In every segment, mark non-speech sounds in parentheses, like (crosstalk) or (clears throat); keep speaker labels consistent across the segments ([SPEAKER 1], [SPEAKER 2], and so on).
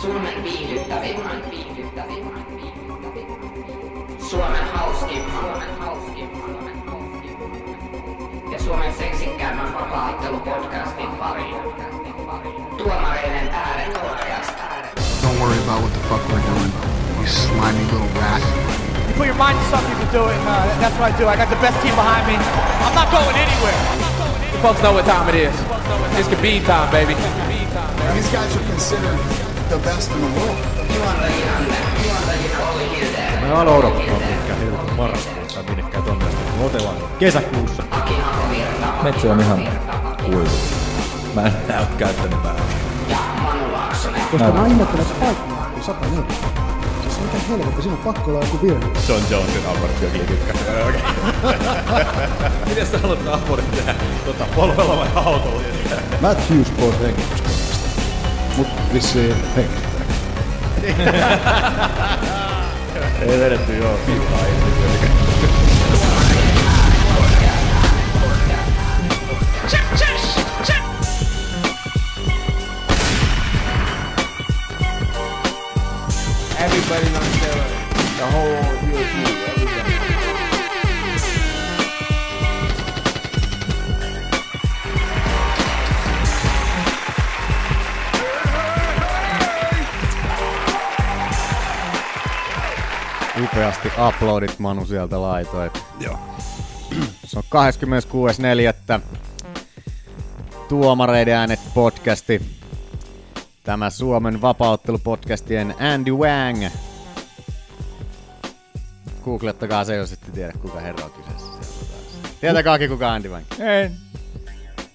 [SPEAKER 1] Suomen viihdyttävimmän, viihdyttävimmän, viihdyttävimmän. Suomen hauskin, Suomen hauskin, Suomen hauskin. Ja Suomen seksikkäämmän vapaa-ottelupodcastin pariin. Tuomareiden ääret korkeasta ääret.
[SPEAKER 2] Don't worry about what the fuck we're doing, you slimy little rat.
[SPEAKER 3] You put your mind to something, you can do it. and, uh, that's what I do. I got the best team behind me. I'm not going anywhere.
[SPEAKER 4] You folks know what time it is. It's Khabib time, baby.
[SPEAKER 2] These guys are considered the best in the world.
[SPEAKER 5] Mä aloin odottaa mitkä helvetin marraskuussa tai minnekään tonne asti, kun otellaan kesäkuussa.
[SPEAKER 6] Metsä on ihan kuivu. Mä en näy käyttänyt vähän.
[SPEAKER 7] Koska mä ihmettelen, että paikka on 104. niin Siis mitä helvettiä, siinä on pakko olla joku virhe.
[SPEAKER 5] John Jonesin abortti on liikikkä.
[SPEAKER 6] (laughs) Miten sä haluat naapurin tehdä?
[SPEAKER 5] Tota, polvella vai autolla?
[SPEAKER 7] Matthews pois hengitystä. Mut vissiin hengittää.
[SPEAKER 5] Ei vedetty joo.
[SPEAKER 4] Everybody's on steroids. The whole European, everybody.
[SPEAKER 8] upeasti uploadit Manu sieltä laitoit.
[SPEAKER 6] Joo.
[SPEAKER 8] Se on 26.4. Tuomareiden äänet podcasti. Tämä Suomen vapauttelupodcastien Andy Wang. Googlettakaa se, jos ette tiedä, kuka herra on kyseessä. Siellä on taas. Tietäkääkin, kuka Andy Wang.
[SPEAKER 7] En.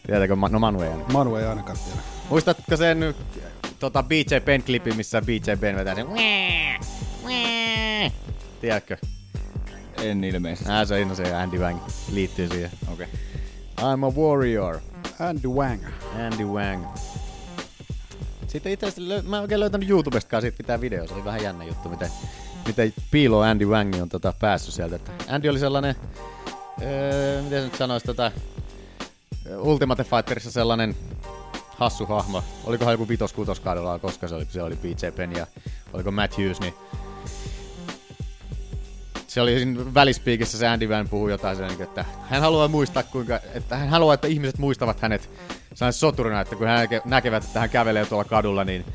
[SPEAKER 8] Tietääkö? Ma- No Manu ei ainakaan.
[SPEAKER 7] Manu ei ainakaan tiedä.
[SPEAKER 8] Muistatko sen äh, tota BJ Ben klippi, missä BJ Ben vetää sen "Wää, wää"? Tiedätkö?
[SPEAKER 6] En ilmeisesti.
[SPEAKER 8] Nää se on se Andy Wang liittyy siihen.
[SPEAKER 6] Okei. Okay.
[SPEAKER 8] I'm a warrior.
[SPEAKER 7] Andy Wang.
[SPEAKER 8] Andy Wang. Sitten itse asiassa lö- mä en oikein löytänyt YouTubestakaan siitä pitää video. Se oli vähän jännä juttu, miten, miten piilo Andy Wang on tota päässyt sieltä. Että Andy oli sellainen, öö, miten se nyt sanoisi, tota, Eh, Ultimate Fighterissa sellainen hassu hahmo. Olikohan joku vitos kutoskaudella, koska se oli, se oli BJ Penn ja oliko Matt Hughes, niin se oli siinä välispiikissä se Andy Van puhui jotain sen, että hän haluaa muistaa kuinka, että hän haluaa, että ihmiset muistavat hänet sellainen soturina, että kun hän näke- näkevät, että hän kävelee tuolla kadulla, niin,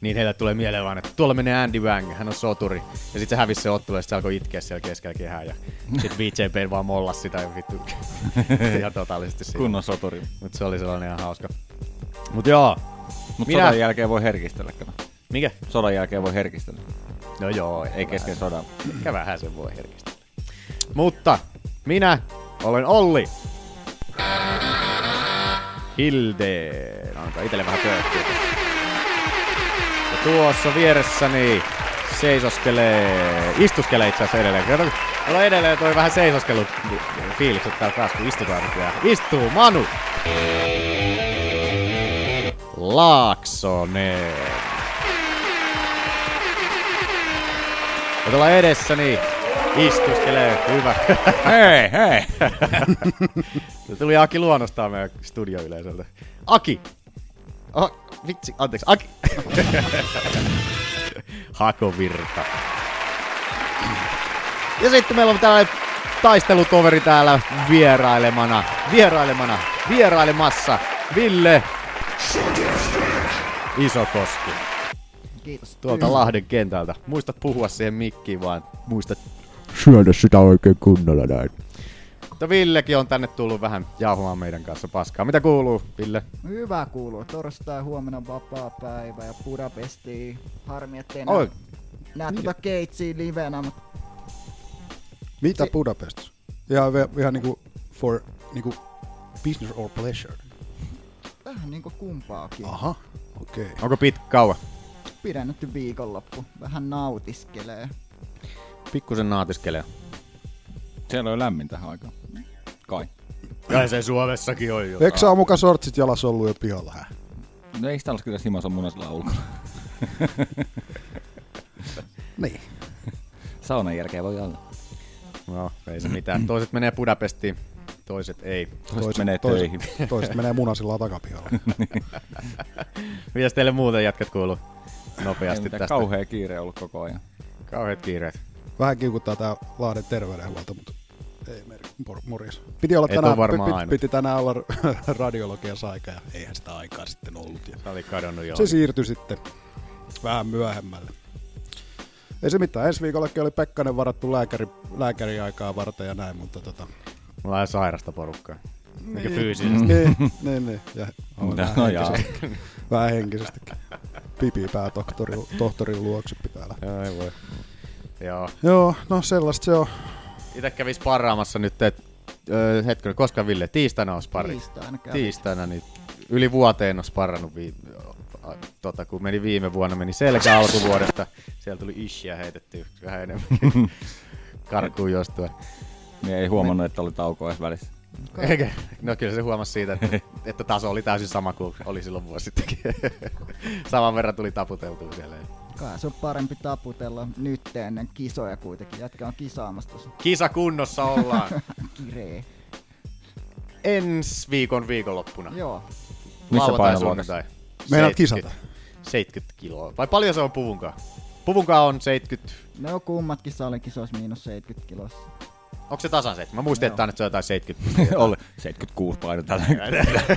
[SPEAKER 8] niin heillä tulee mieleen vaan, että tuolla menee Andy Wang, hän on soturi. Ja sitten se hävisi se ottelu ja sitten se alkoi itkeä siellä keskellä kehää ja sitten BJP vaan mollas sitä ja vittu (laughs) ihan totaalisesti siinä.
[SPEAKER 6] Kunnon soturi.
[SPEAKER 8] Mutta se oli sellainen ihan hauska. Mut joo,
[SPEAKER 6] Mut
[SPEAKER 8] Minä-
[SPEAKER 9] tota,
[SPEAKER 6] sodan jälkeen voi herkistellä, kato.
[SPEAKER 8] mikä?
[SPEAKER 6] Sodan jälkeen voi herkistellä.
[SPEAKER 8] No joo,
[SPEAKER 6] Ei kesken sodan.
[SPEAKER 8] Ehkä vähän sen voi herkistellä. Mutta minä olen Olli. Hildeen. Antaa itelle No, vähän pöyhtiä. Ja tuossa vieressäni seisoskelee, istuskelee itse asiassa edelleen. Kato, mulla on edelleen toi vähän seisoskelut fiilikset täällä taas, kun istutaan nykyään. Istuu Manu! Laaksonen. Ja tuolla edessäni istuskelee. Hyvä. (laughs)
[SPEAKER 6] Hei, hei!
[SPEAKER 8] Se tuli Aki luonnostaan meidän studioyleisöltä. Aki! Oh, vitsi, anteeksi, Aki! (laughs) Hakovirta. Ja sitten meillä on tällainen taistelutoveri täällä vierailemana, vierailemana, vierailemassa. Ville Isokoski. Kiitos. Tuolta Lahden kentältä. Muista puhua siihen mikkiin vaan. Muista
[SPEAKER 7] Syödä sitä oikein kunnolla näin.
[SPEAKER 8] Mutta Villekin on tänne tullut vähän jauhamaan meidän kanssa paskaa. Mitä kuuluu, Ville?
[SPEAKER 10] Hyvä kuuluu. Torstai huomenna vapaa päivä ja Budapesti. Harmi, ettei
[SPEAKER 8] Oi.
[SPEAKER 10] Oi. nää tota Keitsiä livenä, mutta
[SPEAKER 7] Mitä Budapestissa? Ihan, ve- ihan niinku for niinku business or pleasure.
[SPEAKER 10] vähän niinku kumpaakin. Oh.
[SPEAKER 7] Aha, okei. Okay.
[SPEAKER 8] Onko pitkä kauan?
[SPEAKER 10] Pidennetty viikonloppu. Vähän nautiskelee.
[SPEAKER 8] Pikkusen naatiskelee.
[SPEAKER 6] Siellä on lämmin tähän aikaan. Kai.
[SPEAKER 8] Kai se Suomessakin on jo.
[SPEAKER 7] Eikö sä oo muka sortsit jalas ollut jo pihalla? hä?
[SPEAKER 6] No ei sitä olisi kyllä Simon munasilla ulkona.
[SPEAKER 7] (laughs) Niin.
[SPEAKER 6] Saunan jälkeen voi olla.
[SPEAKER 8] No, ei se mitään. Toiset menee Budapestiin, toiset ei.
[SPEAKER 6] Toiset menee
[SPEAKER 7] (laughs) toiset,
[SPEAKER 6] töihin.
[SPEAKER 7] toiset menee munasilla takapihalla.
[SPEAKER 8] Mitäs teille muuten jätkät kuuluu?
[SPEAKER 9] Ei
[SPEAKER 8] nopeasti
[SPEAKER 9] mitään
[SPEAKER 8] tästä.
[SPEAKER 9] kauhea kiire ollut koko ajan.
[SPEAKER 8] Kauheat kiireet.
[SPEAKER 7] Vähän kiukuttaa tää Lahden terveydenhuolto, mutta ei mer- mor- morjes. Piti olla
[SPEAKER 8] Et
[SPEAKER 7] tänään,
[SPEAKER 8] oo varmaan
[SPEAKER 7] piti,
[SPEAKER 8] ainut.
[SPEAKER 7] piti tänään olla (laughs) radiologiassa aika ja eihän sitä aikaa sitten ollut. Ja
[SPEAKER 8] Tää oli kadonnut jo.
[SPEAKER 7] se siirtyi sitten vähän myöhemmälle. Ei se mitään, ensi viikollakin oli Pekkanen varattu lääkäri, lääkäriaikaa varten ja näin, mutta tota...
[SPEAKER 8] Mulla on ihan sairasta porukkaa. Niin. fyysisesti.
[SPEAKER 7] Niin, niin, niin. Ja on
[SPEAKER 9] No,
[SPEAKER 7] vähän
[SPEAKER 9] no jaa.
[SPEAKER 7] henkisestikin. Vähän henkisestikin. Pipipää tohtori, tohtorin luokse pitää lähteä.
[SPEAKER 8] Ai voi. Joo.
[SPEAKER 7] Joo, no sellaista se on.
[SPEAKER 8] Itse kävi sparraamassa nyt, et, öö, hetkinen, koska Ville, tiistaina on sparri.
[SPEAKER 10] Tiistaina kävi.
[SPEAKER 8] Tiistaina, niin yli vuoteen on sparrannut vi- a- tota, kun meni viime vuonna, meni selkä alkuvuodesta. Siellä tuli ishiä heitetty vähän enemmän karkuun jostain.
[SPEAKER 9] Niin ei huomannut, että oli taukoa edes välissä.
[SPEAKER 8] Eikä? No kyllä se huomasi siitä, että, että taso oli täysin sama kuin oli silloin vuosi sittenkin. (laughs) Saman verran tuli taputeltua siellä.
[SPEAKER 10] Kai se on parempi taputella nyt ennen kisoja kuitenkin. Jätkä on kisaamassa tuossa (laughs)
[SPEAKER 8] Kisa kunnossa ollaan
[SPEAKER 10] kiree.
[SPEAKER 8] ensi viikon viikonloppuna.
[SPEAKER 10] Joo.
[SPEAKER 9] Missä
[SPEAKER 8] Lauantai,
[SPEAKER 9] painoluokassa?
[SPEAKER 8] sunnuntai.
[SPEAKER 7] Meinaat
[SPEAKER 8] 70
[SPEAKER 7] kisata?
[SPEAKER 8] 70 kiloa. Vai paljon se on puvunkaan? Puvunkaan on 70...
[SPEAKER 10] Ne on kummatkin salin kisoissa miinus 70 kilossa.
[SPEAKER 8] Onko se tasan 70? Mä muistin, että
[SPEAKER 10] Joo.
[SPEAKER 8] on, että se on jotain 70.
[SPEAKER 9] (laughs) Oli 76 paino tällä hetkellä.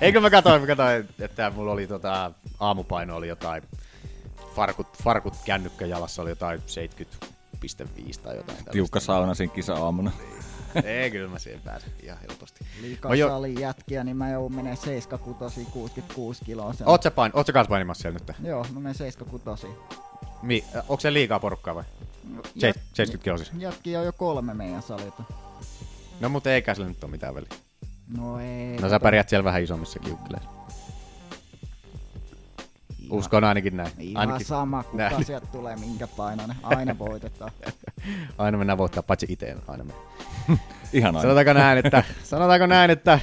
[SPEAKER 8] Eikö mä katsoin, mä katsoin, että mulla oli tota, aamupaino oli jotain, farkut, farkut kännykkä jalassa oli jotain 70,5 tai jotain. tällaista.
[SPEAKER 9] Tiukka sauna siinä kisa-aamuna.
[SPEAKER 8] Ei, kyllä mä siihen pääsen ihan helposti.
[SPEAKER 10] Liikaa
[SPEAKER 8] Mä jo-
[SPEAKER 10] salin jätkiä, niin mä joudun menee 76 66 kiloa. sen-
[SPEAKER 8] Oot sä, pain, oot sä kans painimassa siellä nyt?
[SPEAKER 10] Joo, mä menen 76.
[SPEAKER 8] Mi, äh, onko se liikaa porukkaa vai? Se- 70 kiloa siis.
[SPEAKER 10] Jätkiä on jo kolme meidän salilta.
[SPEAKER 8] No mutta eikä sillä nyt ole mitään väliä.
[SPEAKER 10] No ei.
[SPEAKER 8] No sä pärjäät siellä vähän isommissa kiukkileissa. Uskon ainakin näin.
[SPEAKER 10] Ihan
[SPEAKER 8] Ainakin,
[SPEAKER 10] sama, kuka
[SPEAKER 8] näin.
[SPEAKER 10] Näin. sieltä tulee, minkä painoinen. Aina voitetaan.
[SPEAKER 8] aina mennään voittaa, paitsi itse en aina mene.
[SPEAKER 9] Ihan aina.
[SPEAKER 8] Sanotaanko näin, että, sanotaanko näin, että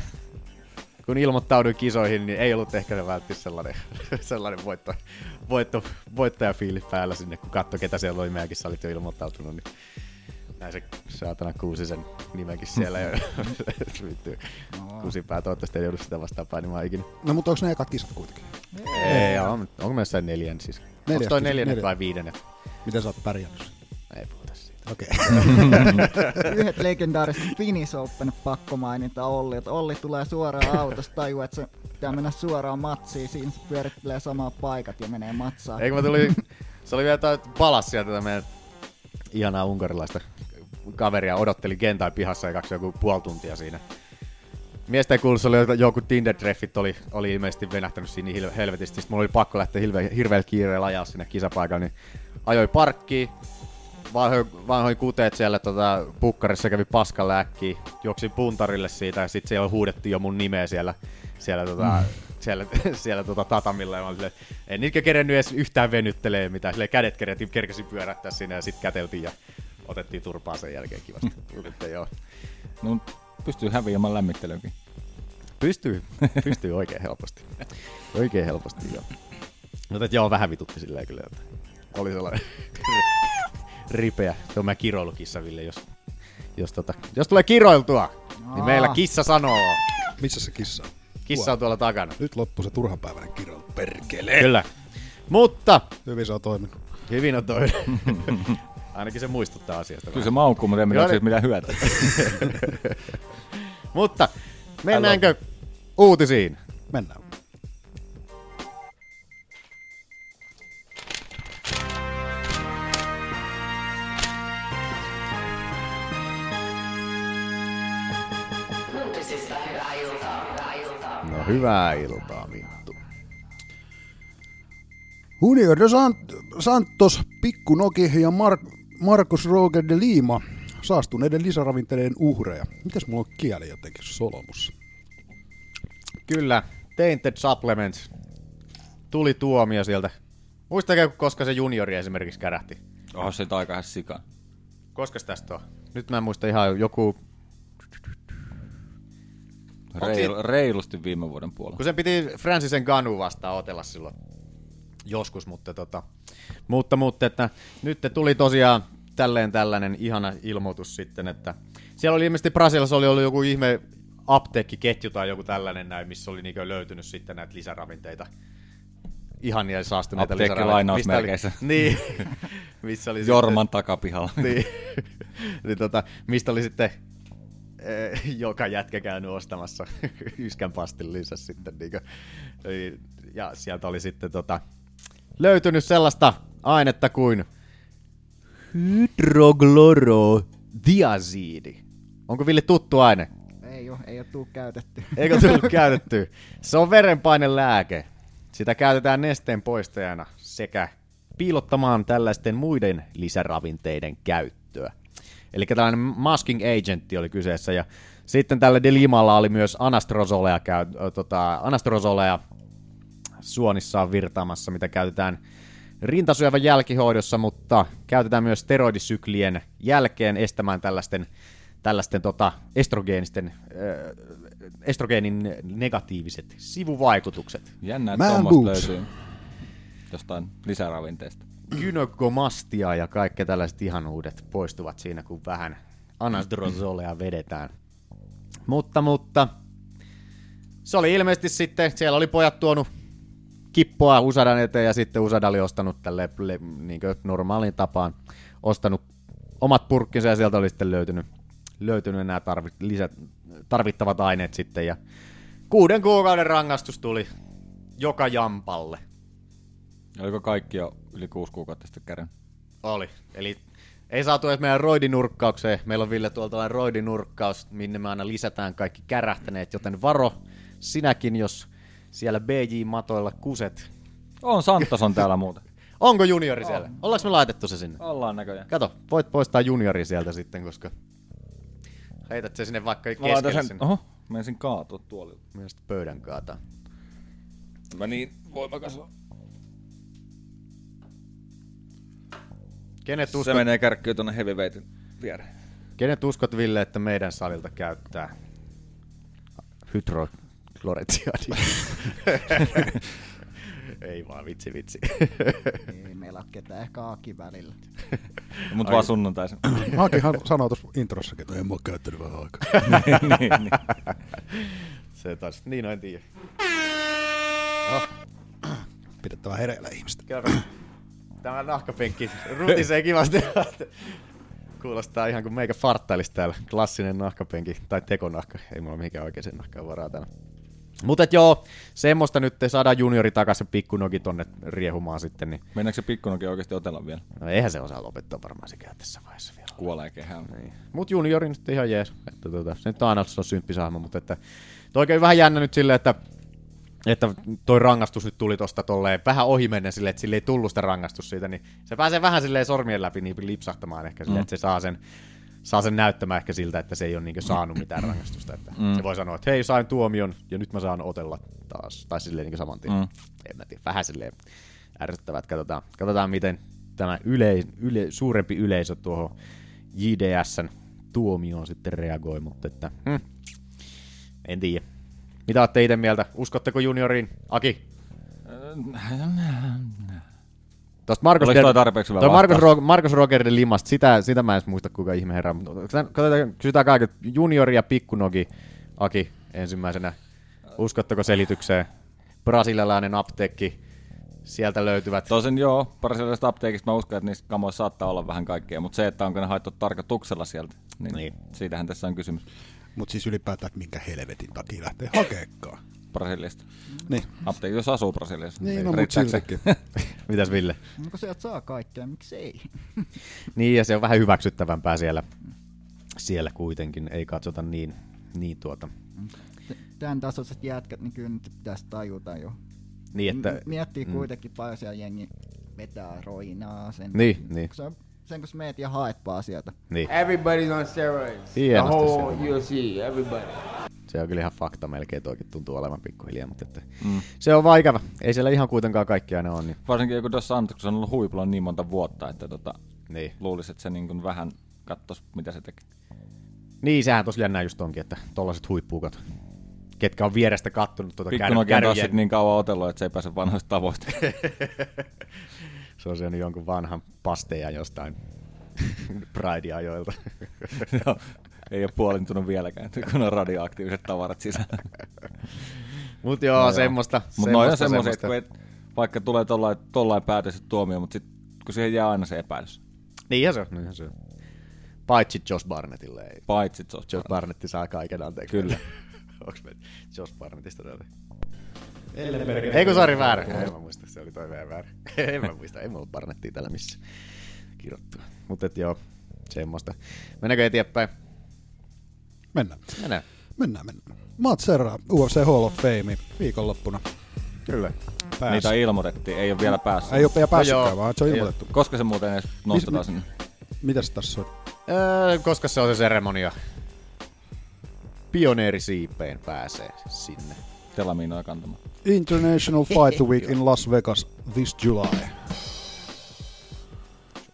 [SPEAKER 8] kun ilmoittauduin kisoihin, niin ei ollut ehkä se välttis sellainen, sellainen voitto, voitto, voittajafiilis päällä sinne, kun katsoi, ketä siellä oli. Meidänkin sä olit jo ilmoittautunut, niin näin se saatana kuusi sen nimenkin siellä. Ja (laughs) vittu, kusipää, toivottavasti ei joudu sitä vastaan painimaan ikinä.
[SPEAKER 7] No mutta onko ne ekat kisat kuitenkin?
[SPEAKER 8] Ei, on, onko meissä neljän siis? Onko toi
[SPEAKER 7] kisa-
[SPEAKER 8] neljännet
[SPEAKER 7] neljä-
[SPEAKER 8] vai viidennet?
[SPEAKER 7] Miten sä oot pärjännyt?
[SPEAKER 8] Ei puhuta
[SPEAKER 7] (laughs)
[SPEAKER 8] siitä.
[SPEAKER 7] Okei.
[SPEAKER 10] Yhdet legendaariset Finnish Open pakko mainita Olli. Että Olli tulee suoraan autosta, tajuu, että se pitää mennä suoraan matsiin. Siinä se pyörittelee samaa paikat ja menee matsaan.
[SPEAKER 8] Eikö mä tuli, se oli vielä jotain palas sieltä tätä meidän ihanaa unkarilaista kaveria, odotteli kentän pihassa ekaksi joku puoli tuntia siinä. Miestä ei kuullut, se oli jota- joku Tinder-treffit oli, oli ilmeisesti venähtänyt siinä niin hil- helvetisti. Sitten mulla oli pakko lähteä hirve, hirveällä kiireellä ajaa sinne kisapaikalle, niin ajoi parkkiin. Vanhoin, vanhoin kuteet siellä tota, pukkarissa kävi paskalla äkkiä. Juoksin puntarille siitä ja sitten siellä huudettiin jo mun nimeä siellä, siellä, tota, siellä, (laughs) siellä tota, tatamilla. Ja mä olin silleen, en niitä kerennyt edes yhtään venyttelee mitään. Silleen kädet kerätin, kerkesin pyöräyttää sinne ja sitten käteltiin ja otettiin turpaa sen jälkeen kivasti. Mutta joo.
[SPEAKER 9] No, mut pystyy häviämään lämmittelyäkin.
[SPEAKER 8] Pystyy, (laughs) pystyy oikein helposti. Oikein helposti, joo. Mutta et joo, vähän vitutti silleen kyllä, että oli sellainen (laughs) ripeä. Se on mä kiroilu kissaville, jos, jos, tota, jos tulee kiroiltua, niin
[SPEAKER 10] Aa.
[SPEAKER 8] meillä kissa sanoo.
[SPEAKER 7] Missä se kissa on?
[SPEAKER 8] Kissa on tuolla takana.
[SPEAKER 7] Nyt loppu se turhanpäiväinen kirjoilu. Perkele.
[SPEAKER 8] Kyllä. Mutta
[SPEAKER 7] Hyvin se on toiminut.
[SPEAKER 8] hyvin on toi. Ainakin se muistuttaa asiasta.
[SPEAKER 9] Kyllä se
[SPEAKER 8] vähän.
[SPEAKER 9] maukuu, mutta ei mitään,
[SPEAKER 8] Joo,
[SPEAKER 7] niin.
[SPEAKER 9] siis mitään hyötyä.
[SPEAKER 8] Mutta mennäänkö uutisiin?
[SPEAKER 7] Mennään.
[SPEAKER 1] Uutisista hyvää iltaa, hyvää iltaa.
[SPEAKER 8] No hyvää iltaa, Minttu.
[SPEAKER 7] Junior de Sant- Santos, Pikku Noki ja Mar- Markus Roger de Lima saastuneiden lisäravinteiden uhreja. Mitäs mulla on kieli jotenkin (laughs) solmussa?
[SPEAKER 8] Kyllä, Tainted Supplements. Tuli tuomio sieltä. Muistakaa, koska se juniori esimerkiksi kärähti.
[SPEAKER 9] Oho, se aika ihan sika.
[SPEAKER 8] Koska tästä on? Nyt mä en muista ihan joku...
[SPEAKER 9] Reilu, reilusti viime vuoden puolella.
[SPEAKER 8] Kun sen piti Francisen Ganu vastaan otella silloin joskus, mutta tota... Mutta, mutta että nyt te tuli tosiaan tälleen tällainen ihana ilmoitus sitten, että siellä oli ilmeisesti Brasiliassa oli ollut joku ihme niinku apteekkiketju tai joku tällainen näin, missä oli niinkö löytynyt sitten näitä lisäravinteita ihania saastuneita
[SPEAKER 9] Apteekki
[SPEAKER 8] lisäravinteita. Mistä oli- (laughs)
[SPEAKER 9] lainausmerkeissä.
[SPEAKER 8] Niin. Missä oli
[SPEAKER 9] Jorman takapihalla.
[SPEAKER 8] Sitten, (laughs) niin. niin tota, mistä oli sitten eh, joka jätkä käynyt ostamassa (laughs) yskän pastillinsa sitten. Niin ja sieltä oli sitten tota, löytynyt sellaista ainetta kuin hydroglorodiazidi. Onko Ville tuttu aine?
[SPEAKER 10] Ei oo, ei oo tuu käytetty.
[SPEAKER 8] Eikö tullut käytetty? Se on verenpainelääke. Sitä käytetään nesteen poistajana sekä piilottamaan tällaisten muiden lisäravinteiden käyttöä. Eli tällainen masking agentti oli kyseessä. Ja sitten tällä Delimalla oli myös anastrosoleja, käy, ö, tota, anastrosoleja suonissaan virtaamassa, mitä käytetään rintasyövän jälkihoidossa, mutta käytetään myös steroidisyklien jälkeen estämään tällaisten, tällaisten tota, estrogeenisten, ö, estrogeenin negatiiviset sivuvaikutukset.
[SPEAKER 9] Jännä,
[SPEAKER 7] Man
[SPEAKER 9] että tuommoista
[SPEAKER 7] boobs.
[SPEAKER 9] löytyy jostain lisäravinteista.
[SPEAKER 8] Gynekomastia ja kaikki tällaiset ihanuudet poistuvat siinä, kun vähän anastrosolea vedetään. Mutta, mutta, se oli ilmeisesti sitten, siellä oli pojat tuonut kippoa Usadan eteen ja sitten Usada oli ostanut tälle le, niin normaaliin tapaan ostanut omat purkkinsa ja sieltä oli sitten löytynyt, löytynyt nämä tarvit, lisät, tarvittavat aineet sitten ja kuuden kuukauden rangaistus tuli joka jampalle.
[SPEAKER 9] Oliko kaikki jo yli kuusi kuukautta sitten kärjän?
[SPEAKER 8] Oli. Eli ei saatu edes meidän roidinurkkaukseen. Meillä on Ville tuolla tällainen roidinurkkaus, minne me aina lisätään kaikki kärähtäneet, joten varo sinäkin, jos siellä BJ-matoilla kuset.
[SPEAKER 9] On, Santos on täällä muuten.
[SPEAKER 8] Onko juniori siellä? Ollaanko me laitettu se sinne?
[SPEAKER 9] Ollaan näköjään.
[SPEAKER 8] Kato, voit poistaa juniori sieltä sitten, koska heität se sinne vaikka
[SPEAKER 9] Mä laitan
[SPEAKER 8] keskelle
[SPEAKER 9] sen,
[SPEAKER 8] sinne.
[SPEAKER 9] oho, menisin kaatua tuolilla.
[SPEAKER 8] Myös pöydän kaataa.
[SPEAKER 9] Mä niin voimakas on.
[SPEAKER 8] Kenet
[SPEAKER 9] Se
[SPEAKER 8] uskot,
[SPEAKER 9] menee kärkkyyn tuonne heavyweightin viereen.
[SPEAKER 8] kenet uskot Ville, että meidän salilta käyttää hydrokloretiadia? ei vaan, vitsi vitsi.
[SPEAKER 10] ei meillä oo ketään ehkä Aki välillä.
[SPEAKER 9] Mut vaan sunnuntaisin.
[SPEAKER 7] Haakihan sanoi tuossa introssakin, että en mä oo käyttänyt vähän aikaa. (laughs)
[SPEAKER 9] niin, niin.
[SPEAKER 8] Se taas, niin no en tiedä.
[SPEAKER 7] Pidettävä hereillä ihmistä.
[SPEAKER 8] Kyllä. Tämä nahkapenkki rutisee kivasti. Kuulostaa ihan kuin meikä farttailis täällä. Klassinen nahkapenki tai tekonahka. Ei mulla mikään oikein nahkaa varaa täällä. Mutta joo, semmoista nyt te saadaan juniori takaisin pikkunoki tonne riehumaan sitten. Niin.
[SPEAKER 9] Mennäänkö se pikkunokin oikeasti otella vielä?
[SPEAKER 8] No eihän se osaa lopettaa varmaan sekään tässä vaiheessa vielä.
[SPEAKER 9] Kuolee kehään.
[SPEAKER 8] Niin. Mut juniori nyt ihan jees. Että tota, se nyt on aina se on symppisahma, mutta että toi oikein vähän jännä nyt silleen, että että toi rangaistus nyt tuli tosta tolleen vähän ohi menne silleen, että sille ei tullut sitä rangaistus siitä, niin se pääsee vähän silleen sormien läpi niin lipsahtamaan ehkä silleen, mm. että se saa sen, saa sen näyttämään ehkä siltä, että se ei ole niinkö saanut mitään rangaistusta. Että mm. Se voi sanoa, että hei sain tuomion ja nyt mä saan otella taas, tai silleen niinkö saman tien. Mm. En mä tiedä, vähän silleen ärsyttävät. Katsotaan, katsotaan miten tämä yle, yle, suurempi yleisö tuohon JDSn tuomioon sitten reagoi, mutta että hmm, en tiedä. Mitä olette itse mieltä? Uskotteko junioriin? Aki? Tuosta Markus,
[SPEAKER 9] Oliko toi tarpeeksi hyvä
[SPEAKER 8] toi Markus,
[SPEAKER 9] vastaus?
[SPEAKER 8] Ro- Markus Rogerin limasta, sitä, sitä mä en edes muista kuka ihme herra. on, mutta Katsotaan, kysytään kaiken. Juniori ja pikkunoki. Aki ensimmäisenä. Uskotteko selitykseen? Brasilialainen apteekki. Sieltä löytyvät. (laughs)
[SPEAKER 9] Tosin joo, brasilialaisesta apteekista mä uskon, että niissä kamoissa saattaa olla vähän kaikkea, mutta se, että onko ne haettu tarkoituksella sieltä, niin, niin.
[SPEAKER 8] Niin.
[SPEAKER 9] siitähän tässä on kysymys
[SPEAKER 7] Mutta siis ylipäätään, että minkä helvetin takia lähtee hakeekaan.
[SPEAKER 9] Brasiliasta.
[SPEAKER 7] Niin.
[SPEAKER 9] Apteekki, jos asuu Brasiliassa.
[SPEAKER 7] Niin, no mut
[SPEAKER 9] riittääkö se?
[SPEAKER 7] siltikin.
[SPEAKER 8] Mitäs Ville?
[SPEAKER 10] No kun sieltä saa kaikkea, miksi ei?
[SPEAKER 8] Niin, ja se on vähän hyväksyttävämpää siellä, siellä kuitenkin. Ei katsota niin, niin tuota.
[SPEAKER 10] Tämän tasoiset jätkät, niin kyllä nyt pitäisi tajuta jo.
[SPEAKER 8] Niin, että...
[SPEAKER 10] M- miettii kuitenkin paljon siellä jengi vetää roinaa sen.
[SPEAKER 8] Niin, niin.
[SPEAKER 10] Kun sä, sen kun sä meet ja haet vaan sieltä.
[SPEAKER 8] Niin.
[SPEAKER 4] Everybody's on steroids.
[SPEAKER 8] Hienosti
[SPEAKER 4] the whole
[SPEAKER 8] siellä.
[SPEAKER 4] UFC, everybody.
[SPEAKER 8] Se on kyllä ihan fakta melkein, toikin tuntuu olevan pikkuhiljaa, mutta että mm. se on vaan ikävä. Ei siellä ihan kuitenkaan kaikki aina ole, niin,
[SPEAKER 9] (laughs) Varsinkin joku Dos Santos, kun se on ollut huipulla niin monta vuotta, että tota,
[SPEAKER 8] niin.
[SPEAKER 9] luulisi, että se niin kuin vähän kattos, mitä se teki.
[SPEAKER 8] Niin, sehän tosiaan näin just onkin, että tollaset huippuukat, ketkä on vierestä kattonut tuota kär,
[SPEAKER 9] Pikkunokin on taas
[SPEAKER 8] kärjen,
[SPEAKER 9] sit niin kauan otellut, että se ei pääse vanhoista tavoista. (laughs)
[SPEAKER 8] se on syönyt jonkun vanhan pasteja jostain (laughs) Pride-ajoilta. (laughs)
[SPEAKER 9] Joo, ei ole puolintunut vieläkään, kun on radioaktiiviset tavarat sisällä.
[SPEAKER 8] Mut joo, no semmoista.
[SPEAKER 9] Mutta noin on semmoiset, kun et vaikka tulee tollain, tollain päätös ja tuomio, mutta sit, kun siihen jää aina se epäilys.
[SPEAKER 8] Niinhän se on, niinhän se on. Paitsi Josh Barnettille ei.
[SPEAKER 9] Paitsi se on.
[SPEAKER 8] Josh Barnetti saa kaiken anteeksi.
[SPEAKER 9] Kyllä.
[SPEAKER 8] (laughs) Onks me Josh Barnettista täällä?
[SPEAKER 5] Elle perkele.
[SPEAKER 8] Ei kun sorry väärä. En mä muista, se oli toi vähän väärä. (laughs) en mä muista, ei mulla Barnettia täällä missä kirjoittu. Mut et joo, semmoista. Mennäänkö eteenpäin?
[SPEAKER 7] Mennään.
[SPEAKER 8] Mennään.
[SPEAKER 7] Mennään, mennään. Matt Serra, UFC Hall of Fame, viikonloppuna.
[SPEAKER 8] Kyllä.
[SPEAKER 7] Pääs.
[SPEAKER 9] Niitä ilmoitettiin, ei ole vielä päässyt.
[SPEAKER 7] Ei ole vielä
[SPEAKER 8] No
[SPEAKER 7] päässytkään,
[SPEAKER 8] joo.
[SPEAKER 7] vaan se on
[SPEAKER 8] Ei
[SPEAKER 7] ilmoitettu.
[SPEAKER 9] Koska se muuten edes nostetaan
[SPEAKER 7] Mis-
[SPEAKER 9] sinne?
[SPEAKER 7] Mitäs tässä on?
[SPEAKER 8] Öö, koska se on se seremonia. Pioneerisiipeen pääsee sinne.
[SPEAKER 9] Telamiinoja kantamaan.
[SPEAKER 7] International Fight Week in Las Vegas this July.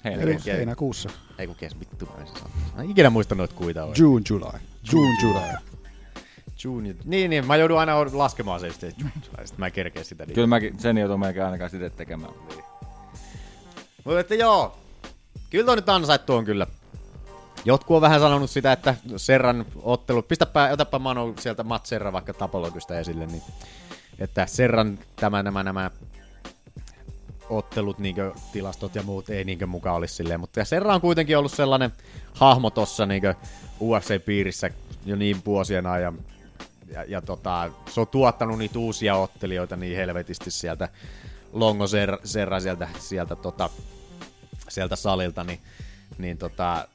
[SPEAKER 7] Eli
[SPEAKER 9] Heinäkuussa.
[SPEAKER 7] heinäkuussa.
[SPEAKER 8] Ei kun kes vittu mä en siis sano. Mä en ikinä muista noita kuita on.
[SPEAKER 7] June, July. June, July.
[SPEAKER 8] June. Niin, niin, mä joudun aina laskemaan sen sitten. Sitten mä en kerkeä sitä. Niin.
[SPEAKER 9] Kyllä mäkin, sen joutun melkein ainakaan itse tekemään.
[SPEAKER 8] Mutta että joo, kyllä toi nyt ansaittu on kyllä. Jotkut on vähän sanonut sitä, että Serran ottelu, pistäpä, otapa Manu sieltä Matt Serra vaikka tapologista esille, niin että Serran tämä, nämä, nämä ottelut, niinkö, tilastot ja muut ei niinkö mukaan olisi silleen, mutta Serra on kuitenkin ollut sellainen hahmo tossa niinkö UFC-piirissä jo niin vuosien ajan, ja, ja tota, se on tuottanut niitä uusia ottelijoita niin helvetisti sieltä Longo Ser- Serra sieltä, sieltä, tota, sieltä salilta, niin, niin tota,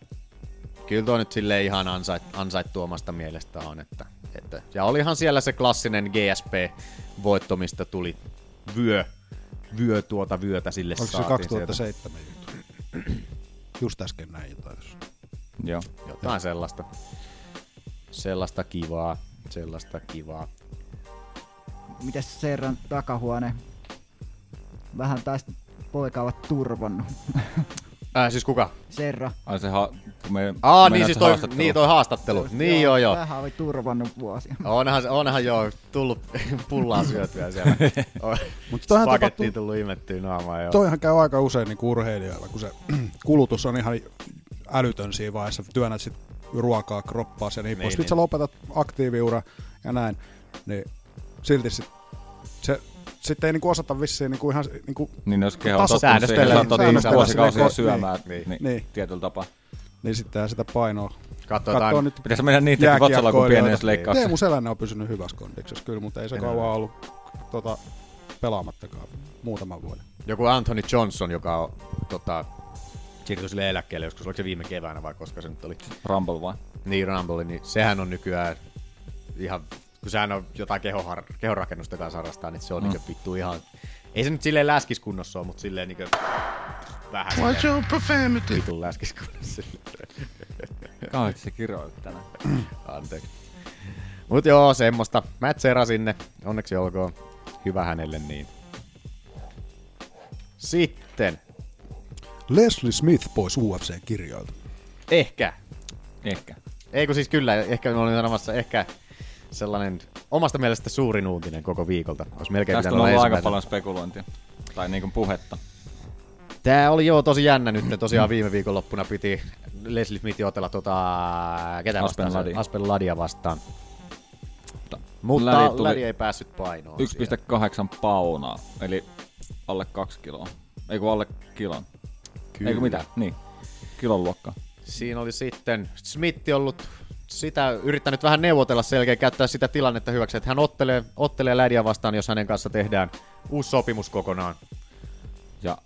[SPEAKER 8] kyllä tuo nyt sille ihan ansait, ansaittu omasta mielestä on. Että, että, ja olihan siellä se klassinen GSP-voitto, mistä tuli vyö, vyö tuota vyötä sille
[SPEAKER 7] Oliko se
[SPEAKER 8] saatiin
[SPEAKER 7] 2007 juttu? Just äsken näin jotain.
[SPEAKER 9] Joo.
[SPEAKER 8] sieltä. Jotain sellaista. Sellaista kivaa, sellaista kivaa.
[SPEAKER 10] Mites Serran takahuone? Vähän taisi poika olla turvannut. (laughs)
[SPEAKER 8] Äh, siis kuka?
[SPEAKER 10] Serra.
[SPEAKER 9] Ai se ha- kun me,
[SPEAKER 8] Aa,
[SPEAKER 9] meinaat
[SPEAKER 8] niin
[SPEAKER 9] se
[SPEAKER 8] siis toi,
[SPEAKER 9] haastattelu.
[SPEAKER 8] niin toi haastattelu. Niin joo joo.
[SPEAKER 10] Vähän oli turvannut vuosia.
[SPEAKER 8] Onhan, se- onhan joo, tullut (laughs) pullaa syötyä siellä.
[SPEAKER 7] Mutta toihan
[SPEAKER 8] Pakettiin
[SPEAKER 7] tapahtuu,
[SPEAKER 8] tullut imettyä naamaa joo.
[SPEAKER 7] toihan käy aika usein niin urheilijoilla, kun se (clears throat) kulutus on ihan älytön siinä vaiheessa. Työnnät sit ruokaa, kroppaa ja niin,
[SPEAKER 8] Niin,
[SPEAKER 7] pois. Sitten
[SPEAKER 8] niin.
[SPEAKER 7] sä lopetat aktiiviura ja näin. Niin silti sit, se, sitten ei niinku osata vissiin niinku ihan niinku
[SPEAKER 9] Niin jos keho on
[SPEAKER 7] Taso-
[SPEAKER 9] tottunut siihen, että
[SPEAKER 8] säännöstellä-
[SPEAKER 9] sä oot tottunut
[SPEAKER 8] säännöstellä
[SPEAKER 9] vuosikausia
[SPEAKER 7] sinne-
[SPEAKER 9] syömään,
[SPEAKER 8] Niin,
[SPEAKER 9] niin,
[SPEAKER 8] niin.
[SPEAKER 9] niin,
[SPEAKER 7] niin.
[SPEAKER 9] tietyllä tapaa.
[SPEAKER 7] Niin sitten sitä painoa.
[SPEAKER 8] Katsotaan.
[SPEAKER 7] Katsoo nyt
[SPEAKER 9] Pitäisi mennä niin, niitä vatsalla kuin
[SPEAKER 7] jääkiekkoilijoita.
[SPEAKER 9] pienessä leikkauksessa.
[SPEAKER 7] Teemu Selänne on pysynyt hyvässä kondiksessa kyllä, mutta ei se kauan ollut tota, pelaamattakaan muutaman vuoden.
[SPEAKER 8] Joku Anthony Johnson, joka on tota, siirtyi sille eläkkeelle joskus, oliko se viime keväänä vai koska se nyt oli,
[SPEAKER 9] Rumble vaan.
[SPEAKER 8] niin Rumble, niin sehän on nykyään ihan, kun sehän on jotain kehohar, kehorakennusta kanssa harrastaa, niin se on mm. niinku vittu ihan, ei se nyt silleen läskiskunnossa ole, mutta silleen niinku vähän Watch your profanity. Vitun läskiskunnossa.
[SPEAKER 9] Kauheasti se kiroilit tänään.
[SPEAKER 8] Anteeksi. Mut joo, semmoista. Matt Serra sinne. Onneksi olkoon. Hyvä hänelle niin. Sitten.
[SPEAKER 7] Leslie Smith pois UFC-kirjoilta.
[SPEAKER 8] Ehkä.
[SPEAKER 9] Ehkä.
[SPEAKER 8] Ei kun siis kyllä, ehkä mä olin sanomassa, ehkä sellainen omasta mielestä suurin uutinen koko viikolta. Olisi melkein
[SPEAKER 9] Tästä on
[SPEAKER 8] pitänyt olla
[SPEAKER 9] ollut aika
[SPEAKER 8] ensimmäisenä.
[SPEAKER 9] paljon spekulointia. Tai niinku puhetta.
[SPEAKER 8] Tää oli joo tosi jännä nyt, tosiaan viime viikonloppuna piti Leslie Smith otella tota, ketä vastaan?
[SPEAKER 9] Aspen Ladia.
[SPEAKER 8] Aspen Ladia vastaan.
[SPEAKER 9] Mutta
[SPEAKER 8] Mutta
[SPEAKER 9] Lädi
[SPEAKER 8] Lädi,
[SPEAKER 9] tuli-
[SPEAKER 8] ei päässyt painoon. siellä.
[SPEAKER 9] 1,8 paunaa, eli alle 2 kiloa. Ei kun alle kilon.
[SPEAKER 8] Kyllä.
[SPEAKER 9] Eikö mitä? Niin. Kilon luokkaa.
[SPEAKER 8] Siinä oli sitten Smith ollut sitä yrittänyt vähän neuvotella selkeä, käyttää sitä tilannetta hyväksi, että hän ottelee, ottelee lädiä vastaan, jos hänen kanssa tehdään uusi sopimus kokonaan.
[SPEAKER 9] Ja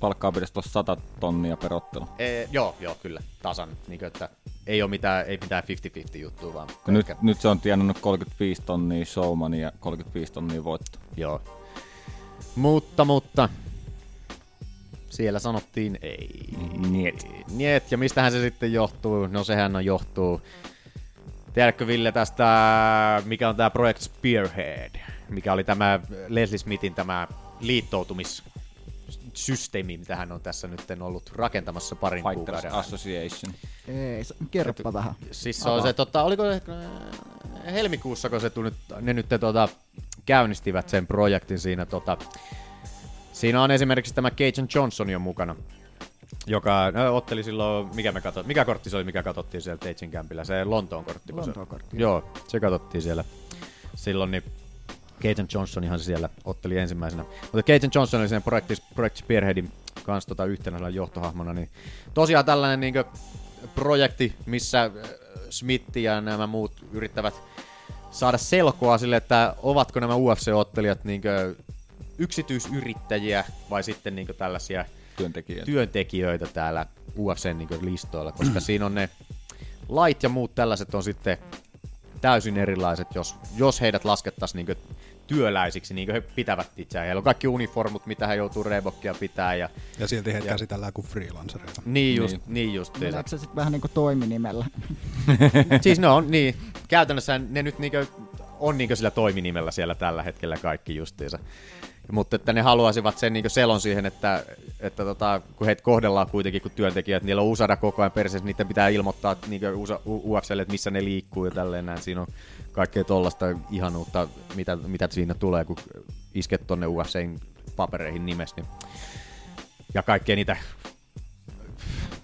[SPEAKER 9] palkkaa pitäisi tuossa 100 tonnia per ottelu.
[SPEAKER 8] Ee, joo, joo, kyllä, tasan. Niin, että ei ole mitään, ei mitään 50-50 juttua, vaan
[SPEAKER 9] Kun No Nyt,
[SPEAKER 8] pelkkä-
[SPEAKER 9] nyt se on tienannut 35 tonnia showman ja 35 tonnia voitto.
[SPEAKER 8] Joo. Mutta, mutta, siellä sanottiin ei.
[SPEAKER 9] Niet.
[SPEAKER 8] Niet, ja mistähän se sitten johtuu? No sehän on johtuu. Tiedätkö Ville tästä, mikä on tämä Project Spearhead, mikä oli tämä Leslie Smithin tämä liittoutumissysteemi, mitä hän on tässä nyt ollut rakentamassa parin
[SPEAKER 9] Fighters
[SPEAKER 8] kuukauden ajan.
[SPEAKER 9] Association.
[SPEAKER 10] Ei, se- kerropa vähän.
[SPEAKER 8] Siis se on se, tota, oliko se, eh, helmikuussa, kun se tuli, ne nyt tota, käynnistivät sen projektin siinä. Tota, siinä on esimerkiksi tämä Cajun Johnson jo mukana, joka no, otteli silloin, mikä, me katso, mikä kortti se oli, mikä katsottiin siellä Teitsin kämpillä, se Lontoon kortti. kun se-
[SPEAKER 10] Lontoon kortti.
[SPEAKER 8] Joo, se katsottiin siellä silloin, niin Cajun Johnson ihan siellä otteli ensimmäisenä. Mutta Cajun Johnson oli sen Project, Project Spearheadin kanssa tota yhtenä johtohahmona. Niin tosiaan tällainen niinkö projekti, missä äh, Smith ja nämä muut yrittävät saada selkoa sille, että ovatko nämä UFC-ottelijat niinkö yksityisyrittäjiä vai sitten niinkö tällaisia
[SPEAKER 9] työntekijöitä.
[SPEAKER 8] työntekijöitä täällä UFCn niin listoilla, koska siinä on ne lait ja muut tällaiset on sitten täysin erilaiset, jos, jos heidät laskettaisiin niin työläisiksi, niin kuin he pitävät itseään. Heillä on kaikki uniformut, mitä he joutuu reebokkia pitää. Ja,
[SPEAKER 7] Ja silti heitä käsitellään kuin freelancereita.
[SPEAKER 8] niin just, niin,
[SPEAKER 9] Niin.
[SPEAKER 8] niin just.
[SPEAKER 10] Meneekö se sitten vähän niin kuin toiminimellä?
[SPEAKER 8] (laughs) siis ne on, niin, käytännössä ne nyt niinkö, on niinkö sillä toiminimellä siellä tällä hetkellä kaikki justiinsa. Mutta että ne haluaisivat sen niinkö selon siihen, että, että tota, kun heitä kohdellaan kuitenkin kuin työntekijät, niin niillä on USADA koko ajan perseessä, niin niitä pitää ilmoittaa niinkö USA, U- UFClle, että missä ne liikkuu ja tälleen näin. Siinä on kaikkea tollasta ihanuutta, mitä, mitä siinä tulee, kun isket tonne UFCin papereihin nimesi. Niin. Ja kaikkea niitä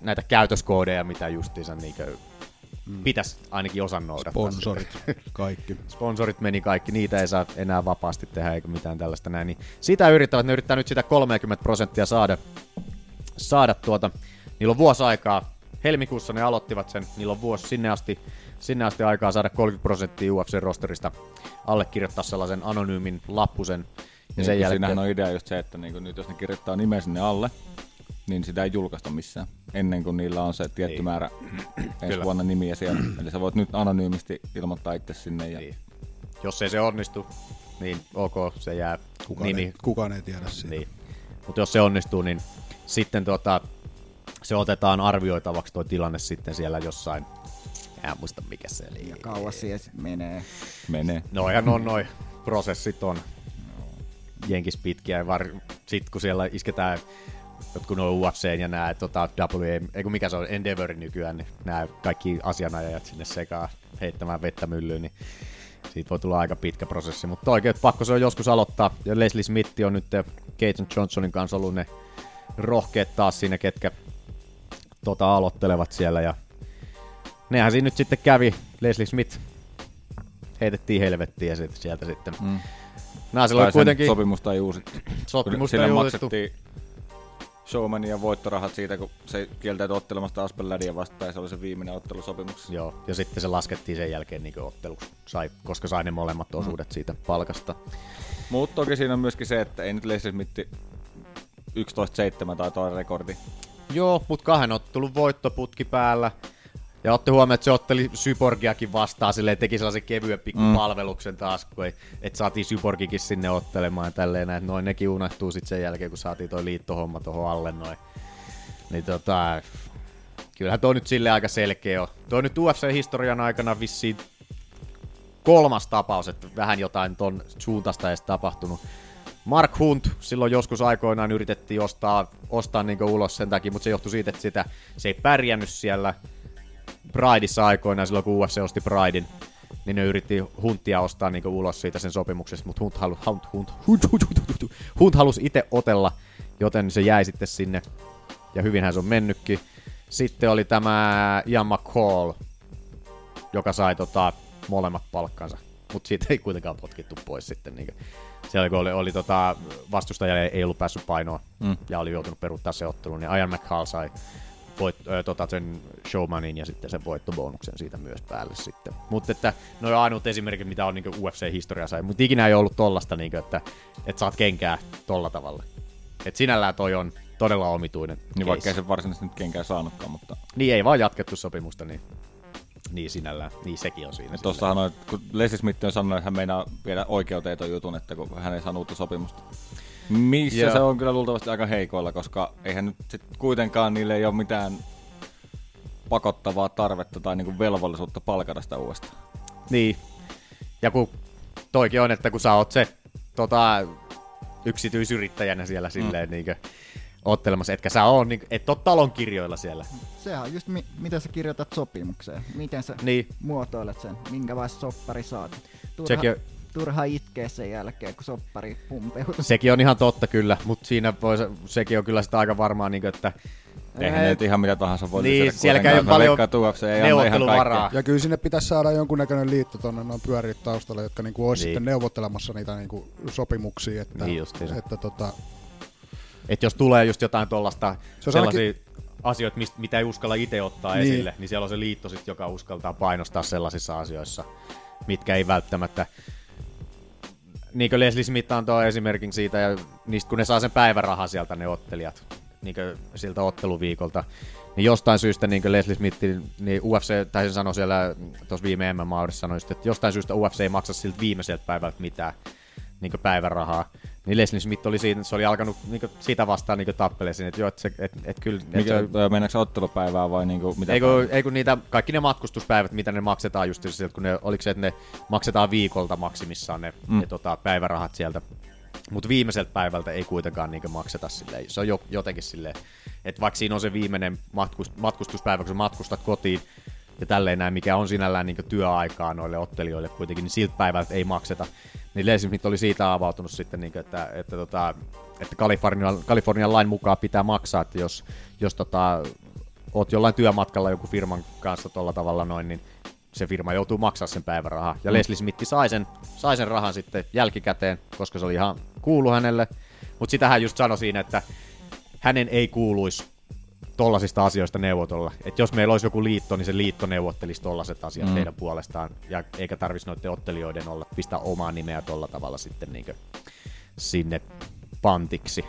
[SPEAKER 8] näitä käytöskoodeja, mitä justiinsa niinkö pitäisi ainakin osan noudattaa.
[SPEAKER 7] Sponsorit,
[SPEAKER 8] (laughs)
[SPEAKER 7] kaikki.
[SPEAKER 8] Sponsorit meni kaikki, niitä ei saa enää vapaasti tehdä eikä mitään tällaista näin. Niin sitä yrittävät, ne yrittää nyt sitä 30 prosenttia saada. saada tuota. Niillä on vuosi aikaa. Helmikuussa ne aloittivat sen, niillä on vuosi sinne asti, sinne asti aikaa saada 30 prosenttia UFC-rosterista allekirjoittaa sellaisen anonyymin lappusen. Ja
[SPEAKER 9] Niin,
[SPEAKER 8] sen
[SPEAKER 9] kun
[SPEAKER 8] jälkeen...
[SPEAKER 9] Siinähän on idea just se, että niin nyt jos ne kirjoittaa nimen sinne alle, niin sitä ei julkaista missään ennen kuin niillä on se tietty niin.
[SPEAKER 8] Niin. (clears throat)
[SPEAKER 9] määrä ensi vuonna nimiä siellä. Eli sä voit nyt anonyymisti ilmoittaa itse sinne. Ja...
[SPEAKER 8] Niin. Jos ei se onnistu, niin ok, se jää
[SPEAKER 7] Kukaan,
[SPEAKER 8] nimi
[SPEAKER 7] ei, kukaan ei tiedä siitä.
[SPEAKER 8] Niin. Mutta jos se onnistuu, niin sitten tota, se otetaan arvioitavaksi tuo tilanne sitten siellä jossain. En muista mikä se oli.
[SPEAKER 10] Ja kauas siihen sit menee.
[SPEAKER 9] Menee.
[SPEAKER 8] Noihan on noi prosessit on jenkis pitkiä. ja Var... Sitten kun siellä isketään jotkut nuo UFC ja nämä tota, WM, ei kun mikä se on, Endeavor nykyään, niin nämä kaikki asianajajat sinne sekaan heittämään vettä myllyyn, niin siitä voi tulla aika pitkä prosessi, mutta oikein että pakko se on joskus aloittaa. Ja Leslie Smith on nyt ja Cajun Johnsonin kanssa ollut ne rohkeet taas siinä, ketkä tota, aloittelevat siellä. Ja nehän siinä nyt sitten kävi. Leslie Smith heitettiin helvettiin ja sit, sieltä sitten. Mm. Nää silloin
[SPEAKER 9] Tai
[SPEAKER 8] oli
[SPEAKER 9] sen
[SPEAKER 8] kuitenkin
[SPEAKER 9] sopimusta ei uusittu.
[SPEAKER 8] sopimusta
[SPEAKER 9] Sille
[SPEAKER 8] ei uusittu.
[SPEAKER 9] maksettiin showmanin ja voittorahat siitä, kun se kieltäytyi ottelemasta Aspen Lädiä vastaan ja se oli se viimeinen ottelu sopimuksessa.
[SPEAKER 8] Joo, ja sitten se laskettiin sen jälkeen niin otteluksi, sai, koska sai ne
[SPEAKER 9] Mm.
[SPEAKER 8] molemmat osuudet siitä palkasta.
[SPEAKER 9] Mutta toki siinä on myöskin se, että ei nyt Leslie Smith 11-7 taitaa olla rekordi.
[SPEAKER 8] Joo, mutta kahden on tullut voittoputki päällä. Ja otti huomioon, että se otteli Syborgiakin vastaan, silleen teki sellaisen kevyen pikku mm. palveluksen taas, kun ei, että saatiin Syborgikin sinne ottelemaan ja tälleen näin. Noin nekin unohtuu sitten sen jälkeen, kun saatiin toi liittohomma tuohon alle noin. Niin tota, kyllähän toi nyt sille aika selkeä on. Toi on nyt UFC-historian aikana vissiin kolmas tapaus, että vähän jotain ton suuntaista edes tapahtunut. Mark Hunt silloin joskus aikoinaan yritettiin ostaa, ostaa niin ulos sen takia, mutta se johtui siitä, että sitä, se ei pärjännyt siellä Prideissa aikoinaan, silloin kun UFC osti Pridein, niin ne yritti Huntia ostaa niin ulos siitä sen sopimuksesta, mutta Hunt, halu, Hunt, Hunt, Hunt, Hunt, Hunt, Hunt, Hunt, Hunt halusi itse otella, joten se jäi sitten sinne, ja hyvinhän se on mennytkin. Sitten oli tämä Ian McCall, joka sai tota, molemmat palkkansa, mutta siitä ei kuitenkaan potkittu pois sitten. Niin siellä kun oli, oli tota, vastustaja ei ollut päässyt painoon mm. ja oli joutunut peruuttaa se ottelu, niin Ian McCall sai voit, ö, tota, sen showmanin ja sitten sen voittobonuksen siitä myös päälle sitten. Mutta että noin on ainut esimerkki, mitä on niin UFC-historiassa, mutta ikinä ei ollut tollasta, niin kuin, että, että saat kenkää tolla tavalla. Et sinällään toi on todella omituinen
[SPEAKER 9] Niin
[SPEAKER 8] case.
[SPEAKER 9] vaikka ei se varsinaisesti nyt kenkään saanutkaan, mutta
[SPEAKER 8] Niin ei vaan jatkettu sopimusta, niin, niin sinällään, niin sekin on siinä. silleen.
[SPEAKER 9] tuossahan on, kun Leslie Smith on sanonut, että hän meinaa viedä oikeuteen tuon jutun, että kun hän ei saanut uutta sopimusta. Missä
[SPEAKER 8] Joo.
[SPEAKER 9] se on kyllä luultavasti aika heikoilla, koska eihän nyt sit kuitenkaan niille ei ole mitään pakottavaa tarvetta tai niinku velvollisuutta palkata sitä uudestaan.
[SPEAKER 8] Niin. Ja kun toikin on, että kun sä oot se tota, yksityisyrittäjänä siellä
[SPEAKER 7] Mm.
[SPEAKER 8] silleen niinkö, ottelemassa, etkä sä oo, niin, et oo talon kirjoilla siellä.
[SPEAKER 10] Sehän on just mi- mitä sä kirjoitat sopimukseen. Miten sä
[SPEAKER 8] Niin.
[SPEAKER 10] muotoilet sen, minkälaista soppari saat. Turha,
[SPEAKER 8] Sekin on-
[SPEAKER 10] turha itkeä sen jälkeen, kun soppari pumpeutuu.
[SPEAKER 8] (laughs) Sekin on ihan totta kyllä, mutta siinä voi, sekin on kyllä sitä aika varmaa, niin että
[SPEAKER 9] Eihän ne nyt ihan mitä tahansa voi
[SPEAKER 8] Niin,
[SPEAKER 9] lysätä
[SPEAKER 8] sielläkään ei ole
[SPEAKER 9] kuitenkaan, kun
[SPEAKER 8] paljon
[SPEAKER 9] leikkaa UFC, ei anna ihan
[SPEAKER 8] neuvotteluvaraa.
[SPEAKER 9] kaikkea.
[SPEAKER 7] Ja kyllä sinne pitäisi saada jonkunnäköinen liitto tuonne noin pyörit taustalle, jotka niinku olisi
[SPEAKER 8] Niin.
[SPEAKER 7] niin. sitten neuvottelemassa niitä niinku sopimuksia. Että,
[SPEAKER 8] Niin justiinsa.
[SPEAKER 7] että tota,
[SPEAKER 8] Että jos tulee just jotain tuollaista,
[SPEAKER 7] Se on
[SPEAKER 8] sellaisia asioita, mist, mitä ei uskalla itse ottaa niin.
[SPEAKER 7] Niin.
[SPEAKER 8] esille, niin siellä on se liitto sit, joka uskaltaa painostaa sellaisissa asioissa, mitkä ei välttämättä... Niin kuin Leslie Smith antoi esimerkin siitä, ja niistä, kun ne saa sen päivärahan sieltä ne ottelijat, niin kuin siltä otteluviikolta, niin jostain syystä niin kuin Leslie Smith, niin UFC, tai sen sanoi siellä tuossa viime mma sanoi, just, että jostain syystä UFC ei maksa siltä viimeiseltä päivältä mitään niin päivärahaa. Niin Leslie Smith oli siitä, se oli alkanut niin sitä vastaan niin tappeleisiin, että joo, että se, et, et kyllä, et
[SPEAKER 9] Mikä,
[SPEAKER 8] se,
[SPEAKER 9] ö, mennäänkö ottelupäivää vai niinku mitä?
[SPEAKER 8] ei kun, ei kun niitä, kaikki ne matkustuspäivät, mitä ne maksetaan just sieltä, kun ne, oliko se, että ne maksetaan viikolta maksimissaan ne, mm. ne tota, päivärahat sieltä. Mutta viimeiseltä päivältä ei kuitenkaan niinkö makseta silleen. Se on jo, jotenkin silleen, että vaikka siinä on se viimeinen matkus, matkustuspäivä, kun sä matkustat kotiin ja tälleen näin, mikä on sinällään niinkö työaikaa noille ottelijoille kuitenkin, niin siltä päivältä ei makseta. Niin Lesmith oli siitä avautunut sitten, niinkö, että, että, tota, että Kalifornian, Kalifornian lain mukaan pitää maksaa, että jos, jos tota, oot jollain työmatkalla joku firman kanssa tuolla tavalla noin, niin se firma joutuu maksaa sen päivärahaa. Ja Leslie Smith sai sen, sai sen rahan sitten jälkikäteen, koska se oli ihan kuulu hänelle. Mutta sitä hän just sanoi siinä, että hänen ei kuuluisi tollasista asioista neuvotella. Et jos meillä olisi joku liitto, niin se liitto neuvottelisi tollaset asiat mm. heidän puolestaan, ja eikä tarvitsisi noiden ottelijoiden olla pistää omaa nimeä tolla tavalla sitten niinkö sinne pantiksi.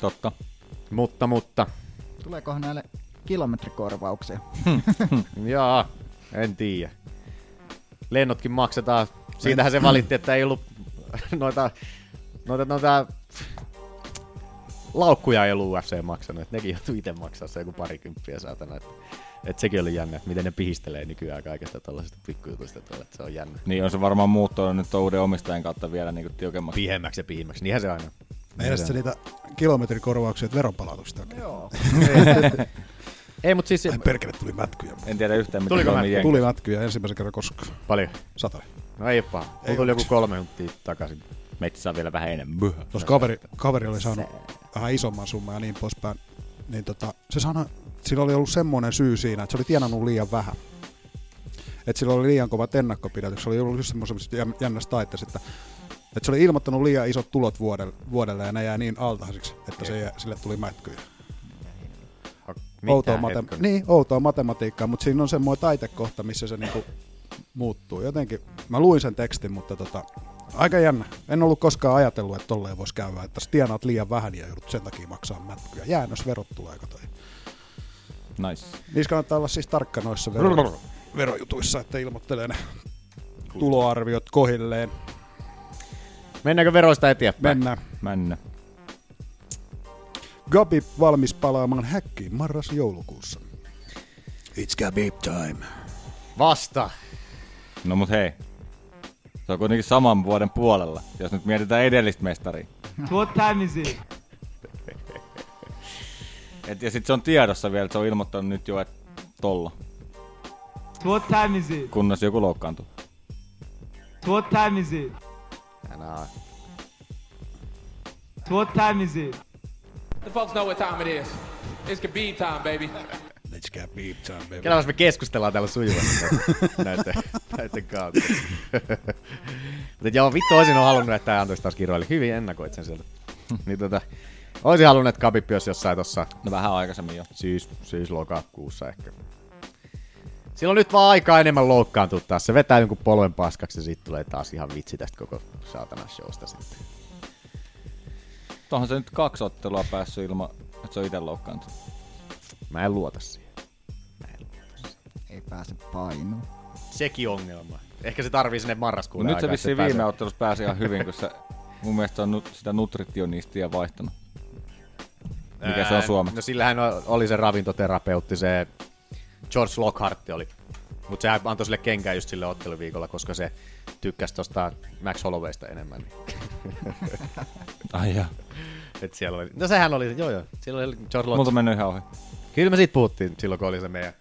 [SPEAKER 9] Totta.
[SPEAKER 8] Mutta, mutta,
[SPEAKER 10] Tuleekohan näille kilometrikorvauksia?
[SPEAKER 8] Jaa, en tiedä. Lennotkin maksetaan. Siitähän se valitti, että ei ollut noita, noita, noita laukkuja ei ollut UFC maksanut. Että nekin joutuu itse maksaa se joku parikymppiä saatana. Että, että sekin oli jännä, että miten ne pihistelee nykyään kaikesta tällaisesta pikkujutusta tuolla. Että se on jännä.
[SPEAKER 9] Niin on se varmaan muuttunut nyt tuon uuden omistajan kautta vielä niinku tiukemmaksi.
[SPEAKER 8] Pihemmäksi ja pihimmäksi, niinhän se aina. on.
[SPEAKER 7] meidän se
[SPEAKER 8] Niin.
[SPEAKER 7] niitä kilometrikorvauksia, että veronpalautusta on. Joo.
[SPEAKER 8] Ei, mutta siis
[SPEAKER 7] Ai perkele, tuli mätkyjä.
[SPEAKER 9] En tiedä yhtään mitä
[SPEAKER 8] Tuliko
[SPEAKER 9] Suomi
[SPEAKER 8] mä-
[SPEAKER 9] jengi-
[SPEAKER 7] Tuli mätkyjä ensimmäisen kerran koskaan.
[SPEAKER 8] paljon.
[SPEAKER 7] Sata.
[SPEAKER 8] No ei paha. Mulla
[SPEAKER 7] Ei
[SPEAKER 8] tuli
[SPEAKER 7] ole.
[SPEAKER 8] joku kolme minuuttia takaisin.
[SPEAKER 9] Meitä saa vielä vähän enemmän.
[SPEAKER 7] Tuossa kaveri, kaveri oli saanut vähän isomman summan ja niin poispäin. Niin tota, se sana, sillä oli ollut semmoinen syy siinä, että se oli tienannut liian vähän. Että sillä oli liian kovat ennakkopidätykset. Se oli ollut just semmoisesta jän- jännästä taitteesta, että, että se oli ilmoittanut liian isot tulot vuodelle, vuodelle ja ne jää niin altaisiksi, että se, sille tuli mätkyjä. Outoa, matem-
[SPEAKER 8] niin.
[SPEAKER 7] niin, outoa matematiikkaa, mutta siinä on semmoinen taitekohta, missä se niinku muuttuu. Jotenkin, mä luin sen tekstin, mutta tota, aika jännä. En ollut koskaan ajatellut, että tolleen voisi käydä, että sä tienaat liian vähän ja joudut sen takia maksaa mätkyä. Jäännösverot tulee, kato.
[SPEAKER 9] Nice.
[SPEAKER 7] Niissä kannattaa olla siis tarkka noissa vero- verojutuissa, että ilmoittelee ne tuloarviot kohilleen.
[SPEAKER 8] Mennäänkö veroista eteenpäin?
[SPEAKER 7] Mennään.
[SPEAKER 9] Männä.
[SPEAKER 7] Gabi valmis palaamaan häkkiin marras-joulukuussa. It's Gabi time.
[SPEAKER 8] Vasta.
[SPEAKER 9] No mut hei. Se on kuitenkin saman vuoden puolella, jos nyt mietitään edellistä mestaria.
[SPEAKER 4] What time is it?
[SPEAKER 9] Et, ja sit se on tiedossa vielä, että se on ilmoittanut nyt jo, että tolla.
[SPEAKER 4] What time is it?
[SPEAKER 9] Kunnes joku loukkaantuu.
[SPEAKER 4] What time is it?
[SPEAKER 8] Tänään.
[SPEAKER 4] What time is it?
[SPEAKER 11] The folks know what time it is. It's Khabib time, baby.
[SPEAKER 7] It's Gabi time, baby.
[SPEAKER 8] Kyllä me keskustellaan täällä sujuvasti näiden, näiden kautta. Mutta joo, vittu olisin halunnut, että anteeksi taas kiroili. Hyvin ennakoit sen sieltä. niin tota, olisin halunnut, että Kabib olisi jossain tuossa
[SPEAKER 9] No vähän aikaisemmin jo.
[SPEAKER 8] syys, syyslokakuussa ehkä. Sillä on nyt vaan aikaa enemmän loukkaantua taas. Se vetää jonkun polven paskaksi ja siitä tulee taas ihan vitsi tästä koko saatana showsta sitten.
[SPEAKER 9] Tuohon se nyt kaksi ottelua päässyt ilman, että se on itse loukkaantunut.
[SPEAKER 8] Mä en luota siihen.
[SPEAKER 10] Ei pääse painuun.
[SPEAKER 8] Sekin ongelma. Ehkä se tarvii sinne marraskuulle
[SPEAKER 9] Nyt se vissiin viime
[SPEAKER 8] pääsee-
[SPEAKER 9] ottelussa pääsi ihan hyvin, kun se mun mielestä on nu- sitä nutritionistia vaihtanut. Mikä se on
[SPEAKER 8] Ää,
[SPEAKER 9] suomeksi?
[SPEAKER 8] No sillähän o- oli se ravintoterapeutti, se George Lockhart oli. Mutta sehän antoi sille kenkää just sille otteluviikolla, koska se tykkäsi tosta Max Hollowaysta enemmän. Niin.
[SPEAKER 9] Ai jaa.
[SPEAKER 8] Et siellä oli, no sehän oli, joo joo, silloin oli George Lockhart.
[SPEAKER 9] Multa on mennyt ihan ohi.
[SPEAKER 8] Kyllä me siitä puhuttiin silloin, kun oli se meidän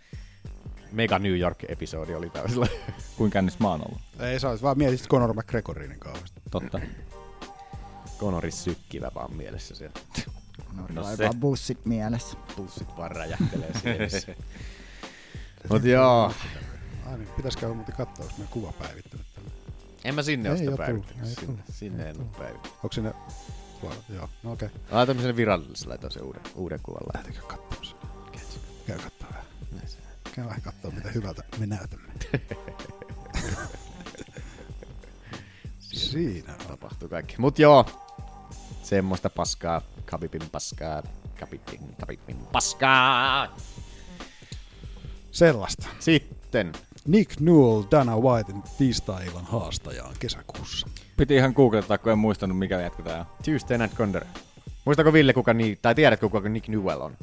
[SPEAKER 8] Mega New York-episodi oli täällä silloin.
[SPEAKER 9] Kuinka kännissä mä oon ollut?
[SPEAKER 7] Ei saa, vaan mietit Conor McGregorin kauheasti.
[SPEAKER 9] Totta.
[SPEAKER 8] Conori sykkivä vaan mielessä siellä.
[SPEAKER 10] Norjalla no vaan bussit mielessä.
[SPEAKER 8] Bussit vaan räjähtelee
[SPEAKER 9] (laughs)
[SPEAKER 8] silmissä. Mut joo.
[SPEAKER 7] Ai niin, pitäis käydä muuten katsoa, onko meidän kuva päivittynyt. tänne.
[SPEAKER 8] En mä sinne
[SPEAKER 7] Ei
[SPEAKER 8] ole sitä
[SPEAKER 7] oo tullut,
[SPEAKER 8] päivittänyt.
[SPEAKER 7] ei
[SPEAKER 8] Sinne, sinne en ole päivittänyt.
[SPEAKER 7] Onko sinne kuva- Joo, no okei. Okay.
[SPEAKER 8] Mä laitan sen virallisella laitoin sen uuden, uuden kuvan. Lähtikö
[SPEAKER 7] katsomassa? Käy katsoa vähän. Käy vähän katsoa, mitä hyvältä me näytämme. Siinä on.
[SPEAKER 8] Tapahtuu kaikki. Mut joo. Semmoista paskaa. Kabibin paskaa. Kabibin, kabibin paskaa.
[SPEAKER 7] Sellaista.
[SPEAKER 8] Sitten.
[SPEAKER 7] Nick Newell, Dana Whitein tiistai-illan haastaja on kesäkuussa.
[SPEAKER 9] Piti ihan googlettaa, kun en muistanut mikä jätkä tää on.
[SPEAKER 8] Tuesday Night Condor. Muistako Ville, kuka ni- tai tiedätkö kuka Nick Newell on?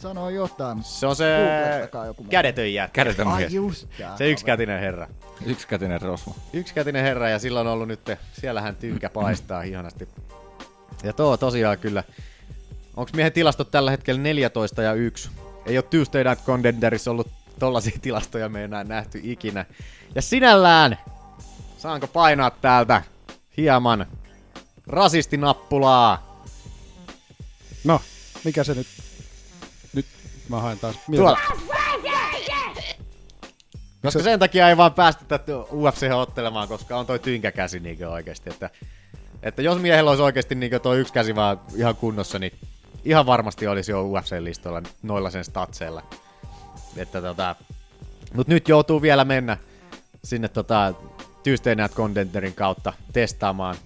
[SPEAKER 10] Sano jotain.
[SPEAKER 8] Se on se
[SPEAKER 10] Googlettakaa joku muu.
[SPEAKER 8] kädetön jätkä.
[SPEAKER 9] Kädetön
[SPEAKER 10] Ai
[SPEAKER 9] mies.
[SPEAKER 10] just tää.
[SPEAKER 8] Se yksikätinen herra.
[SPEAKER 9] Yksikätinen rosvo.
[SPEAKER 8] Yksikätinen herra ja sillä on ollut nyt, siellähän tynkä paistaa ihanasti. Ja tuo tosiaan kyllä. Onks miehen tilastot tällä hetkellä 14 ja 1? Ei ole Tuesday Night Contenderissa ollut tollasia tilastoja me ei enää nähty ikinä. Ja sinällään, saanko painaa täältä hieman rasistinappulaa?
[SPEAKER 7] No, mikä se nyt? Nyt mä haen taas. mieltä-
[SPEAKER 8] Tuolla. Koska sen takia ei vaan päästetä UFC ottelemaan, koska on toi tynkä käsi niinkö oikeesti. Että, että jos miehellä olisi oikeesti niinkö toi yksi käsi vaan ihan kunnossa, niin ihan varmasti olisi jo UFC-listoilla noilla sen statseilla. Että tota, mut nyt joutuu vielä mennä sinne tota Tuesday Night Contenderin kautta testaamaan.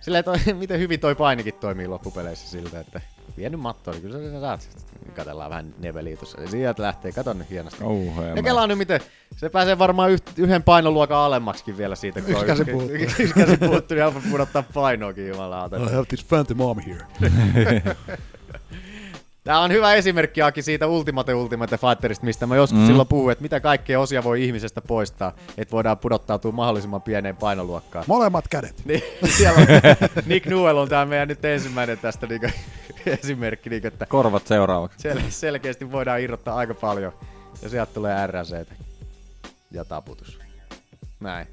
[SPEAKER 8] Sillä toi, (laughs) miten hyvin toi painikin toimii loppupeleissä siltä, että vienyt mattoa, niin kyllä sä sen saat. Katellaan vähän neveliä tuossa. Ja Sieltä lähtee, kato nyt hienosti.
[SPEAKER 7] No,
[SPEAKER 9] Kauhea
[SPEAKER 8] Ja kelaa nyt miten, se pääsee varmaan yht, yhden painoluokan alemmaksikin vielä siitä, kun
[SPEAKER 7] Yksi käsi
[SPEAKER 8] on-
[SPEAKER 7] puuttuu.
[SPEAKER 8] (laughs) yksi käsi puuttuu, niin helpompi pudottaa painoakin jumalauta.
[SPEAKER 7] I have this phantom arm here.
[SPEAKER 8] Tämä on hyvä esimerkki Aki siitä Ultimate Ultimate Fighterista, mistä mä joskus mm. silloin puhuin, että mitä kaikkea osia voi ihmisestä poistaa, että voidaan pudottautua mahdollisimman pieneen painoluokkaan.
[SPEAKER 7] Molemmat kädet.
[SPEAKER 8] (laughs) Niin, siellä on, Nick Newell on tämä meidän nyt ensimmäinen tästä niinku, (laughs) esimerkki, niinku, että
[SPEAKER 9] Korvat seuraavaksi.
[SPEAKER 8] sel- selkeästi voidaan irrottaa aika paljon. Ja sieltä tulee RC ja taputus. Näin.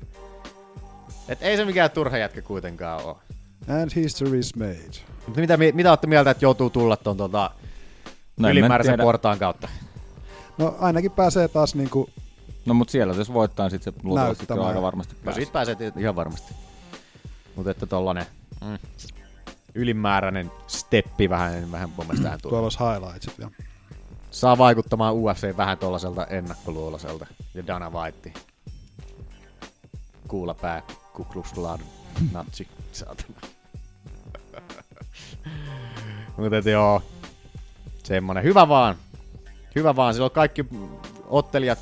[SPEAKER 8] Et ei se mikään turha jätkä kuitenkaan ole.
[SPEAKER 7] And history is made.
[SPEAKER 8] Mutta mitä, mi- mitä olette mieltä, että joutuu tulla tuon tota,
[SPEAKER 9] No en mä
[SPEAKER 8] ylimääräisen
[SPEAKER 9] tiedä.
[SPEAKER 8] portaan kautta?
[SPEAKER 7] No ainakin pääsee taas niinku,
[SPEAKER 9] No mut siellä jos voittaa, niin sit se luultavasti
[SPEAKER 7] Näyttämään.
[SPEAKER 9] kyllä aika varmasti
[SPEAKER 8] No
[SPEAKER 9] pääsee.
[SPEAKER 8] siitä pääsee ti- ihan varmasti. Mutta että tollanen mm, ylimääräinen steppi vähän, vähän mun mielestä vähän
[SPEAKER 7] tuolla
[SPEAKER 8] tulee.
[SPEAKER 7] olisi highlightsit vielä.
[SPEAKER 8] Saa vaikuttamaan UFC vähän tollaselta ennakkoluuloselta. Ja Dana White. Kuulapää, kukluslaan, natsi, saatana. (laughs) Mutta et joo, semmonen. Hyvä vaan. Hyvä vaan. Silloin kaikki ottelijat,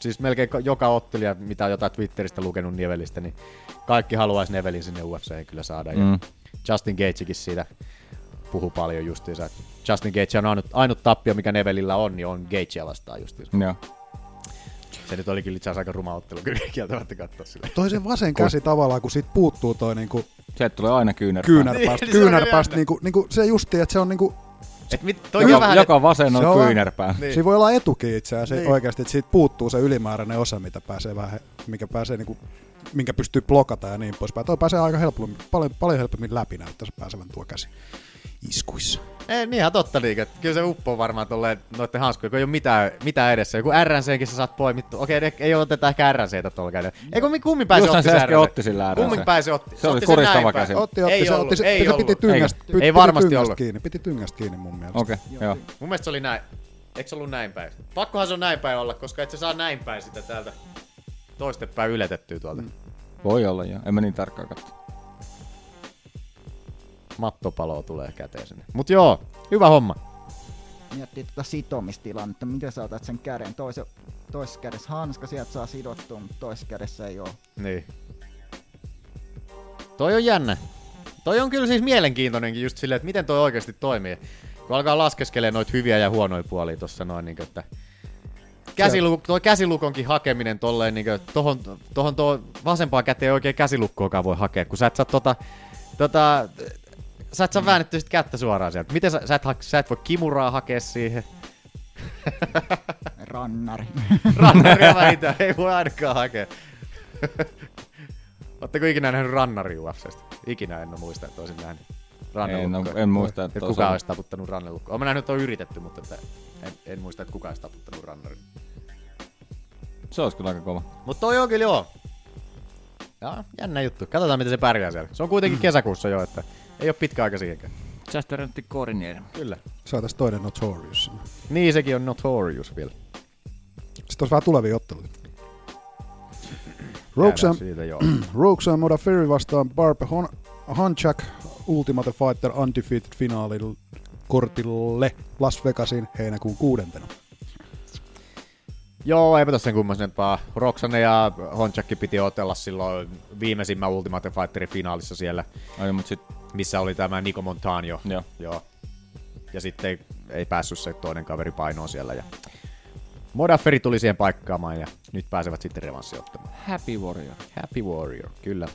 [SPEAKER 8] siis melkein ka- joka ottelija, mitä on jotain Twitteristä lukenut Nivelistä, niin kaikki haluaisi Nevelin sinne UFCen kyllä saada. Mm. Ja
[SPEAKER 9] Mm.
[SPEAKER 8] Justin Gagekin siitä puhuu paljon justiinsa. että Justin Gage on ainut, ainut tappio, mikä Nevelillä on, niin on Gagea vastaan justiinsa.
[SPEAKER 9] Joo.
[SPEAKER 8] Se nyt oli kyllä itse asiassa aika ruma ottelu, (laughs) kyllä kieltämättä katsoa sille.
[SPEAKER 7] Toi sen vasen käsi tavallaan, kun siitä puuttuu toi niinku
[SPEAKER 9] Sieltä tulee aina kyynärpää.
[SPEAKER 7] kyynärpäästä.
[SPEAKER 8] Niin, (laughs) se on
[SPEAKER 7] kyynärpäästä
[SPEAKER 8] jännä.
[SPEAKER 7] niinku, niinku se justi, että se on niinku,
[SPEAKER 8] Et mit, toi on
[SPEAKER 9] Joka,
[SPEAKER 8] vähän,
[SPEAKER 9] joka vasen
[SPEAKER 7] Se
[SPEAKER 9] on
[SPEAKER 7] on-
[SPEAKER 9] kyynärpää.
[SPEAKER 8] Niin.
[SPEAKER 7] niin. siinä voi olla etukin itse asiassa
[SPEAKER 8] Niin.
[SPEAKER 7] niin. oikeasti, että siitä puuttuu se ylimääräinen osa, mitä pääsee vähän, mikä pääsee niinku, minkä pystyy blokata ja niin poispäin. Toi pääsee aika helpommin, paljon, paljon helpommin läpi näyttäisi pääsevän tuo käsi iskuissa.
[SPEAKER 8] Ei, niin ihan totta niinkö. että Kyllä se uppoo varmaan tolleen noitten hanskoja, kun ei ole mitään, mitään edessä. Joku RNCkin sä saat poimittua. Okei, ne, ei oteta ehkä RNCtä tuolla kädellä. Ei kummin, kummin pääsi
[SPEAKER 9] Justhan
[SPEAKER 8] otti
[SPEAKER 9] se
[SPEAKER 8] sen
[SPEAKER 9] äsken
[SPEAKER 8] RNC.
[SPEAKER 9] otti sillä RNC.
[SPEAKER 8] Kummin pääsi otti.
[SPEAKER 9] Se oli
[SPEAKER 8] otti sen näin
[SPEAKER 9] koristava
[SPEAKER 8] päin.
[SPEAKER 9] käsi.
[SPEAKER 7] Otti, otti,
[SPEAKER 8] ei
[SPEAKER 7] se,
[SPEAKER 8] ollut,
[SPEAKER 7] otti, se,
[SPEAKER 8] ei
[SPEAKER 7] se
[SPEAKER 8] ollut.
[SPEAKER 7] piti tyngästä,
[SPEAKER 8] Ei,
[SPEAKER 7] piti,
[SPEAKER 8] ei varmasti
[SPEAKER 7] tyngästä
[SPEAKER 8] ollut.
[SPEAKER 7] kiinni, piti tyngästä kiinni mun mielestä.
[SPEAKER 9] Okei, joo.
[SPEAKER 8] Mun mielestä se oli näin. Eikö se ollut näin päin? Pakkohan se on näin päin olla, koska et sä saa näin päin sitä täältä toistepäin yletettyä tuolta. Mm.
[SPEAKER 9] Voi olla joo. En mä niin tarkkaan katso.
[SPEAKER 8] Mattopaloa tulee käteen sinne. Mut joo, hyvä homma.
[SPEAKER 10] Miettii tota sitomistilannetta, miten sä otat sen käden. Toise, toisessa kädessä hanska, sieltä saa sidottua, mutta toisessa kädessä ei
[SPEAKER 8] (laughs)
[SPEAKER 10] oo.
[SPEAKER 8] Niin. Toi on jännä. Toi on kyllä siis mielenkiintoinenkin just silleen, että miten toi oikeasti toimii. Kun alkaa laskeskelee noita hyviä ja huonoja puolia tossa noin, niin että Käsiluk, toi käsilukonkin hakeminen tolleen, niin kuin, tohon, tohon tuo vasempaan käteen ei oikein käsilukkoakaan voi hakea, kun sä et saa tota, tota sä et saa väännettyä sit kättä suoraan sieltä. Miten sä, sä, et, ha- sä et voi kimuraa hakea siihen? (laughs)
[SPEAKER 10] Rannari.
[SPEAKER 8] Rannaria vähintään, ei voi ainakaan hakea. (laughs) Oletteko ikinä nähnyt rannari UFCstä? Ikinä en oo muista, että olisin nähnyt.
[SPEAKER 9] En,
[SPEAKER 8] rannelukko.
[SPEAKER 9] en muista, että
[SPEAKER 8] että
[SPEAKER 9] olisi
[SPEAKER 8] kuka
[SPEAKER 9] ollut.
[SPEAKER 8] olisi taputtanut rannelukko. Olen nähnyt, että on yritetty, mutta että en, en muista, että kuka olisi taputtanut rannarin.
[SPEAKER 9] Se olisi kyllä aika kova.
[SPEAKER 8] Mutta toi on kyllä joo. Jaa, jännä juttu. Katsotaan, miten se pärjää siellä. Se on
[SPEAKER 9] Mm.
[SPEAKER 8] kuitenkin kesäkuussa jo, että ei ole pitkä aika siihenkään.
[SPEAKER 12] Just Rentti Kornier.
[SPEAKER 8] Kyllä.
[SPEAKER 7] Saatais toinen Notorious. sinne.
[SPEAKER 8] Niin, sekin on Notorious vielä.
[SPEAKER 7] Sitten olisi vähän tulevia otteluita.
[SPEAKER 8] Käydään
[SPEAKER 7] Roxanne,
[SPEAKER 8] siitä, joo.
[SPEAKER 7] Roxanne Modafferi vastaan Barb Hon- Honchak Ultimate Fighter Undefeated finaalin kortille Las Vegasin heinäkuun kuudentena.
[SPEAKER 8] Joo, eipä tässä sen kummallisempaa. Roxanne ja Honchakki piti otella silloin viimeisimmän Ultimate Fighterin finaalissa siellä,
[SPEAKER 9] Ai, mut sit...
[SPEAKER 8] missä oli tämä Nico Montanio.
[SPEAKER 9] Joo.
[SPEAKER 8] Joo. Ja sitten ei, ei päässyt se toinen kaveri painoon siellä. Ja Modafferi tuli siihen paikkaamaan ja nyt pääsevät sitten revanssi ottamaan.
[SPEAKER 12] Happy Warrior.
[SPEAKER 8] Happy Warrior, kyllä.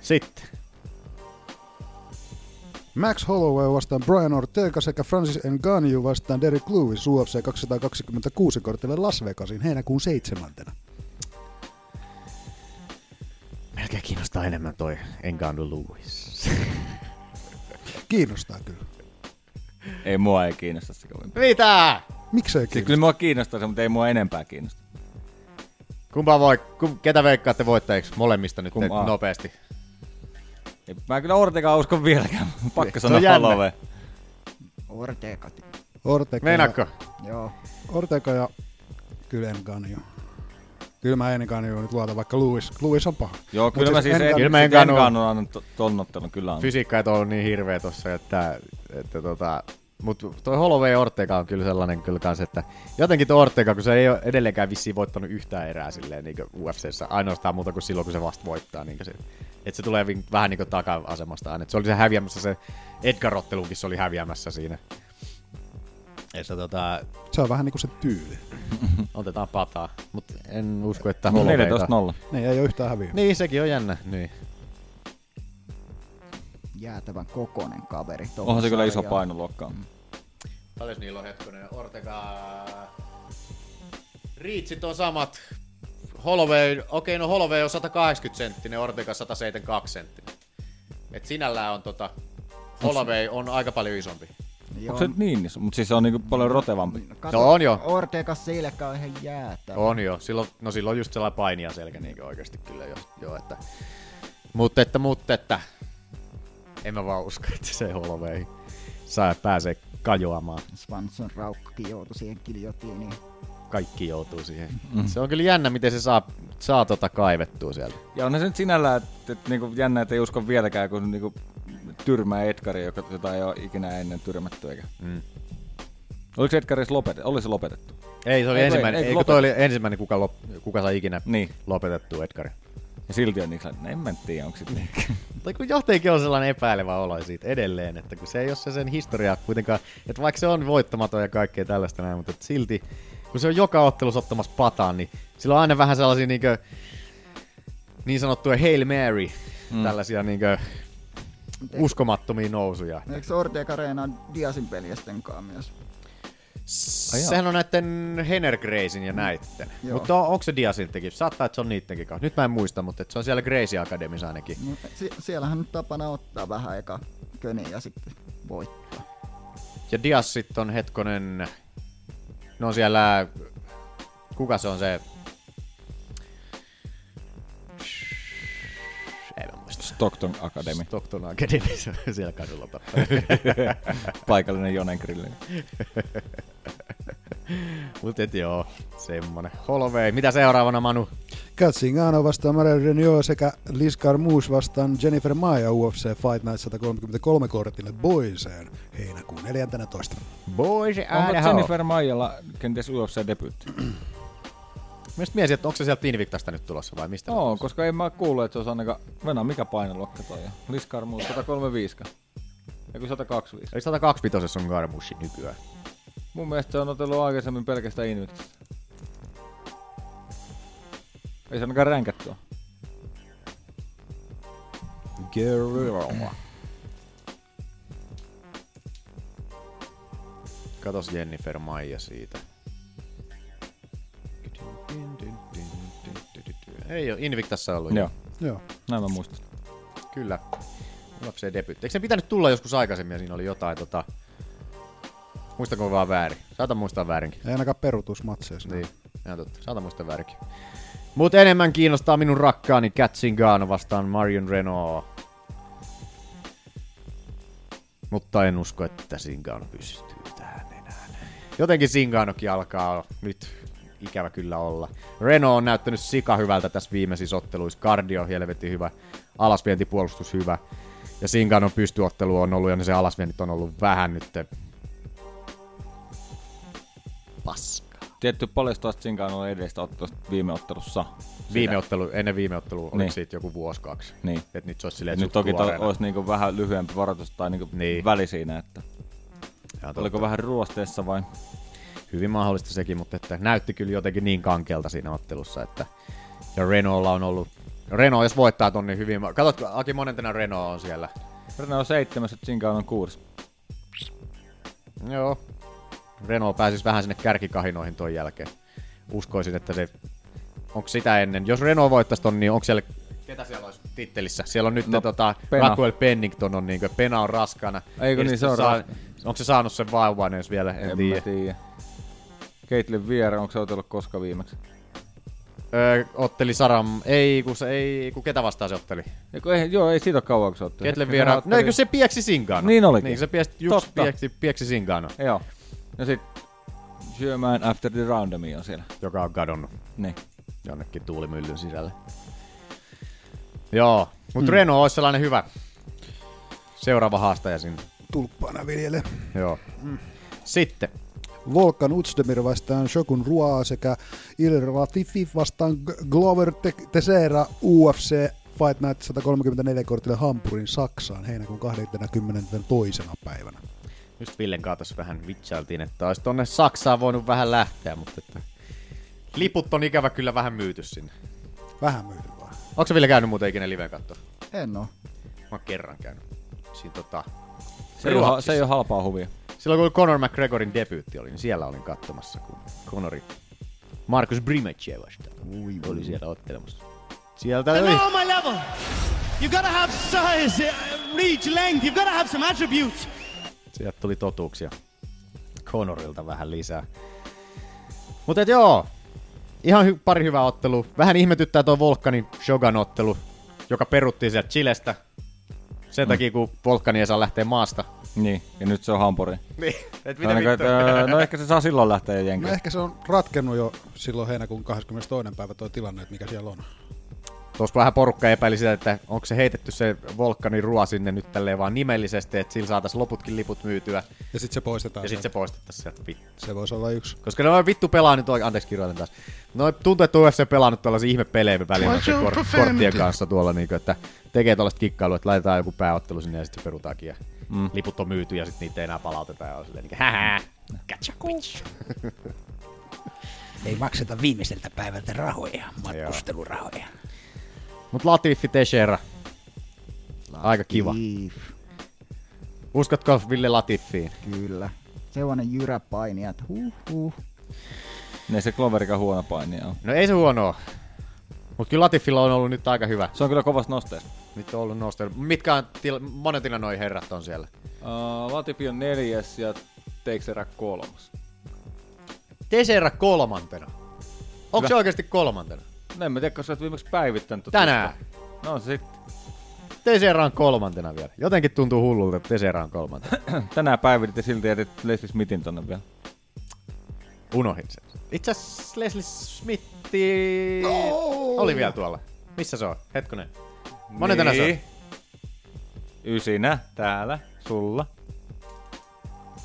[SPEAKER 8] Sitten.
[SPEAKER 7] Max Holloway vastaan Brian Ortega sekä Francis Ngannou vastaan Derek Lewis UFC 226 kortille Las Vegasin heinäkuun seitsemäntenä.
[SPEAKER 8] Melkein kiinnostaa enemmän toi Engano Lewis. (laughs)
[SPEAKER 7] Kiinnostaa kyllä.
[SPEAKER 9] Ei mua ei kiinnosta se kovin.
[SPEAKER 8] Mitä?
[SPEAKER 7] Miksei
[SPEAKER 9] Siis kyllä mua kiinnostaa se, mutta ei mua enempää kiinnosta.
[SPEAKER 8] Kumpa voi, kum, ketä veikkaatte voittajiksi molemmista nyt
[SPEAKER 9] Kumpaa?
[SPEAKER 8] Kummaa. nopeasti?
[SPEAKER 9] Ei, Mä kyllä Ortegaa uskon vieläkään. (laughs) Pakko
[SPEAKER 8] Niin. Se on
[SPEAKER 9] sanoa
[SPEAKER 8] jännä.
[SPEAKER 9] Holloway.
[SPEAKER 12] Ortega.
[SPEAKER 7] Ortega.
[SPEAKER 8] Meinaatko?
[SPEAKER 12] Joo.
[SPEAKER 7] Ortega ja kyllä Ngannou. Kyllä mä Ngannou nyt luotan, vaikka Lewis, Lewis on paha.
[SPEAKER 9] Joo,
[SPEAKER 7] Mut
[SPEAKER 9] kyllä mä siis en,
[SPEAKER 7] Ngannou-
[SPEAKER 9] kyllä mä en kannut. ton ottelun kyllä on.
[SPEAKER 8] Fysiikka ei ole ollut niin hirveä tossa, että, että tota, mutta toi Holloway ja Ortega on kyllä sellainen kyllä kans, että jotenkin toi Ortega, kun se ei ole edelleenkään vissiin voittanut yhtään erää silleen niin UFCssä, ainoastaan muuta kuin silloin, kun se vasta voittaa. Niin se, että se tulee vin- vähän niin kuin taka-asemasta aina. Et se oli se häviämässä se Edgar-ottelukin, se oli häviämässä siinä. Että tota,
[SPEAKER 7] Se on vähän niinku se tyyli.
[SPEAKER 8] otetaan pataa, mutta en usko, että Hollowayta.
[SPEAKER 9] No, 14-0.
[SPEAKER 7] Niin, ei ole yhtään häviä.
[SPEAKER 8] Niin, sekin on jännä. Niin.
[SPEAKER 10] Jäätävän kokonen kaveri. tuolla
[SPEAKER 9] Onhan se kyllä iso
[SPEAKER 10] sarjalla.
[SPEAKER 9] painoluokka.
[SPEAKER 8] Paljon niillä on hetkonen? niin Ortega... Riitsit on samat. Holloway, okei no Holloway on 180 senttinen, Ortega 172 senttinen. Et sinällään on tota... Holloway on aika paljon isompi.
[SPEAKER 9] Onko se nyt niin iso? Mutta siis se on niinku paljon rotevampi.
[SPEAKER 10] niin, Kato,
[SPEAKER 8] No on jo.
[SPEAKER 10] Ortega selkä on ihan jäätävä.
[SPEAKER 8] On jo, silloin, no silloin on just sellainen painia selkä niin oikeasti kyllä jo. jo että. Mutta että, mutta että. En mä vaan usko, että se Holloway saa pääsee kajoamaan.
[SPEAKER 10] Swanson raukkakin joutui siihen niin kiljotiiniin.
[SPEAKER 8] Kaikki joutuu siihen. Mm. Se on kyllä jännä, miten se saa, saa tota kaivettua sieltä.
[SPEAKER 9] Ja onhan se nyt sinällään, että, että niinku jännä, että ei usko vieläkään, kun niinku tyrmää Edgari, joka, jota ei ole ikinä ennen tyrmätty. Eikä.
[SPEAKER 8] Mm.
[SPEAKER 9] Oliko Edgar edes lopetettu? Oli se lopetettu.
[SPEAKER 8] Ei, se oli
[SPEAKER 9] Eikö-
[SPEAKER 8] ensimmäinen,
[SPEAKER 9] eikö
[SPEAKER 8] eikö toi oli ensimmäinen kuka, lop, kuka sai ikinä
[SPEAKER 9] Niin.
[SPEAKER 8] lopetettua Edgari.
[SPEAKER 9] Ja silti on niissä, en mä tiedä, niinku onko sitten
[SPEAKER 8] Tai kun jotenkin on sellainen epäilevä olo siitä edelleen, että kun se ei ole se sen historia kuitenkaan, että vaikka se on voittamaton ja kaikkea tällaista näin, mutta et silti kun se on joka ottelussa ottamassa pataan, niin sillä on aina vähän sellaisia niin, niin sanottuja Hail Mary, mm. tällaisia niin uskomattomia nousuja.
[SPEAKER 10] Eikö Ortega reenaa Diasin peljesten kanssa myös?
[SPEAKER 8] Sehän on näiden Henner Gracin ja näitten.
[SPEAKER 10] Joo.
[SPEAKER 8] Mutta on, onko se Diasiltekin? Saattaa, että se on niittenkin kanssa. Nyt mä en muista, mutta et se on siellä Gracie Academissa ainakin.
[SPEAKER 10] No, Sie- siellähän nyt tapana ottaa vähän eka köni ja sitten voittaa.
[SPEAKER 8] Ja Dias sitten on hetkonen... No siellä... Kuka se on se... Ei mä muista.
[SPEAKER 9] Stockton Academy.
[SPEAKER 8] Stockton Academy, se on siellä kadulla tappaa.
[SPEAKER 9] Paikallinen Jonen grilli.
[SPEAKER 8] Mut et joo, semmonen. Holloway, mitä seuraavana Manu?
[SPEAKER 7] Katsingano vastaan Maria Renio sekä Liz Carmouche vastaan Jennifer Maia UFC Fight Night 133 kortille Boiseen heinäkuun 14.
[SPEAKER 8] Boys
[SPEAKER 9] Onko Jennifer Maijalla kenties UFC-debyytti?
[SPEAKER 8] Mistä miesin, että onko se sieltä Invictasta nyt tulossa vai mistä?
[SPEAKER 9] Joo, koska en mä kuullut, että se olisi ainakaan... Venä, mikä painoluokka toi on? Liskar muut 135. Eikö 125?
[SPEAKER 8] Eli 125 on Garmushi nykyään.
[SPEAKER 9] Mun mielestä se on otellut aikaisemmin pelkästään Invictasta. Ei se ainakaan ränkätty ole.
[SPEAKER 8] Guerrero. Katos Jennifer Maija siitä. Ei ole, Invictassa ollut.
[SPEAKER 9] Joo.
[SPEAKER 7] Joo.
[SPEAKER 9] Näin mä muistan.
[SPEAKER 8] Kyllä. UFC debyytti. Eikö sen pitänyt tulla joskus aikaisemmin ja siinä oli jotain tota... Muistako mä vaan väärin? Saatan muistaa väärinkin.
[SPEAKER 7] Ei ainakaan peruutusmatseissa.
[SPEAKER 8] Niin, ihan totta. Saatan muistaa väärinkin. Mutta enemmän kiinnostaa minun rakkaani Kat Zingano vastaan Marion Renault. Mutta en usko, että Zingano pystyy tähän enää. Jotenkin Zinganokin alkaa nyt ikävä kyllä olla. Renault on näyttänyt sika hyvältä tässä viimeisissä otteluissa. Cardio helvetti hyvä, alasvientipuolustus hyvä. Ja Singanon pystyottelu on ollut, ja ne se alasvientit on ollut vähän nyt paskaa.
[SPEAKER 9] Tietty paljon tuosta Sinkaanon edestä ottelusta viime ottelussa.
[SPEAKER 8] Viime ottelu, ennen viime ottelua oli
[SPEAKER 9] Niin.
[SPEAKER 8] niin. siitä joku vuosi kaksi.
[SPEAKER 9] Niin.
[SPEAKER 8] Et nyt se olisi silleen,
[SPEAKER 9] nyt toki to, olisi niinku vähän lyhyempi varoitus tai niinku niin. väli siinä, että oliko vähän ruosteessa vai?
[SPEAKER 8] Hyvin mahdollista sekin, mutta että näytti kyllä jotenkin niin kankelta siinä ottelussa, että ja Renaultlla on ollut Renault, jos voittaa ton, niin hyvin... ma- Katsotko, Aki monentena Renault on siellä.
[SPEAKER 9] Renault on seitsemäs ja Sinkaan on kuudes.
[SPEAKER 8] Joo. Renault pääsisi vähän sinne kärkikahinoihin ton jälkeen. Uskoisin, että se... Onko sitä ennen? Jos Renault voittaisi ton, niin onko siellä... Ketä siellä olisi tittelissä? Siellä on nyt no, tota,
[SPEAKER 9] Pena.
[SPEAKER 8] Raquel Pennington on niin kuin, Pena on raskana.
[SPEAKER 9] Eikö niin,
[SPEAKER 8] sitten
[SPEAKER 9] se on
[SPEAKER 8] saa,
[SPEAKER 9] raskana.
[SPEAKER 8] Onko se saanut sen vauvan edes vielä? En,
[SPEAKER 9] En
[SPEAKER 8] tiedä.
[SPEAKER 9] mä tiedä. Caitlin Viera, onko se otellut koska viimeksi?
[SPEAKER 8] Öö, otteli Saram, ei kun, se, ei kun ketä vastaan se otteli?
[SPEAKER 9] Eiku, ei, joo, ei siitä ole kauan, kun se otteli.
[SPEAKER 8] Ketlen
[SPEAKER 9] Sehän
[SPEAKER 8] vieraan.
[SPEAKER 9] otteli-
[SPEAKER 8] No eikö se pieksi Singaano?
[SPEAKER 9] Niin olikin.
[SPEAKER 8] Niin se pieksi, just
[SPEAKER 9] Totta.
[SPEAKER 8] pieksi, pieksi Singaano.
[SPEAKER 9] Joo. Ja No, sit Sherman After the Roundami on siellä.
[SPEAKER 8] Joka on kadonnut.
[SPEAKER 9] Niin.
[SPEAKER 8] Jonnekin tuulimyllyn sisälle. Joo, mutta mm. Renault olisi sellainen hyvä seuraava haastaja sinne.
[SPEAKER 7] Tulppaana viljele.
[SPEAKER 8] Joo. Mm. Sitten.
[SPEAKER 7] Volkan Utsdemir vastaan Shokun Ruaa sekä Il Latifi vastaan G- Glover Te- Teixeira UFC Fight Night 134 kortille Hampurin Saksaan heinäkuun 22. päivänä.
[SPEAKER 8] Just Villen kanssa tässä vähän vitsailtiin, että olisi tonne Saksaan voinut vähän lähteä, mutta että liput on ikävä kyllä vähän myyty sinne.
[SPEAKER 7] Vähän myyty vaan.
[SPEAKER 8] Onko se Ville käynyt muuten ikinä liveen katsoa?
[SPEAKER 10] En oo.
[SPEAKER 8] Mä oon kerran käynyt. Siinä tota...
[SPEAKER 9] Se ei, ole, ha- se ei ole halpaa huvia.
[SPEAKER 8] Silloin kun Conor McGregorin debyytti oli, niin siellä olin katsomassa, kun Conori Markus Brimacek vastaan oli siellä ottelemassa. Sieltä
[SPEAKER 13] They're
[SPEAKER 8] oli.
[SPEAKER 13] not on my level. You've got to have size, uh, reach, length. You've got to have some attributes.
[SPEAKER 8] Sieltä tuli totuuksia Conorilta vähän lisää. Mutta joo, ihan hy- pari hyvää ottelua. Vähän ihmetyttää tuo Volkanin Shogun-ottelu, joka peruttiin sieltä Chilestä. Sen takia, kun Volkani ei saa lähteä maasta.
[SPEAKER 9] Niin, ja nyt se on hampuri.
[SPEAKER 8] (laughs) Niin, et
[SPEAKER 9] Tai
[SPEAKER 8] mitä
[SPEAKER 9] niinku,
[SPEAKER 8] vittu.
[SPEAKER 9] öö, no ehkä se saa silloin lähteä
[SPEAKER 7] No
[SPEAKER 9] jenkiin.
[SPEAKER 8] (laughs)
[SPEAKER 7] ehkä se on ratkennut jo silloin heinäkuun 22. päivä tuo tilanne, että mikä siellä on.
[SPEAKER 8] Tuossa vähän porukka epäili sitä, että onko se heitetty se Volkanin rua sinne nyt tälleen vaan nimellisesti, että sillä saataisiin loputkin liput myytyä.
[SPEAKER 7] Ja sitten se poistetaan
[SPEAKER 8] Ja sitten se
[SPEAKER 7] sieltä.
[SPEAKER 8] poistettaisiin sieltä vittu.
[SPEAKER 7] Se voisi olla yksi.
[SPEAKER 8] Koska ne on vittu pelaa nyt, oikein- anteeksi kirjoitan taas. No tuntuu, että UFC pelaa nyt tällaisia ihme pelejä välillä
[SPEAKER 7] Watch
[SPEAKER 8] noiden
[SPEAKER 7] your
[SPEAKER 8] kor- korttien
[SPEAKER 7] profanity.
[SPEAKER 8] kanssa tuolla, niin kuin, että tekee tällaista kikkailua, että laitetaan joku pääottelu sinne ja sitten se perutaankin ja
[SPEAKER 9] Mm.
[SPEAKER 8] mm. liput on myyty ja sitten niitä ei enää palauteta ja on silleen niin hähä, gotcha bitch.
[SPEAKER 14] Ei makseta viimeiseltä päivältä rahoja, matkustelurahoja.
[SPEAKER 8] Mut Latifi Teixeira. Aika kiva. Uskotko Ville Latifiin?
[SPEAKER 10] Kyllä. Sellainen jyräpainija, että huh huh.
[SPEAKER 9] Niin se Cloverikaan huono painija on.
[SPEAKER 8] No ei se huono Mutta kyllä Latifilla on ollut nyt aika hyvä.
[SPEAKER 9] Se on kyllä kovassa nosteessa.
[SPEAKER 8] Nyt on ollut nosteella. Mitkä on til- monetina noi herrat on siellä?
[SPEAKER 9] Uh, Latifi on neljäs ja Teixeira kolmas.
[SPEAKER 8] Teixeira kolmantena. Onko
[SPEAKER 9] Hyvä.
[SPEAKER 8] se oikeasti kolmantena?
[SPEAKER 9] No en mä tiedä, koska sä oot viimeksi päivittänyt. tota
[SPEAKER 8] Tänään.
[SPEAKER 9] listaa. No se sitten.
[SPEAKER 8] Teixeira on kolmantena vielä. Jotenkin tuntuu hullulta, että Teixeira on kolmantena.
[SPEAKER 9] (clears throat) Tänään päivitit ja silti jätit Leslie Smithin tonne vielä.
[SPEAKER 8] Unohdin sen. Itse asiassa Leslie Smithi
[SPEAKER 9] No!
[SPEAKER 8] oli vielä tuolla. Missä se on? Hetkonen. Monentena se on?
[SPEAKER 9] Niin. Ysinä, täällä, sulla.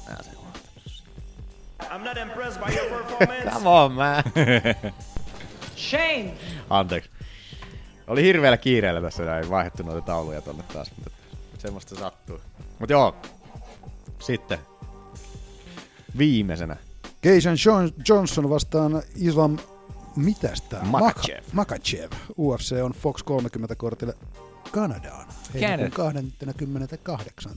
[SPEAKER 8] Tää se on.
[SPEAKER 13] I'm not impressed by your performance.
[SPEAKER 8] Come on, man.
[SPEAKER 13] Shame.
[SPEAKER 8] Anteeksi. Oli hirveällä kiireellä tässä näin vaihdettu noita tauluja tonne taas, mutta semmoista sattuu. Mut joo, sitten viimeisenä.
[SPEAKER 7] Keishan John- Johnson vastaan Islam mitäs tää?
[SPEAKER 8] Makachev.
[SPEAKER 7] Maka- Makachev. UFC on Fox 30 kortille Kanadaan. Heinäkuun 28.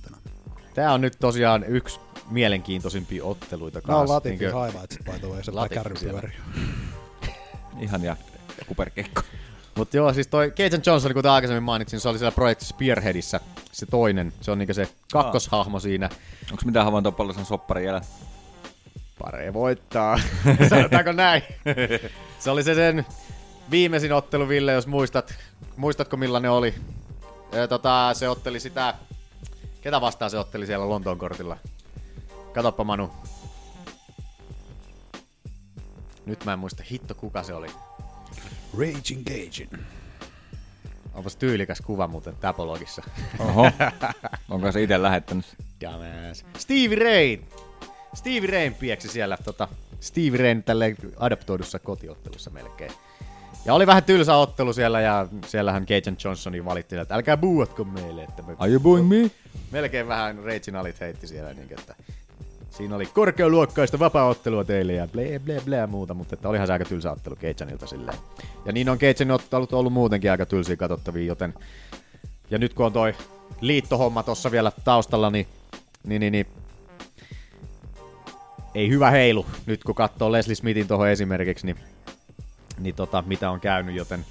[SPEAKER 8] Tää on nyt tosiaan yksi mielenkiintoisimpia otteluita
[SPEAKER 7] Nää on
[SPEAKER 8] kanssa,
[SPEAKER 7] Latifin
[SPEAKER 8] niinkö-
[SPEAKER 7] highlights, by the way, se tää
[SPEAKER 8] Latifi
[SPEAKER 7] kärrypyöri.
[SPEAKER 8] siellä.
[SPEAKER 9] Ihan ja kuperkeikko.
[SPEAKER 8] Mutta joo, siis toi Cajun Johnson, kuten aikaisemmin mainitsin, se oli siellä projekti Spearheadissä, se toinen. Se on niinku se kakkoshahmo siinä.
[SPEAKER 9] Onko mitään havaintoa paljon sen sopparin jälkeen?
[SPEAKER 8] Pare voittaa. (laughs) Sanotaanko näin? (laughs) se oli se sen viimeisin ottelu, Ville, jos muistat. Muistatko millainen oli? Ö, Tota, se otteli sitä... Ketä vastaan se otteli siellä Lontoon kortilla? Katoppa Manu. Nyt mä en muista hitto kuka se oli.
[SPEAKER 7] Raging Cajun.
[SPEAKER 8] Onpas tyylikäs kuva muuten Tapologissa. (laughs)
[SPEAKER 9] (laughs) Oho. Onko se itse lähettänyt?
[SPEAKER 8] Dumbass. Steve Rain. Steve Rain pieksi siellä tota, Steve Rain tälle adaptoidussa kotiottelussa melkein. Ja oli vähän tylsä ottelu siellä ja siellähän Cajun Johnsoni valitti, että älkää buuatko meille. Että me...
[SPEAKER 6] Are you booing me?
[SPEAKER 8] Melkein vähän Raging Alit heitti siellä, niin, että siinä oli korkealuokkaista vapaa-ottelua teille ja ble ble ble ja muuta, mutta että olihan se aika tylsä ottelu Cajunilta silleen. Ja niin on Cajun ottelut ollut muutenkin aika tylsiä katsottavia, joten ja nyt kun on toi liittohomma tuossa vielä taustalla, niin, niin, niin, niin ei hyvä heilu. Nyt kun katsoo Leslie Smithin tuohon esimerkiksi, niin, niin tota, mitä on käynyt, joten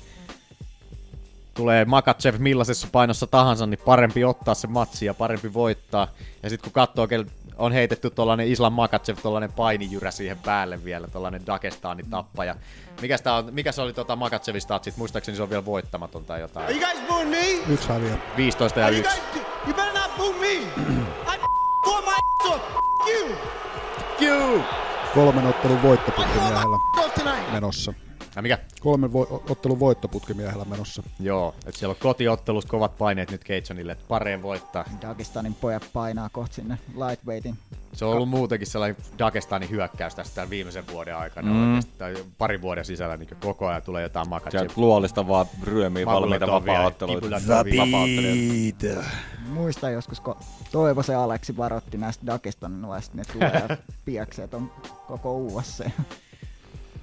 [SPEAKER 8] tulee Makachev millaisessa painossa tahansa, niin parempi ottaa se matsi ja parempi voittaa. Ja sitten kun katsoo, kel- on heitetty tuollainen Islam Makachev, tuollainen painijyrä siihen päälle vielä, tuollainen Dagestanin tappaja. Mikä, tää on, mikä se oli tota Makachevin statsit? Muistaakseni se on vielä voittamaton tai jotain.
[SPEAKER 13] Are you guys booing me?
[SPEAKER 7] Yksi häviä.
[SPEAKER 8] 15 ja
[SPEAKER 13] Are you
[SPEAKER 8] 1.
[SPEAKER 13] guys? You better not boo
[SPEAKER 8] (clears throat)
[SPEAKER 13] me. I tore my ass off. F- you.
[SPEAKER 8] You.
[SPEAKER 7] Kolmen ottelun voittoputki
[SPEAKER 13] Off tonight.
[SPEAKER 7] menossa.
[SPEAKER 8] Ja mikä?
[SPEAKER 7] Kolmen vo- ottelun voittoputkimiehellä menossa.
[SPEAKER 8] Joo, että siellä on kotiottelussa kovat paineet nyt Cajuanille, että pareen voittaa.
[SPEAKER 10] Dagestanin pojat painaa kohta sinne lightweightin.
[SPEAKER 8] Se on ollut muutenkin sellainen Dagestanin hyökkäys tästä tämän viimeisen vuoden aikana.
[SPEAKER 9] Mm.
[SPEAKER 8] Mm. Tai parin vuoden sisällä niin koko ajan tulee jotain makatsevia.
[SPEAKER 9] Sieltä luolista vaan ryömiä valmiita vapaa-otteluita. Vapaa-otteluita.
[SPEAKER 10] Muista joskus, kun Toivosen Aleksi varoitti näistä Dagestanilaisista, ne tulee ja piakseet on koko USA.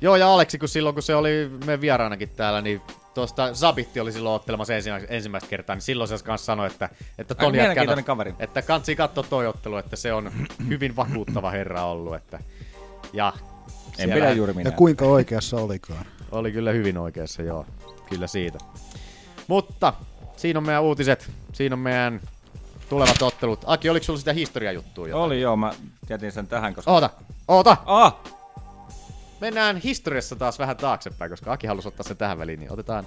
[SPEAKER 8] Joo, ja Aleksi, kun silloin kun se oli me vieraanakin täällä, niin tuosta Zabitti oli silloin ottelemassa ensimmäistä, ensimmäistä kertaa, niin silloin se kanssa sanoi, että, että ton jätkän
[SPEAKER 9] mielenkiintoinen
[SPEAKER 8] on-
[SPEAKER 9] kaveri.
[SPEAKER 8] että kansi katsoa toi ottelu, että se on hyvin vakuuttava herra ollut. Että, ja siellä-
[SPEAKER 9] No
[SPEAKER 7] Ja kuinka oikeassa olikaan.
[SPEAKER 8] Oli kyllä hyvin oikeassa, joo. Kyllä siitä. Mutta siinä on meidän uutiset, siinä on meidän tulevat ottelut. Aki, oliko sulla sitä historiajuttua jo?
[SPEAKER 9] Oli joo, mä jätin sen tähän, koska...
[SPEAKER 8] Oota, oota!
[SPEAKER 9] Ah!
[SPEAKER 8] Mennään historiassa taas vähän taaksepäin, koska Aki halusi ottaa sen tähän väliin, niin otetaan...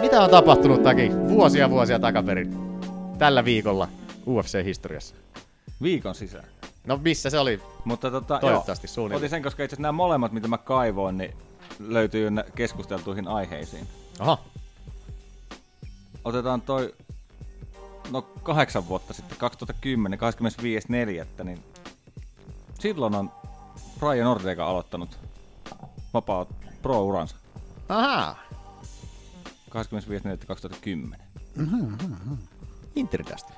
[SPEAKER 8] Mitä on tapahtunut, Aki? Vuosia vuosia takaperin. Tällä viikolla UFC-historiassa.
[SPEAKER 9] Viikon sisään.
[SPEAKER 8] No missä se oli?
[SPEAKER 9] Mutta tota,
[SPEAKER 8] Toivottavasti
[SPEAKER 9] joo,
[SPEAKER 8] suunnilleen.
[SPEAKER 9] Otin sen, koska itse asiassa nämä molemmat, mitä mä kaivoin, niin löytyy nä- keskusteltuihin aiheisiin.
[SPEAKER 8] Aha.
[SPEAKER 9] Otetaan toi, no kahdeksan vuotta sitten, 2010, 25.4. Niin silloin on Brian Ortega aloittanut vapaa pro-uransa.
[SPEAKER 8] Ahaa.
[SPEAKER 9] 25.4.2010.
[SPEAKER 8] Intertästä.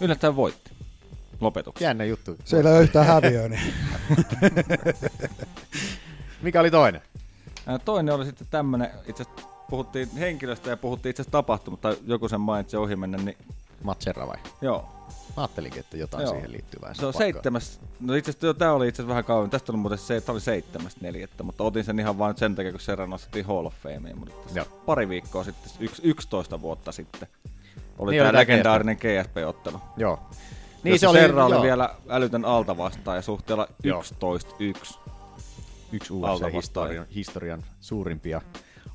[SPEAKER 9] Yllättäen voitti. Lopetuksi.
[SPEAKER 8] Jännä juttu.
[SPEAKER 7] Siellä ei ole yhtään häviöä, niin-
[SPEAKER 8] Mikä oli toinen?
[SPEAKER 9] Ää, Toinen oli sitten tämmönen, itse asiassa puhuttiin henkilöstä ja puhuttiin itse asiassa tapahtumasta, tai joku sen mainitsi ohi mennä, niin...
[SPEAKER 8] Matserra vai?
[SPEAKER 9] Joo.
[SPEAKER 8] Mä ajattelinkin, että jotain siihen liittyvää.
[SPEAKER 9] Se on
[SPEAKER 8] pakko.
[SPEAKER 9] seitsemäs, no itse asiassa tämä oli itse asiassa vähän kauemmin, tästä oli muuten se, tämä oli seitsemäs neljättä, mutta otin sen ihan vain sen takia, kun se nostettiin Hall of Fameen, mutta tässä pari viikkoa sitten, yksi, 11 vuotta sitten, oli
[SPEAKER 8] Niin
[SPEAKER 9] niin tämä
[SPEAKER 8] oli tää
[SPEAKER 9] legendaarinen GSP-ottelu.
[SPEAKER 8] Joo.
[SPEAKER 9] Niin Jossa se oli, Serra oli vielä älytön alta vastaan ja suhteella 11-1.
[SPEAKER 8] yksi
[SPEAKER 9] Alta vastaan.
[SPEAKER 8] UFC-historian historian suurimpia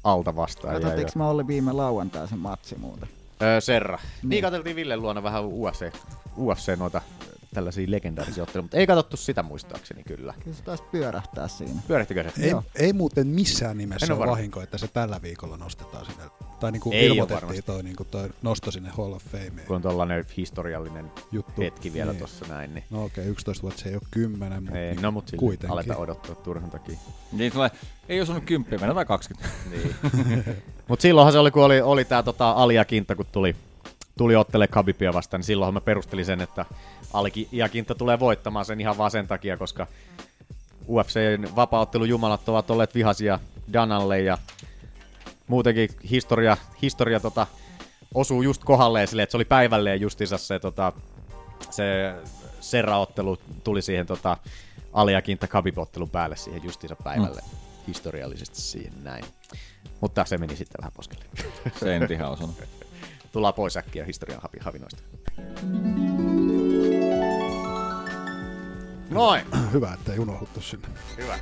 [SPEAKER 8] alta vastaan.
[SPEAKER 10] Katsotiinko mä oli viime lauantai sen matsi muuten?
[SPEAKER 8] Öö, Serra. Niin,
[SPEAKER 10] Niin.
[SPEAKER 8] niin katseltiin Villen luona vähän UFC, UFC noita ö, tällaisia legendaarisia otteluja, mutta ei katsottu sitä muistaakseni kyllä.
[SPEAKER 10] Kyllä se taisi pyörähtää siinä.
[SPEAKER 8] Pyörähtikö se?
[SPEAKER 7] Ei, ei muuten missään
[SPEAKER 8] En
[SPEAKER 7] nimessä
[SPEAKER 8] ole
[SPEAKER 7] ole
[SPEAKER 8] varma.
[SPEAKER 7] vahinko, että se tällä viikolla nostetaan sinne. Tai niin kuin
[SPEAKER 8] Ei ole varmasti.
[SPEAKER 7] ilmoitettiin toi, niin kuin toi nosto sinne Hall of Fameen.
[SPEAKER 8] Kun on tollainen historiallinen
[SPEAKER 7] Juttu.
[SPEAKER 8] hetki vielä
[SPEAKER 7] Niin.
[SPEAKER 8] tuossa näin. Niin.
[SPEAKER 7] No okei, okay, 11 vuotta se ei ole 10, mutta
[SPEAKER 8] ei,
[SPEAKER 7] niin
[SPEAKER 8] no mutta
[SPEAKER 7] kuitenkin. (clears throat)
[SPEAKER 8] aletaan odottaa turhan takia.
[SPEAKER 9] Niin tulee, ei osunut kymppiä, mennään vai 20. (laughs)
[SPEAKER 8] Niin. Mutta silloinhan se oli, kun oli, oli tämä tota, Ali Akinta, kun tuli, tuli ottele Khabibia vastaan, niin silloinhan mä perustelin sen, että Ali Akinta tulee voittamaan sen ihan vaan sen takia, koska UFCn vapaaottelujumalat ovat olleet vihaisia Danalle ja muutenkin historia, historia tota, osuu just kohdalleen silleen, että se oli päivälleen justiinsa se, tota, se Serra-ottelu tuli siihen tota, Ali Akinta Khabib-ottelun päälle siihen justiinsa päivälle. Mm. Historiallisesti siihen näin. Mutta se meni sitten vähän poskelle. (laughs)
[SPEAKER 9] Sentihän on sanonut.
[SPEAKER 8] Tullaan pois äkkiä historian havi- havinoista. Noin.
[SPEAKER 7] Hyvä, ettei unohduttu sinne.
[SPEAKER 8] Hyvä.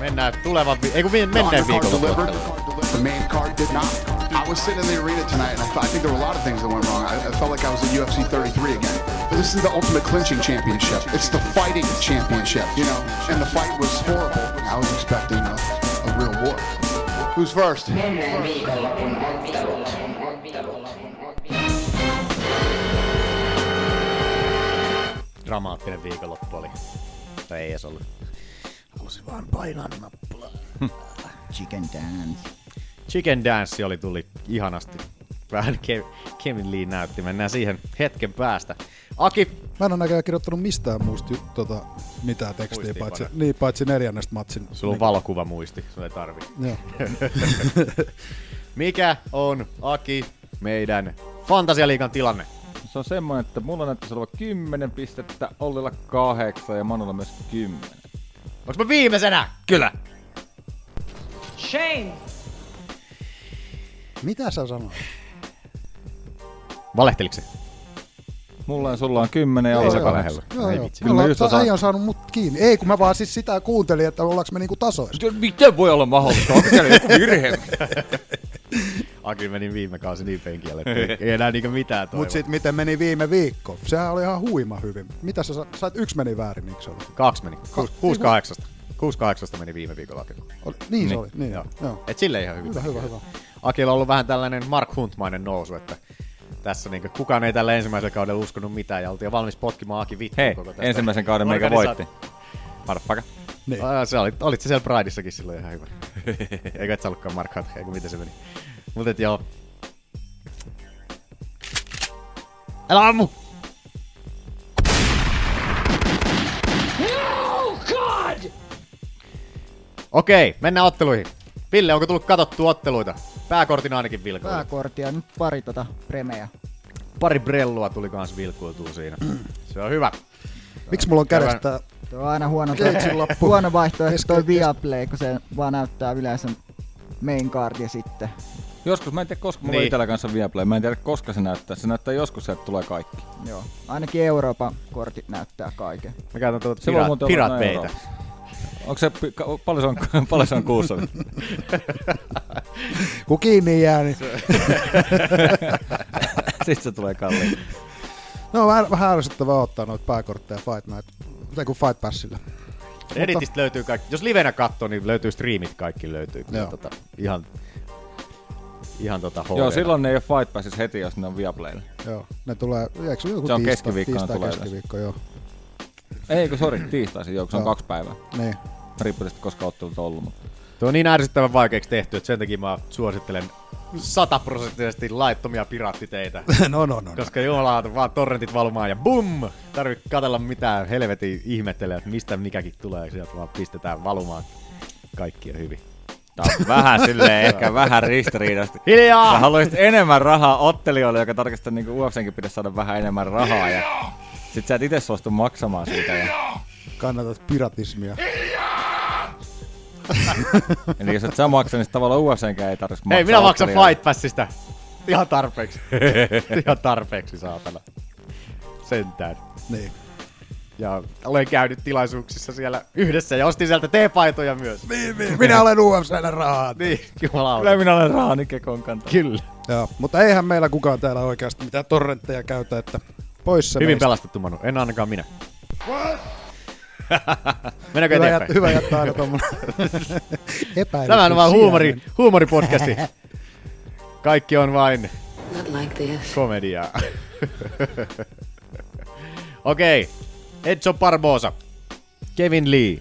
[SPEAKER 8] Mennään tulevan, vi- ei kun men- menneen viikolla tuotteluun.
[SPEAKER 2] The main card did not. I was sitting in the arena tonight, and I, thought, I think there were a lot of things that went wrong. I, I felt like I was at UFC 33 again. But this is the Ultimate Clinching Championship. It's the fighting championship, you know. And the fight was horrible. I was expecting a, a real war. Who's first?
[SPEAKER 1] Menneen viikonlopun ottelut.
[SPEAKER 8] Dramaattinen viikonloppu oli. Tai ei edes ollut. Halusin vaan painaa nappulaa.
[SPEAKER 10] (laughs) Chicken dance.
[SPEAKER 8] Chicken Dance oli tuli ihanasti. Vähän Ke- Kevin Lee näytti. Mennään siihen hetken päästä. Aki.
[SPEAKER 7] Mä en ole näköjään kirjoittanut mistään muusta ju- tota, mitään tekstiä, paitsi, niin, paitsi neljännestä matsin.
[SPEAKER 8] Sulla on
[SPEAKER 7] niin,
[SPEAKER 8] valokuva muisti, sun ei tarvi.
[SPEAKER 7] Joo.
[SPEAKER 8] Mikä on, Aki, meidän Fantasialiikan tilanne?
[SPEAKER 9] Se on semmoinen, että mulla näyttäisi olla 10 pistettä, Ollilla 8 ja Manulla myös 10.
[SPEAKER 8] Onks mä viimeisenä? Kyllä.
[SPEAKER 15] Shame!
[SPEAKER 7] Mitä sä sanoit?
[SPEAKER 8] Valehteliko se?
[SPEAKER 9] Mulla ja sulla on 10 ja
[SPEAKER 7] Joo,
[SPEAKER 9] Ollilla
[SPEAKER 7] joo.
[SPEAKER 9] 8.
[SPEAKER 7] Joo, joo.
[SPEAKER 9] Kyllä mä just osaan.
[SPEAKER 7] Ei on saanut mut kiinni. Ei, kun mä vaan siis sitä kuuntelin, että ollaanko me niinku tasoissa.
[SPEAKER 9] Miten voi olla mahdollista? Onko siellä joku virhe?
[SPEAKER 8] Aki meni viime kausi niin penkiälle,
[SPEAKER 7] (laughs)
[SPEAKER 8] että ei enää niinkö mitään toivoa.
[SPEAKER 7] Mut sit miten meni viime viikko? Sehän oli ihan huima hyvin. Mitä sä sa- sait? Yksi meni väärin, eikö se ollut?
[SPEAKER 8] Kaksi meni. Kuus- Kuusi kahdeksasta. Kuusi kahdeksasta meni viime viikolla Akilla.
[SPEAKER 7] Oli- niin se oli, niin,
[SPEAKER 8] Joo.
[SPEAKER 7] joo.
[SPEAKER 8] Et sille ihan hyvin.
[SPEAKER 7] Hyvä, hyvä, hyvä.
[SPEAKER 8] Akilla on ollut vähän tällainen Mark Huntmainen nousu, että tässä niinku, kukaan ei tällä ensimmäisellä kaudella uskonut mitään ja oltiin jo valmis potkimaan Aki vittuun
[SPEAKER 9] Hei,
[SPEAKER 8] koko tästä.
[SPEAKER 9] ensimmäisen kauden meikä voitti.
[SPEAKER 8] organisaatio-
[SPEAKER 9] Parppaka.
[SPEAKER 7] Niin.
[SPEAKER 8] Aa, sä olit, olit sä siellä Prideissakin silloin ihan hyvä. (laughs) Eikö et sä ollutkaan Mark Hunt, eikö miten se meni. Mut et joo. Älä ammu!
[SPEAKER 15] No, God!
[SPEAKER 8] Okei, mennään otteluihin. Ville, onko tullut katsottu otteluita? Pääkortina ainakin vilkuu.
[SPEAKER 10] Pääkortia, nyt pari tota premeä.
[SPEAKER 8] Pari brellua tuli kans vilkuiltua siinä. Se on hyvä.
[SPEAKER 7] Miksi mulla on kädestä
[SPEAKER 10] Tuo on aina huono,
[SPEAKER 7] Keitsin lappu.
[SPEAKER 10] huono vaihtoehto
[SPEAKER 7] Kesken-
[SPEAKER 10] toi Viaplay, kun se vaan näyttää yleensä main cardia sitten.
[SPEAKER 9] (laughs) Joskus, mä en tiedä koska mulla niin.
[SPEAKER 10] Niin.
[SPEAKER 9] itellä kanssa Viaplay, mä en tiedä koska se näyttää. Se näyttää joskus, että tulee kaikki.
[SPEAKER 10] Joo. Ainakin Euroopan kortit näyttää kaiken.
[SPEAKER 8] Mä käytän tuota
[SPEAKER 9] Silloin muuten on noin euroa. Onko se, pi- ka- paljon se on, (laughs) paljon se on kuussa?
[SPEAKER 7] Kun kiinni jää, niin...
[SPEAKER 9] Sitten se tulee kalliin.
[SPEAKER 7] No vähän, vähän ärsyttävää ottaa noita pääkortteja Fight Night, tai kun Fight Passilla.
[SPEAKER 8] Editistä löytyy kaikki. Jos livenä katsoo, niin löytyy striimit, kaikki löytyy. Kyllä,
[SPEAKER 7] Joo.
[SPEAKER 8] tota, ihan, ihan tota HD.
[SPEAKER 9] Joo, silloin ne ei ole Fight Passissa heti, jos ne on Viaplaylla.
[SPEAKER 7] Joo, ne tulee, eikö se joku
[SPEAKER 9] Se on
[SPEAKER 7] tiistai-
[SPEAKER 9] keskiviikkona
[SPEAKER 7] tiistai,
[SPEAKER 9] tulee
[SPEAKER 7] keskiviikko, joo.
[SPEAKER 9] Ei, kun sori, tiistaisin, joo, kun se on
[SPEAKER 7] Joo.
[SPEAKER 9] kaksi päivää.
[SPEAKER 7] Niin.
[SPEAKER 9] Riippuu tästä, koska ottelut on ollut. Mutta.
[SPEAKER 8] Tuo on niin ärsyttävän vaikeaksi tehty, että sen takia mä suosittelen sataprosenttisesti laittomia piraattiteitä.
[SPEAKER 7] (laughs) No, no, no.
[SPEAKER 8] Koska jumalauta, vaan torrentit valumaan ja bum! Tarvii katella mitään helvetin ihmettelee, että mistä mikäkin tulee. Sieltä vaan pistetään valumaan kaikkia hyvin.
[SPEAKER 9] Tää on vähän silleen ehkä vähän (laughs) ristiriidasta.
[SPEAKER 8] Hiljaa!
[SPEAKER 9] Sä haluaisit enemmän rahaa ottelijoille, joka tarkistaa niinku UFCnkin pitäisi saada vähän enemmän rahaa. Ja sit sä et itse suostu maksamaan siitä. Ja...
[SPEAKER 7] Kannatat piratismia.
[SPEAKER 9] Eli jos et sä maksa, niin sit tavallaan UFCnkään ei tarvitsisi maksaa.
[SPEAKER 8] Hei, minä maksan
[SPEAKER 9] ottelijoille.
[SPEAKER 8] Fight Passista. Ihan tarpeeksi. Ihan tarpeeksi, saatana. Sentään.
[SPEAKER 7] Niin.
[SPEAKER 8] Ja olen käynyt tilaisuuksissa siellä yhdessä ja ostin sieltä T-paitoja myös.
[SPEAKER 7] Niin, (laughs) niin. Minä olen UFCllä rahaa.
[SPEAKER 8] Niin, jumalauta.
[SPEAKER 9] Kyllä minä olen rahani kekon kantaa.
[SPEAKER 8] Kyllä.
[SPEAKER 7] Joo, mutta eihän meillä kukaan täällä oikeasti mitään torrentteja käytä, että pois se
[SPEAKER 8] Hyvin
[SPEAKER 7] meistä.
[SPEAKER 8] pelastettu, Manu. En ainakaan minä. (laughs) Mennäänkö
[SPEAKER 7] Hyvä
[SPEAKER 8] eteenpäin?
[SPEAKER 7] jät- hyvä jättää aina
[SPEAKER 8] (laughs)
[SPEAKER 7] tommonen (laughs) epäilys.
[SPEAKER 8] Tämä on vaan
[SPEAKER 7] sijainen.
[SPEAKER 8] huumori, huumoripodcasti. Kaikki on vain
[SPEAKER 1] Not like this.
[SPEAKER 8] komediaa. (laughs) Okei. Edson Barbosa. Kevin Lee.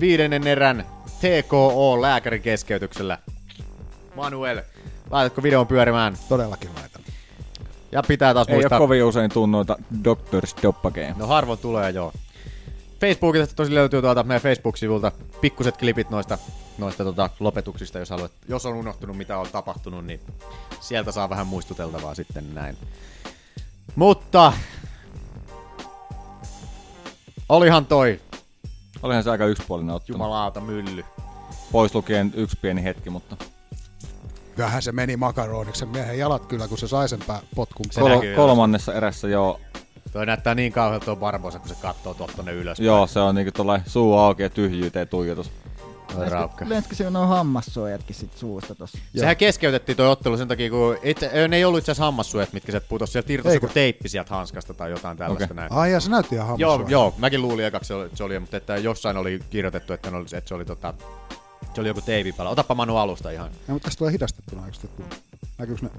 [SPEAKER 8] Viidennen erän TKO lääkärin keskeytyksellä. Manuel, laitatko videon pyörimään?
[SPEAKER 7] Todellakin laitan.
[SPEAKER 8] Ja pitää taas
[SPEAKER 9] Ei
[SPEAKER 8] muistaa.
[SPEAKER 9] ole kovin usein tunnoita Dr. Stoppakeen.
[SPEAKER 8] No harvoin tulee, joo. Facebookista tosi löytyy tuolta meidän Facebook-sivulta pikkuset klipit noista, noista tota, lopetuksista, jos, haluat, jos on unohtunut mitä on tapahtunut, niin sieltä saa vähän muistuteltavaa sitten näin. Mutta olihan toi
[SPEAKER 9] Olihan se aika yksipuolinen ottelu.
[SPEAKER 8] jumalauta mylly.
[SPEAKER 9] Pois lukien yksi pieni hetki, mutta
[SPEAKER 7] Kyllähän se meni makaroniksi, sen miehen jalat kyllä, kun se sai sen pää- potkun.
[SPEAKER 9] kol- kolmannessa erässä joo.
[SPEAKER 8] Toi näyttää niin kauhealta tuo Barbosa, kun se katsoo tuolta tonne ylös.
[SPEAKER 9] Joo, se on niinku tuolla suu auki ja tyhjyyteen tuijotus.
[SPEAKER 10] Lenskö se on hammassuojatkin sit suusta tossa?
[SPEAKER 8] Sehän keskeytettiin tuo ottelu sen takia, kun itse, ne ei ollut itse asiassa hammassuojat, mitkä sieltä putosi sieltä irtosi
[SPEAKER 7] Eikö?
[SPEAKER 8] joku teippi sieltä hanskasta tai jotain tällaista okay. näin.
[SPEAKER 7] Ai ja se näytti ihan
[SPEAKER 8] Joo,
[SPEAKER 7] hammassuojalta.
[SPEAKER 8] joo, mäkin luulin ekaksi se oli, se oli, mutta että jossain oli kirjoitettu, että, ne oli, että se oli tota, se oli joku teipipala. Otapa Manu alusta ihan.
[SPEAKER 7] Ja, mutta tästä tulee hidastettuna, eikö sitä tule? Näkyykö ne?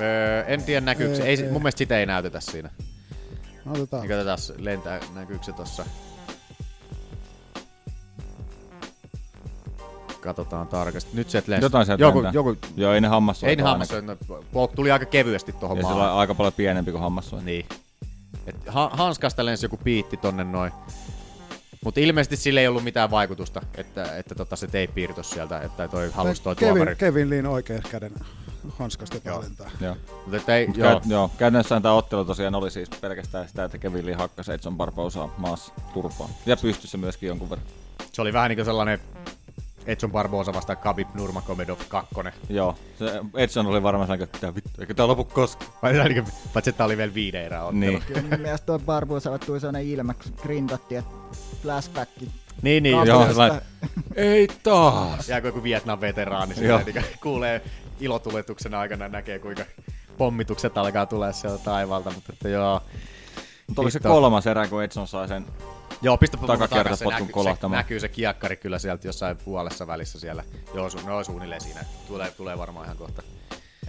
[SPEAKER 8] Öö, en tiedä näkyykö se.
[SPEAKER 7] Ei,
[SPEAKER 8] Ei, si-
[SPEAKER 7] ei.
[SPEAKER 8] mun mielestä sitä ei näytetä siinä.
[SPEAKER 7] No otetaan.
[SPEAKER 9] Ah.
[SPEAKER 8] Niin katsotaan lentää, näkyykö se tossa. Katsotaan tarkasti. Nyt se et lensi.
[SPEAKER 9] Jotain sieltä
[SPEAKER 8] joku,
[SPEAKER 9] lentää.
[SPEAKER 8] joku,
[SPEAKER 9] Joo, ei ne hammassuojat
[SPEAKER 8] Ei ne
[SPEAKER 9] ole
[SPEAKER 8] hammassuojat. Polk no, tuli aika kevyesti tuohon
[SPEAKER 9] ja
[SPEAKER 8] maahan.
[SPEAKER 9] sillä on aika paljon pienempi kuin hammassuoja.
[SPEAKER 8] Niin. Et ha- hanskasta lensi joku piitti tonne noin. Mutta ilmeisesti sillä ei ollut mitään vaikutusta, että, että tota se teippi irtos sieltä, että toi halusi toi tuomari.
[SPEAKER 7] Kevin, Kevin Lean oikean käden hanskasta joka lentää.
[SPEAKER 9] Joo.
[SPEAKER 8] Mutta että ei,
[SPEAKER 9] Mut
[SPEAKER 8] joo.
[SPEAKER 9] Käy, joo. Käytännössä tämä ottelu tosiaan oli siis pelkästään sitä, että Kevin Lee hakkasi Edson Barbosaa maassa turpaan. Ja pystyssä myöskin jonkun verran.
[SPEAKER 8] Se oli vähän niin kuin sellainen Edson Barbosa vastaan Khabib Nurmagomedov 2.
[SPEAKER 9] Joo. Se Edson oli varmaan sellainen, että mitä vittu, eikö tämä lopu koskaan.
[SPEAKER 8] Vai ainakin- Paitsi, että tää oli vielä viiden erää ottelu.
[SPEAKER 9] Niin.
[SPEAKER 10] Kyllä mun mielestä toi Barbuusa tuli sellainen ilme, kun se grindattiin, että flashback.
[SPEAKER 8] Niin, niin.
[SPEAKER 10] Kaapelista.
[SPEAKER 9] Ei taas.
[SPEAKER 8] Jääkö joku Vietnam-veteraani
[SPEAKER 9] Ah. Joo.
[SPEAKER 8] sinne, eli niin kuulee ilotuletuksen aikana, näkee kuinka pommitukset alkaa tulla sieltä taivaalta, mutta että joo.
[SPEAKER 9] Mutta oliko se
[SPEAKER 8] Hitto.
[SPEAKER 9] kolmas erä, kun Edson sai sen
[SPEAKER 8] Joo, pistä pullon takas, se,
[SPEAKER 9] takakertapotkun
[SPEAKER 8] näkyy, se
[SPEAKER 9] kolahtamaan?
[SPEAKER 8] näkyy se kiekkari kyllä sieltä jossain puolessa välissä siellä. Joo, su, no suunnilleen siinä. Tulee, tulee varmaan ihan kohta.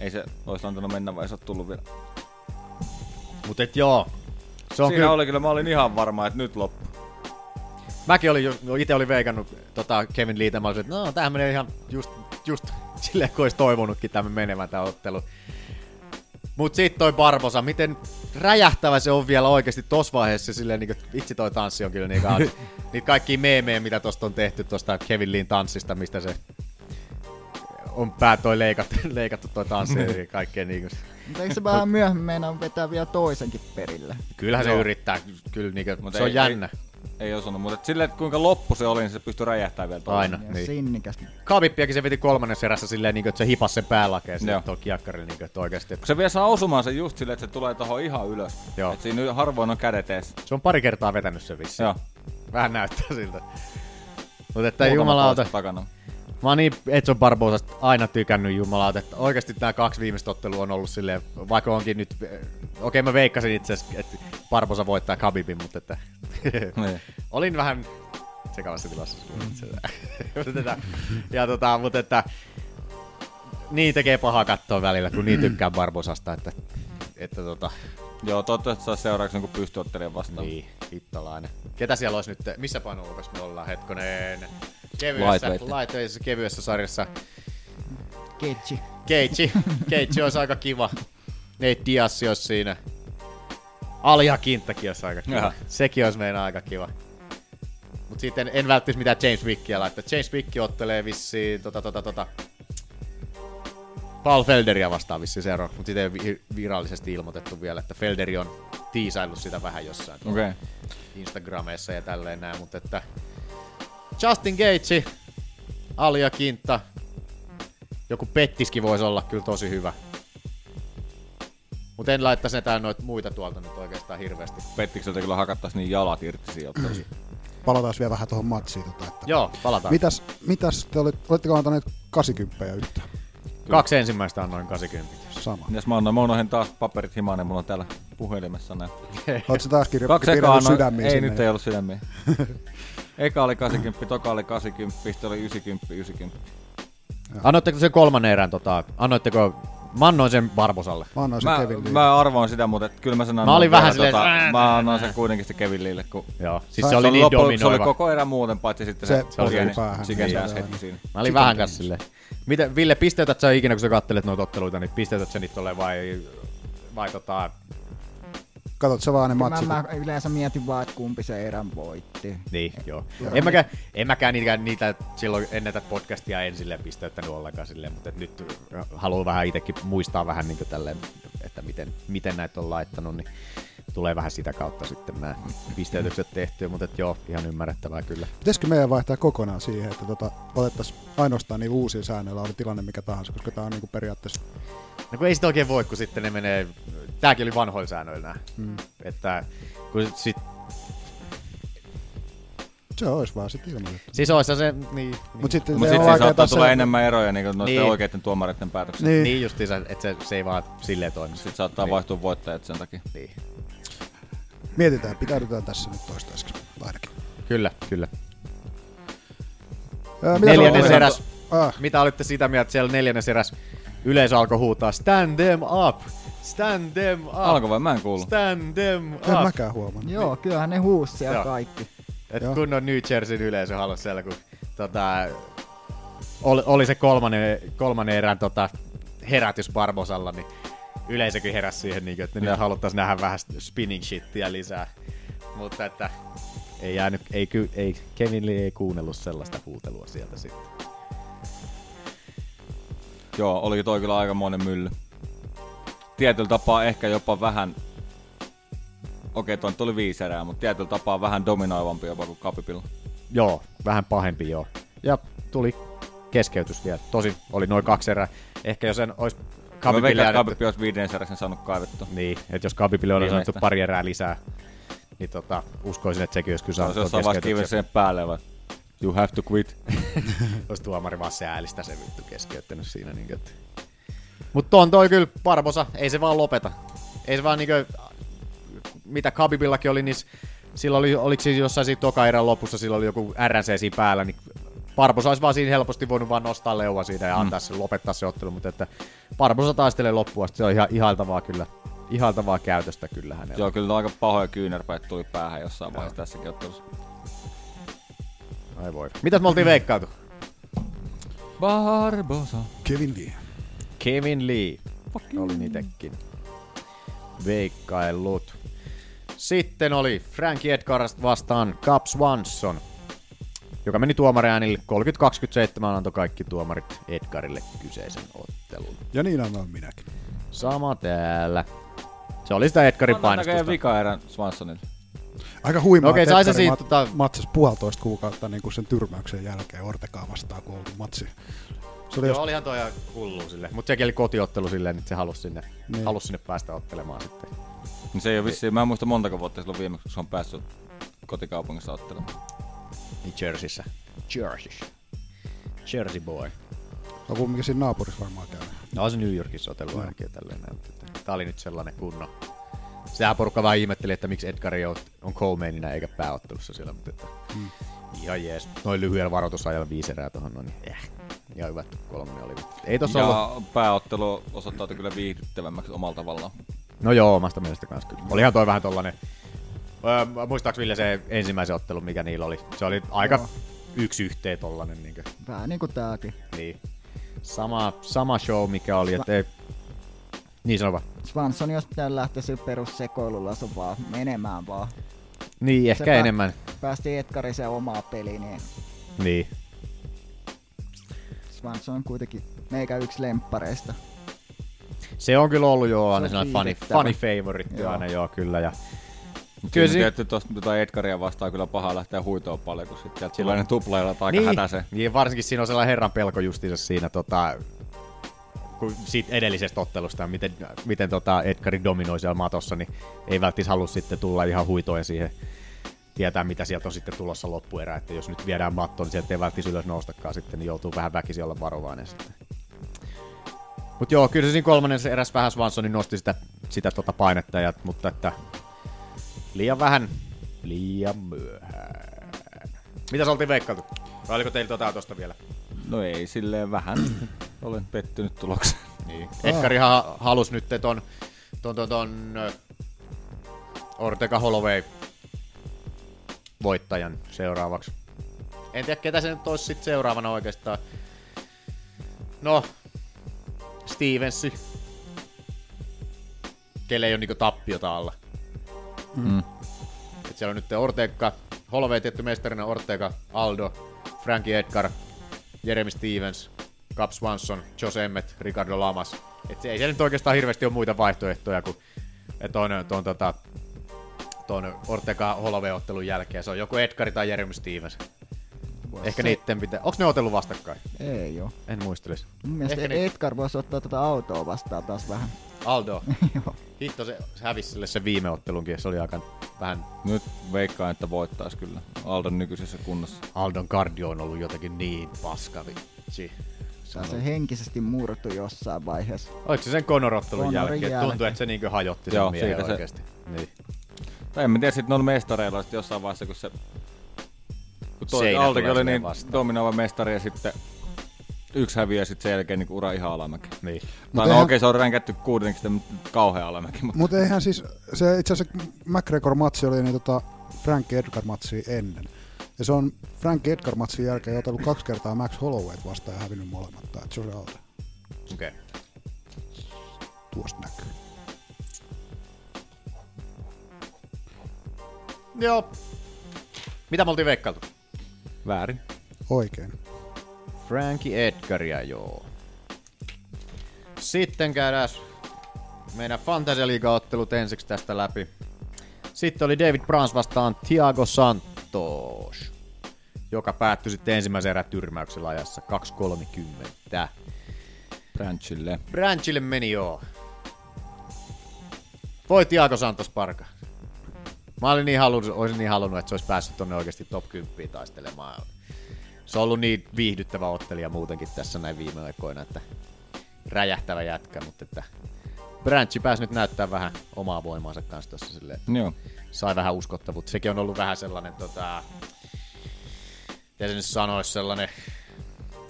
[SPEAKER 9] Ei se olisi antanut mennä, vai ei se ole tullut vielä.
[SPEAKER 8] Mut et joo. Se on
[SPEAKER 9] Siinä
[SPEAKER 8] kyllä, oli...
[SPEAKER 9] oli kyllä, mä olin ihan varma, että nyt loppu.
[SPEAKER 8] mäkin olin, ju- no, itse olin veikannut tota Kevin Liitä, mä olisin, että no tämähän menee ihan just, just (laughs) silleen, kun olisi toivonutkin tämän menevän tämä ottelu. Mut sit toi Barbosa, miten räjähtävä se on vielä oikeasti tossa vaiheessa silleen, niin vitsi toi tanssi on kyllä niin (laughs) kaunis. Niitä kaikki meemejä, mitä tosta on tehty tosta Kevin Leen tanssista, mistä se on pää toi leikattu, (laughs) leikattu toi tanssi ja kaikkea niinku. (laughs)
[SPEAKER 10] Mutta eikö se vähän myöhemmin meinaa vetää vielä toisenkin perille?
[SPEAKER 8] Kyllähän se
[SPEAKER 9] Joo.
[SPEAKER 8] yrittää, kyllä niinku,
[SPEAKER 9] Mut
[SPEAKER 8] se on
[SPEAKER 9] ei-
[SPEAKER 8] jännä.
[SPEAKER 9] Ei, ei osannut, mutta et silleen, että kuinka loppu se oli, niin se pystyi räjähtämään vielä tuolla.
[SPEAKER 8] Aina, niin.
[SPEAKER 10] Sinnikäs.
[SPEAKER 8] Kabippiakin se veti kolmannessa erässä silleen, niinku, että se hipas sen päälakeen
[SPEAKER 9] Joo.
[SPEAKER 8] sinne tuon kiekkarille niinku, että oikeasti.
[SPEAKER 9] Kun se vielä saa osumaan sen just silleen, että se tulee tuohon ihan ylös.
[SPEAKER 8] Joo.
[SPEAKER 9] Et siinä harvoin on kädet ees.
[SPEAKER 8] Se on pari kertaa vetänyt sen vissiin.
[SPEAKER 9] Joo.
[SPEAKER 8] Vähän näyttää siltä. Mutta että
[SPEAKER 9] Muutama
[SPEAKER 8] jumalauta.
[SPEAKER 9] toista takana.
[SPEAKER 8] Mä oon niin Edson Barbosasta aina tykännyt jumalauta, että oikeasti nämä kaksi viimeistä ottelua on ollut silleen, vaikka onkin nyt, eh, okei mä veikkasin itse asiassa, että Barbosa voittaa Khabibin, mutta että (laughs)
[SPEAKER 9] Niin. Mm.
[SPEAKER 8] olin vähän sekavassa tilassa. (laughs) Mutta että- ja tota, mutta että niin tekee pahaa katsoa välillä, kun niin tykkää Barbosasta, että, että tota,
[SPEAKER 9] Joo, toivottavasti saa seuraavaksi jonkun pystyottelijan vastaan.
[SPEAKER 8] Niin, hittalainen. Ketä siellä olisi nyt? Missä painoluokassa me ollaan? Hetkonen. Kevyessä,
[SPEAKER 9] Lightweight.
[SPEAKER 8] lightweightissa, kevyessä sarjassa.
[SPEAKER 10] Keitsi.
[SPEAKER 8] Keitsi. Keitsi olisi aika kiva. Nate Diaz olisi siinä. Alja Kinttakin olisi aika kiva.
[SPEAKER 9] Jaha.
[SPEAKER 8] Sekin olisi meidän aika kiva. Mut sitten en välttis mitään James Wickia laittaa. James Wick ottelee vissiin tota tota tota. Paul Felderia vastaan vissiin seuraava, mutta sitä ei ole vi- virallisesti ilmoitettu vielä, että Felderi on tiisaillut sitä vähän jossain. tuolla
[SPEAKER 9] Okei.
[SPEAKER 8] Instagrameissa ja tälleen näin, mutta että Justin Gage, Alia Kintta, joku pettiski voisi olla kyllä tosi hyvä. Mutta en laittaisi etään noita muita tuolta nyt oikeastaan hirveästi.
[SPEAKER 9] Pettikseltä kyllä hakattaisiin niin jalat irti siinä ottelussa.
[SPEAKER 7] Niin. Palataan vielä vähän tuohon matsiin. Tota, että
[SPEAKER 8] Joo, palataan.
[SPEAKER 7] mitäs, mitäs te olit, olitteko antaneet 80 yhtään?
[SPEAKER 8] Kaksi ensimmäistä on noin 80.
[SPEAKER 7] Sama.
[SPEAKER 9] Mitäs mä annoin? Mä annoin taas paperit himaan ja mulla on täällä puhelimessa näin.
[SPEAKER 7] Oletko taas kirjo-
[SPEAKER 9] Kaksi ekaa
[SPEAKER 7] kirjannut
[SPEAKER 9] annoin-
[SPEAKER 7] sydämiin
[SPEAKER 9] Ei,
[SPEAKER 7] sinne?
[SPEAKER 9] nyt ei ollut
[SPEAKER 7] (laughs)
[SPEAKER 9] sydämiä. Eka oli 80, toka oli 80, sitten oli 90, 90.
[SPEAKER 8] Annoitteko sen kolmannen erän, tota, annoitteko, mä annoin sen Barbosalle.
[SPEAKER 7] Mä annoin
[SPEAKER 9] Mä, mä arvoin sitä, mutta et kyllä mä sen annoin
[SPEAKER 8] olin vähän
[SPEAKER 9] vielä
[SPEAKER 8] silleen, että-
[SPEAKER 9] mä annoin sen kuitenkin sitten Kevin Leelle, kun...
[SPEAKER 8] Joo, siis se oli niin
[SPEAKER 9] loppu- Se oli
[SPEAKER 8] dominoiva.
[SPEAKER 9] koko erä muuten, paitsi sitten
[SPEAKER 8] Se
[SPEAKER 9] se,
[SPEAKER 8] potki
[SPEAKER 9] pieni
[SPEAKER 8] päähän.
[SPEAKER 9] chicken
[SPEAKER 8] Niin.
[SPEAKER 9] dance hetki siinä.
[SPEAKER 8] Mä olin vähän kanssa silleen. Mitä, Ville, pisteytät sä ikinä, kun sä kattelet noita otteluita, niin pisteytät sä niitä tolleen vai, vai tota,
[SPEAKER 7] Katot sä vaan ne
[SPEAKER 10] Mä,
[SPEAKER 7] matsit.
[SPEAKER 10] mä yleensä mietin vaan, että kumpi se erän voitti.
[SPEAKER 8] Niin, joo.
[SPEAKER 10] Joo.
[SPEAKER 8] En mäkään, en mäkään niitä, niitä silloin ennen tätä podcastia en silleen pisteyttänyt ollenkaan silleen, mutta et nyt niinku haluan vähän itsekin muistaa vähän niin tälleen, että miten, miten näitä on laittanut. Niin. tulee vähän sitä kautta sitten nämä pisteytykset tehtyä, mutta et joo, ihan ymmärrettävää kyllä.
[SPEAKER 7] Pitäisikö meidän vaihtaa kokonaan siihen, että tota, otettaisiin ainoastaan niin uusia säännöillä, oli tilanne mikä tahansa, koska tämä on niinku periaatteessa...
[SPEAKER 8] No kun ei sitä oikein voi, kun sitten ne menee... Tääkin oli vanhoilla säännöillä nää.
[SPEAKER 7] Mm.
[SPEAKER 8] Että kun sit...
[SPEAKER 7] Se olisi vaan sitten ilmoitettu.
[SPEAKER 8] Siis oissa se... Niin, niin.
[SPEAKER 7] Mut sitten ne
[SPEAKER 9] Mutta sitten
[SPEAKER 7] on
[SPEAKER 9] siinä
[SPEAKER 7] aika
[SPEAKER 9] saattaa
[SPEAKER 7] epäselvä.
[SPEAKER 9] tulla enemmän eroja niin noiden
[SPEAKER 8] Niin.
[SPEAKER 9] niin. oikeiden tuomareiden päätöksiä.
[SPEAKER 8] Niin. niin justiinsa, että se, se ei vaan silleen toimi.
[SPEAKER 9] Sitten saattaa niin. vaihtua voittajat sen takia.
[SPEAKER 8] Niin.
[SPEAKER 7] Mietitään, pitäydytään tässä nyt toistaiseksi ainakin.
[SPEAKER 8] Kyllä, kyllä.
[SPEAKER 7] Ää, mitä
[SPEAKER 8] Neljännes
[SPEAKER 7] sulla-
[SPEAKER 8] eräs.
[SPEAKER 7] Ah.
[SPEAKER 8] Mitä olitte sitä mieltä siellä neljännes eräs? Yleisö alkoi huutaa, stand them up! Stand them up!
[SPEAKER 9] Alko vai? Mä en kuullut.
[SPEAKER 8] Stand them up!
[SPEAKER 7] En mäkään huomannut.
[SPEAKER 10] Joo, kyllähän ne huusi siellä
[SPEAKER 8] Niin. Joo.
[SPEAKER 10] kaikki.
[SPEAKER 8] Et kun on New Jerseyn yleisö halus siellä, kun tota, oli, oli, se kolmannen, kolmannen erän tota, herätys Barbosalla, niin yleisökin heräsi siihen, niin, että nyt haluttaisiin nähdä vähän spinning shittiä lisää. Mutta että ei jäänyt, ei, ky, ei, Kevin Lee ei kuunnellut sellaista huutelua sieltä sitten.
[SPEAKER 9] Joo, oli toi kyllä aikamoinen mylly. Tietyllä tapaa ehkä jopa vähän... Okei, toi nyt oli viisi erää, mutta tietyllä tapaa vähän dominoivampi jopa kuin kapipilla.
[SPEAKER 8] Joo, vähän pahempi joo. Ja tuli keskeytys vielä. Tosin oli noin kaksi erää. Ehkä jos en olisi
[SPEAKER 9] Mä veikkaan, että
[SPEAKER 8] jäänyt-
[SPEAKER 9] Kabipi olisi viiden sen saanut kaivettua.
[SPEAKER 8] Niin, että jos Kabibille olisi annettu
[SPEAKER 9] Viimeistään.
[SPEAKER 8] pari erää lisää, niin tota, uskoisin, että sekin olisi kyllä
[SPEAKER 9] Se on
[SPEAKER 8] saanut
[SPEAKER 9] jossain vaiheessa kiven sen päälle vai? You have to quit.
[SPEAKER 8] olisi tuomari vaan säälistä se vittu keskeyttänyt siinä. Niin että... Mutta on toi kyllä parvosa, ei se vaan lopeta. Ei se vaan niinkö, mitä Kabibillakin oli, niin s- sillä oli, oliko siinä jossain siinä toka erän lopussa, sillä oli joku RNC siinä päällä, niin Parposa olisi vaan siinä helposti voinut vaan nostaa leua siitä ja antaa sen, lopettaa se ottelu, mutta että Parposa taistelee loppuun asti, se on ihan ihailtavaa kyllä, ihailtavaa käytöstä kyllä hänellä.
[SPEAKER 9] Joo, kyllä aika pahoja kyynärpäät tuli päähän jossain vaiheessa tässäkin ottelussa.
[SPEAKER 8] Ai voi. Mitäs me oltiin veikkailtu?
[SPEAKER 9] Barbosa.
[SPEAKER 7] Kevin Lee.
[SPEAKER 8] Kevin Lee. Olin itekin. Veikkaillut. Sitten oli Frankie Edgars vastaan Cap Swanson, joka meni tuomariäänille 30-27, antoi kaikki tuomarit Edgarille kyseisen ottelun.
[SPEAKER 7] Ja niin annan minäkin.
[SPEAKER 8] Sama täällä. Se oli sitä Edgarin painostusta.
[SPEAKER 9] näköjään vika erän Swansonille.
[SPEAKER 7] Aika huimaa.
[SPEAKER 8] Okei,
[SPEAKER 7] että
[SPEAKER 8] sai se
[SPEAKER 7] Edgari
[SPEAKER 8] siitä,
[SPEAKER 7] mat- Matsas puolitoista kuukautta niin kuin sen tyrmäyksen jälkeen Ortegaa vastaan, kun on ollut matsi. Se oli
[SPEAKER 8] Joo,
[SPEAKER 7] jos-
[SPEAKER 8] olihan toi ihan hullu sille. Mutta sekin oli kotiottelu silleen, että se halusi sinne,
[SPEAKER 7] Niin.
[SPEAKER 8] halusi sinne päästä ottelemaan sitten.
[SPEAKER 9] Niin se ei ole vissiin, mä en muista montako vuotta silloin viimeksi, kun se on päässyt kotikaupungissa ottelemaan.
[SPEAKER 8] Niin Jerseyssä. Jersey. Jersey boy.
[SPEAKER 7] On kumminkin siinä naapurissa varmaan käy.
[SPEAKER 8] No on se New Yorkissa otellut ainakin ja tälleen näin. mutta että Tää oli nyt sellainen kunno. Sehän porukka vähän ihmetteli, että miksi Edgar ei ole- on co-mainina eikä pääottelussa siellä, mutta että
[SPEAKER 10] Mm.
[SPEAKER 7] Hmm.
[SPEAKER 8] ihan jees. Noin lyhyellä varoitusajalla viisi erää tuohon, no niin eh. Ihan hyvät kolmonen oli. mutta Ei tossa
[SPEAKER 9] ja
[SPEAKER 8] ollut.
[SPEAKER 9] pääottelu osoittautui kyllä viihdyttävämmäksi omalla tavallaan.
[SPEAKER 8] No joo, omasta mielestä kanssa kyllä. Olihan toi vähän tollanen, öö, muistaaks Ville se ensimmäisen ottelu, mikä niillä oli? Se oli aika
[SPEAKER 10] Joo.
[SPEAKER 8] yksi yhteen tollanen niinkö.
[SPEAKER 10] Vähän niinku tääkin.
[SPEAKER 8] Niin. Sama, sama show, mikä oli, että ei... Niin sano vaan.
[SPEAKER 10] Swanson, jos pitää lähteä sillä perussekoilulla, se on vaan menemään vaan.
[SPEAKER 8] Niin,
[SPEAKER 10] Se
[SPEAKER 8] ehkä
[SPEAKER 10] pää-
[SPEAKER 8] enemmän.
[SPEAKER 10] Päästi Edgari se omaa peliin, niin
[SPEAKER 8] Niin.
[SPEAKER 10] Swanson on kuitenkin meikä yksi lemppareista.
[SPEAKER 8] Se on kyllä ollut joo, aina
[SPEAKER 10] Se on
[SPEAKER 8] sellainen funny,
[SPEAKER 10] kiitettävä.
[SPEAKER 8] funny favorite joo.
[SPEAKER 10] Joo.
[SPEAKER 8] aina joo, kyllä. Ja...
[SPEAKER 9] Kyllä
[SPEAKER 8] Kyllä
[SPEAKER 9] siinä
[SPEAKER 8] si-
[SPEAKER 9] tietty tuosta jotain Edgaria vastaan kyllä paha lähteä huitoon paljon, kun sitten sieltä tulee ne tuplailla aika
[SPEAKER 8] niin,
[SPEAKER 9] hätäseen.
[SPEAKER 8] Niin, varsinkin siinä on sellainen herran pelko justiinsa siinä tota, kun siitä edellisestä ottelusta, miten, miten tota Edgari dominoi siellä matossa, niin ei välttis halua sitten tulla ihan huitoen siihen tietää, mitä sieltä on sitten tulossa loppuerä. Että jos nyt viedään matto, niin sieltä ei välttis ylös noustakaan sitten, niin joutuu vähän väkisin olla varovainen sitten. Mutta joo, kyllä se siinä kolmannen se eräs vähän Swansonin nosti sitä, sitä tota painetta, ja, mutta että liian vähän, liian myöhään. Mitä sä oltiin veikkailtu? Vai oliko teillä jotain tosta vielä?
[SPEAKER 9] No ei, silleen vähän. Olen pettynyt tulokseen.
[SPEAKER 8] Niin. Edgarihan halusi nyt ton, ton, ton, ton ö, Ortega Holloway voittajan seuraavaksi. En tiedä, ketä se nyt olisi sit seuraavana oikeastaan. No, Stevens. Kelle ei ole niinku tappiota alla.
[SPEAKER 9] Mm.
[SPEAKER 8] Et siellä on nyt Ortega, Holloway tietty mestarina, Ortega, Aldo, Frankie Edgar, Jeremy Stevens, Cap Swanson, Jos Emmet, Ricardo Lamas. Et se, ei siellä nyt oikeastaan hirveästi ole muita vaihtoehtoja kuin että on, on tota, tuon Ortega Holloway-ottelun jälkeen. Se on joku Edgar tai Jeremy Stevens. Ehkä
[SPEAKER 10] se-
[SPEAKER 8] niitten pitää... Onko ne otellut vastakkain?
[SPEAKER 10] Ei oo.
[SPEAKER 8] En muistelisi.
[SPEAKER 10] Mun mielestä
[SPEAKER 8] Ehkä niin.
[SPEAKER 10] Ehkä Edgar voisi ottaa tätä autoa vastaan taas vähän. (laughs)
[SPEAKER 8] Aldo. Hitto, se se hävisi sille se viime ottelunkin, se oli aika vähän...
[SPEAKER 9] Nyt veikkaan, että voittaisi kyllä Aldon nykyisessä kunnossa.
[SPEAKER 8] Aldon kardio on ollut jotenkin niin paskavitsi.
[SPEAKER 10] Tai se henkisesti murtu jossain vaiheessa.
[SPEAKER 8] Oliko se sen Conor-ottelun
[SPEAKER 10] Connorin
[SPEAKER 8] jälkeen?
[SPEAKER 10] jälkeen.
[SPEAKER 8] Tuntuu, että se niinkö hajotti sen
[SPEAKER 9] Joo,
[SPEAKER 8] miehen
[SPEAKER 9] siitä se-
[SPEAKER 8] oikeasti. Niin.
[SPEAKER 9] Tai en mä tiedä, sitten noilla mestareilla sit jossain vaiheessa, kun se... Kun toi
[SPEAKER 8] Seinä
[SPEAKER 9] Aaltokin
[SPEAKER 8] tulee
[SPEAKER 9] oli
[SPEAKER 8] silleen
[SPEAKER 9] niin
[SPEAKER 8] vastaan.
[SPEAKER 9] dominoiva mestari ja sitten yksi häviää sitten sen jälkeen niin ura ihan alamäki.
[SPEAKER 8] Niin.
[SPEAKER 9] Tai no
[SPEAKER 7] eihän-
[SPEAKER 9] okei, se on ränkätty kuitenkin sitä mutta kauhean alamäki. Mutta
[SPEAKER 7] Mutta eihän siis, se itse asiassa McGregor-matsi oli niin tota Frank Edgar-matsia ennen. Ja se on Frank Edgar-matsin jälkeen otellut kaksi kertaa Max Hollowayt vastaan ja hävinnyt molemmat. Tai Jose Aldo.
[SPEAKER 8] Okei. Okay.
[SPEAKER 7] Tuosta näkyy.
[SPEAKER 8] Joo. Mitä me oltiin veikkailtu?
[SPEAKER 9] Väärin.
[SPEAKER 7] Oikein.
[SPEAKER 8] Frankie Edgaria, joo. Sitten käydään meidän Fantasia-liiga-ottelut ensiksi tästä läpi. Sitten oli David Brans vastaan Thiago Santos, joka päättyi sitten ensimmäisen erän tyrmäyksellä ajassa 2.30.
[SPEAKER 9] Branchille.
[SPEAKER 8] Branchille meni joo. Voi Thiago Santos parka. Mä olin niin halunnut, olisin niin halunnut, että se olisi päässyt tonne oikeasti top 10 taistelemaan. Se on ollut niin viihdyttävä ottelija muutenkin tässä näin viime aikoina, että räjähtävä jätkä, mutta että Branchi pääsi nyt näyttää vähän omaa voimaansa kanssa tuossa silleen. että
[SPEAKER 9] Joo.
[SPEAKER 8] Sai vähän uskottavuutta. Sekin on ollut vähän sellainen, tota, miten se nyt sanoisi, sellainen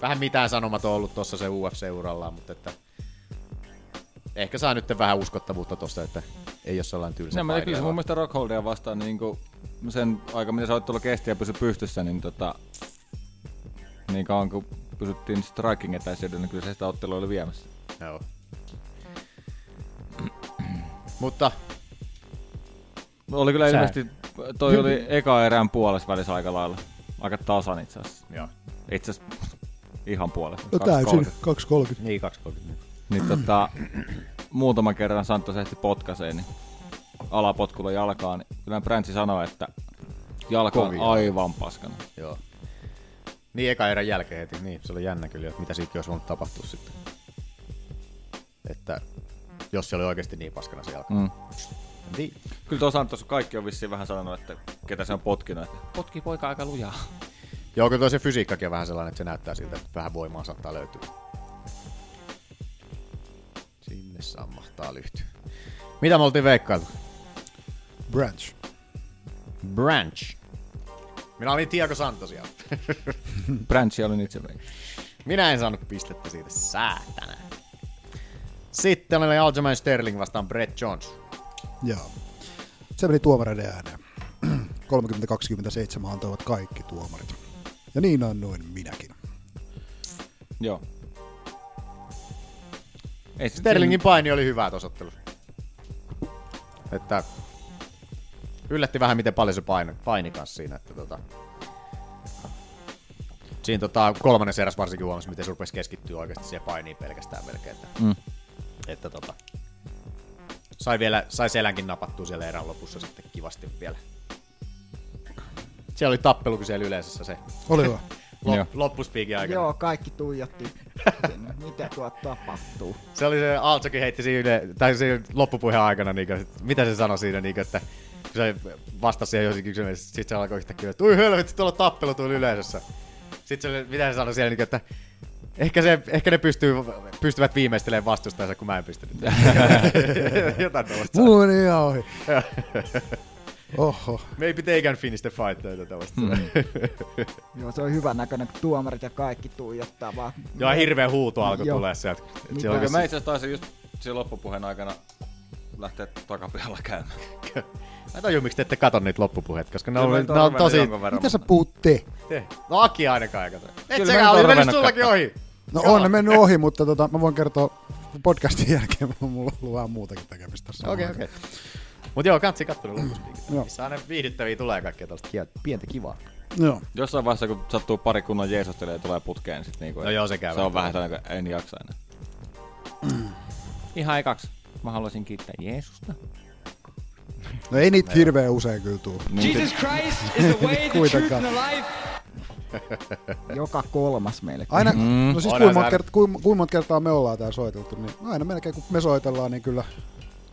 [SPEAKER 8] vähän mitään sanomaton ollut tuossa se UFC-urallaan, mutta että ehkä saa nyt vähän uskottavuutta tuosta, että ei ole sellainen tylsä
[SPEAKER 9] No, mä kyllä
[SPEAKER 8] paine,
[SPEAKER 9] se mun mielestä Rockholdia vastaan niin kuin sen aika, mitä se ottelu kesti ja pysy pystyssä, niin tota, niin kauan kun pysyttiin striking etäisyydellä, niin kyllä se sitä ottelua oli viemässä.
[SPEAKER 8] Joo. Mutta
[SPEAKER 9] Oli kyllä
[SPEAKER 8] Sä-
[SPEAKER 9] ilmeisesti, toi oli eka erään puolessa välissä aika lailla. Aika tasan itse asiassa.
[SPEAKER 8] Joo.
[SPEAKER 9] Itse asiassa ihan puolessa.
[SPEAKER 7] No täysin,
[SPEAKER 9] 2.30.
[SPEAKER 7] 2.30.
[SPEAKER 8] Niin, 2.30.
[SPEAKER 9] Niin tota, muutaman kerran Santos ehti potkaiseen, niin alapotkulla jalkaan. Niin kyllä Bränsi sanoi, että jalka on
[SPEAKER 8] Kovia.
[SPEAKER 9] aivan paskana.
[SPEAKER 8] Joo. Niin eka erän jälkeen heti, niin se oli jännä kyllä, että mitä siitäkin olisi voinut tapahtua sitten. Että jos se oli oikeasti niin paskana se jalka.
[SPEAKER 9] Mm.
[SPEAKER 8] En tiedä.
[SPEAKER 9] Kyllä tuo Santos kaikki on vissiin vähän sanonut, että ketä se on potkinut. Että
[SPEAKER 8] Potki poika aika lujaa. Joo, kyllä toi se fysiikkakin on vähän sellainen, että se näyttää siltä, että vähän voimaa saattaa löytyä. Sinne sammahtaa lyhty. Mitä me oltiin veikkailtu?
[SPEAKER 7] Branch.
[SPEAKER 8] Branch. Minä olin Tiago Santosia. (laughs)
[SPEAKER 9] Branchi oli itse veikka.
[SPEAKER 8] Minä en saanut pistettä siitä, säätänä. Sitten oli Aljamain Sterling vastaan Brett Jones.
[SPEAKER 7] Joo. Se meni tuomareiden ääneen. (clears throat) 30-27 antoivat kaikki tuomarit. Ja niin annoin minäkin.
[SPEAKER 9] Joo. Ei sit
[SPEAKER 8] Sterlingin
[SPEAKER 9] siinä-
[SPEAKER 8] paini oli hyvä tuossa ottelussa. Että yllätti vähän, miten paljon se paini, paini kanssa siinä. Että tota, siinä tota, kolmannessa eräs varsinkin huomasi, miten se rupesi keskittyä oikeasti siihen painiin pelkästään melkein. Että,
[SPEAKER 9] Mm.
[SPEAKER 8] että tota, sai, vielä, sai selänkin napattua siellä erän lopussa sitten kivasti vielä. Siellä oli tappelukin siellä yleisössä se.
[SPEAKER 7] Oli
[SPEAKER 8] (laughs)
[SPEAKER 7] hyvä.
[SPEAKER 8] Lop,
[SPEAKER 7] Joo.
[SPEAKER 8] loppuspiikin aikana.
[SPEAKER 10] Joo, kaikki tuijotti
[SPEAKER 8] (laughs)
[SPEAKER 10] sinne. Mitä tuo tapahtuu?
[SPEAKER 8] Se oli se, Aaltsokin heitti siinä, tai siinä loppupuheen aikana, niin kuin, mitä se sanoi siinä, niin kuin, että kun se vastasi siihen johonkin kysymykseen, sitten se alkoi yhtäkkiä, että ui helvetti, tuolla on tappelu tuolla yleisössä. Sitten se, oli- mitä se sanoi siellä, niin kuin, että ehkä, se, ehkä ne pystyy, pystyvät viimeistelemään vastustajansa, kun mä en pystynyt. (laughs) Jotain tuollaista.
[SPEAKER 7] Mulla meni ihan ohi.
[SPEAKER 8] Joo.
[SPEAKER 7] Oho.
[SPEAKER 8] Maybe they can finish the fight. Tai jotain tällaista.
[SPEAKER 9] Mm.
[SPEAKER 10] Joo, se on hyvän näköinen, kun tuomarit ja kaikki tuijottaa vaan.
[SPEAKER 8] (laughs) Joo, hirveä huuto alkoi tulee sieltä. Et se
[SPEAKER 9] Joo,
[SPEAKER 8] oli-
[SPEAKER 9] kyllä mä itse asiassa taisin just siinä loppupuheen aikana lähteä takapihalla
[SPEAKER 8] No,
[SPEAKER 9] käymään.
[SPEAKER 8] Mä en tajua, miksi te ette katso niitä loppupuheita, koska ne
[SPEAKER 9] Kyllä
[SPEAKER 8] on,
[SPEAKER 9] mä
[SPEAKER 8] ne on
[SPEAKER 9] torvennyt
[SPEAKER 8] no, tosi...
[SPEAKER 9] jonkun verran, Mitä sä
[SPEAKER 7] puhut te?
[SPEAKER 8] te? No Aki ainakaan ei kato.
[SPEAKER 9] Kyllä
[SPEAKER 8] Et
[SPEAKER 9] mä en
[SPEAKER 8] sekään oli mennyt
[SPEAKER 9] torvennut
[SPEAKER 8] sullakin
[SPEAKER 9] katsoa.
[SPEAKER 8] ohi.
[SPEAKER 7] No on ne mennyt ohi, mutta tota, mä voin kertoa podcastin jälkeen, (laughs) mulla on ollut vähän muutakin tekemistä. tässä
[SPEAKER 8] Okei,
[SPEAKER 7] samaan
[SPEAKER 8] okei.
[SPEAKER 7] aikaan.
[SPEAKER 8] Mut joo, katsi kattonut loppuspiikit.
[SPEAKER 7] Joo.
[SPEAKER 8] Missä aina viihdyttäviä tulee kaikkea tällaista kiel- pientä kivaa.
[SPEAKER 7] Joo.
[SPEAKER 9] Jossain vaiheessa, kun sattuu pari kunnon jeesustelee ja tulee putkeen, sit niinku,
[SPEAKER 8] No joo, se käy
[SPEAKER 9] Se on
[SPEAKER 8] välttämättä.
[SPEAKER 9] vähän sellainen, kun en jaksa enää. Ihan ekaksi. Mä haluaisin kiittää Jeesusta.
[SPEAKER 7] No ei niitä hirveän usein kyllä tuu.
[SPEAKER 8] Mm-hmm.
[SPEAKER 10] Jesus
[SPEAKER 11] Christ
[SPEAKER 10] is the
[SPEAKER 4] (laughs)
[SPEAKER 10] way,
[SPEAKER 7] Ei
[SPEAKER 10] the truth and
[SPEAKER 7] kuitenkaan.
[SPEAKER 10] the Joka kolmas meille.
[SPEAKER 7] Aina, mm, no siis kuinka monta, kertaa, kuinka, kuinka monta kertaa me ollaan täällä soiteltu, niin no aina melkein kun me soitellaan, niin kyllä,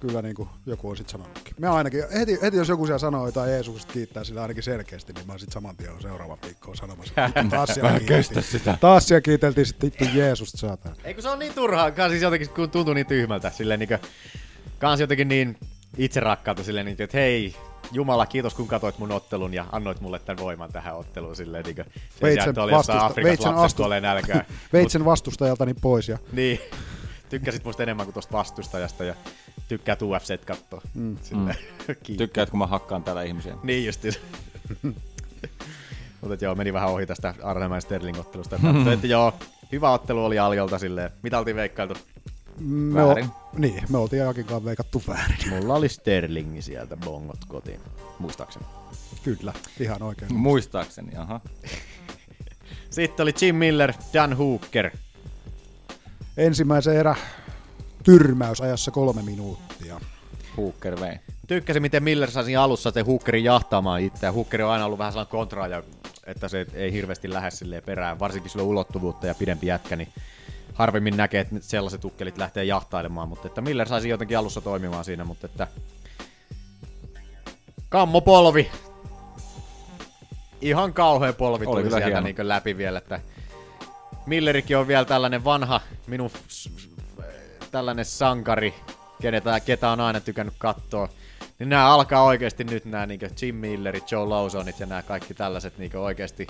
[SPEAKER 7] kyllä niin kuin joku on sitten sanonutkin. Me ainakin, heti, heti jos joku siellä sanoo jotain Jeesuksesta kiittää sillä ainakin selkeästi, niin mä oon sitten saman tien seuraavan viikkoon sanomassa. että vittu, Taas siellä
[SPEAKER 8] (laughs) Mä en kestä
[SPEAKER 7] kiiteltiin.
[SPEAKER 8] sitä.
[SPEAKER 7] Taas siellä kiiteltiin sitten vittu Jeesusta saatana.
[SPEAKER 8] Ei kun se on niin turhaa, siis jotenkin kun tuntuu niin tyhmältä, silleen niin kans jotenkin niin itserakkaalta silleen niin, että hei, Jumala, kiitos kun katsoit mun ottelun ja annoit mulle tämän voiman tähän otteluun silleen niin kuin, sen sijaan, että oli jossain Afrikassa lapset kuolee nälkään.
[SPEAKER 7] (laughs) veitsen vastustajaltani pois ja
[SPEAKER 8] Niin, tykkäsit musta enemmän kuin tuosta vastustajasta ja tykkäät UFC katsoa.
[SPEAKER 7] Mm.
[SPEAKER 8] Mm. (laughs)
[SPEAKER 9] Tykkäät, kun mä hakkaan täällä ihmisiä.
[SPEAKER 8] Niin justiin. (laughs) Mutta joo, meni vähän ohi tästä Arnheim Sterling ottelusta. Mutta että joo, hyvä ottelu oli Aljolta silleen. Mitä oltiin veikkailtu?
[SPEAKER 7] me, o, niin, me oltiin Akin kanssa veikattu väärin. (laughs)
[SPEAKER 8] Mulla oli Sterlingi sieltä bongot kotiin, muistaakseni.
[SPEAKER 7] Kyllä, ihan oikein.
[SPEAKER 9] Muistaakseni, aha.
[SPEAKER 8] Sitten oli Jim Miller, Dan Hooker.
[SPEAKER 7] Ensimmäisen erä tyrmäysajassa kolme minuuttia.
[SPEAKER 9] Hooker vei.
[SPEAKER 8] Tykkäsin, miten Miller sai siinä alussa sen Hookerin jahtamaan itseään. Hooker on aina ollut vähän sellainen kontraaja, että se ei hirveästi lähde silleen perään. Varsinkin sillä on ulottuvuutta ja pidempi jätkä, niin harvemmin näkee, että sellaiset ukkelit lähtee jahtailemaan. Mutta että Miller saisi jotenkin alussa toimimaan siinä, mutta että... Kammo polvi! Ihan kauhea polvi
[SPEAKER 9] Oli
[SPEAKER 8] tuli
[SPEAKER 9] kyllä
[SPEAKER 8] sieltä
[SPEAKER 9] hieno.
[SPEAKER 8] niin läpi vielä, että Millerikin on vielä tällainen vanha, minun f- s- f- tällainen sankari, kenetä, ketä on aina tykännyt katsoa. Niin nämä alkaa oikeasti nyt nämä niin Jim Millerit, Joe Lawsonit ja nämä kaikki tällaiset niin oikeasti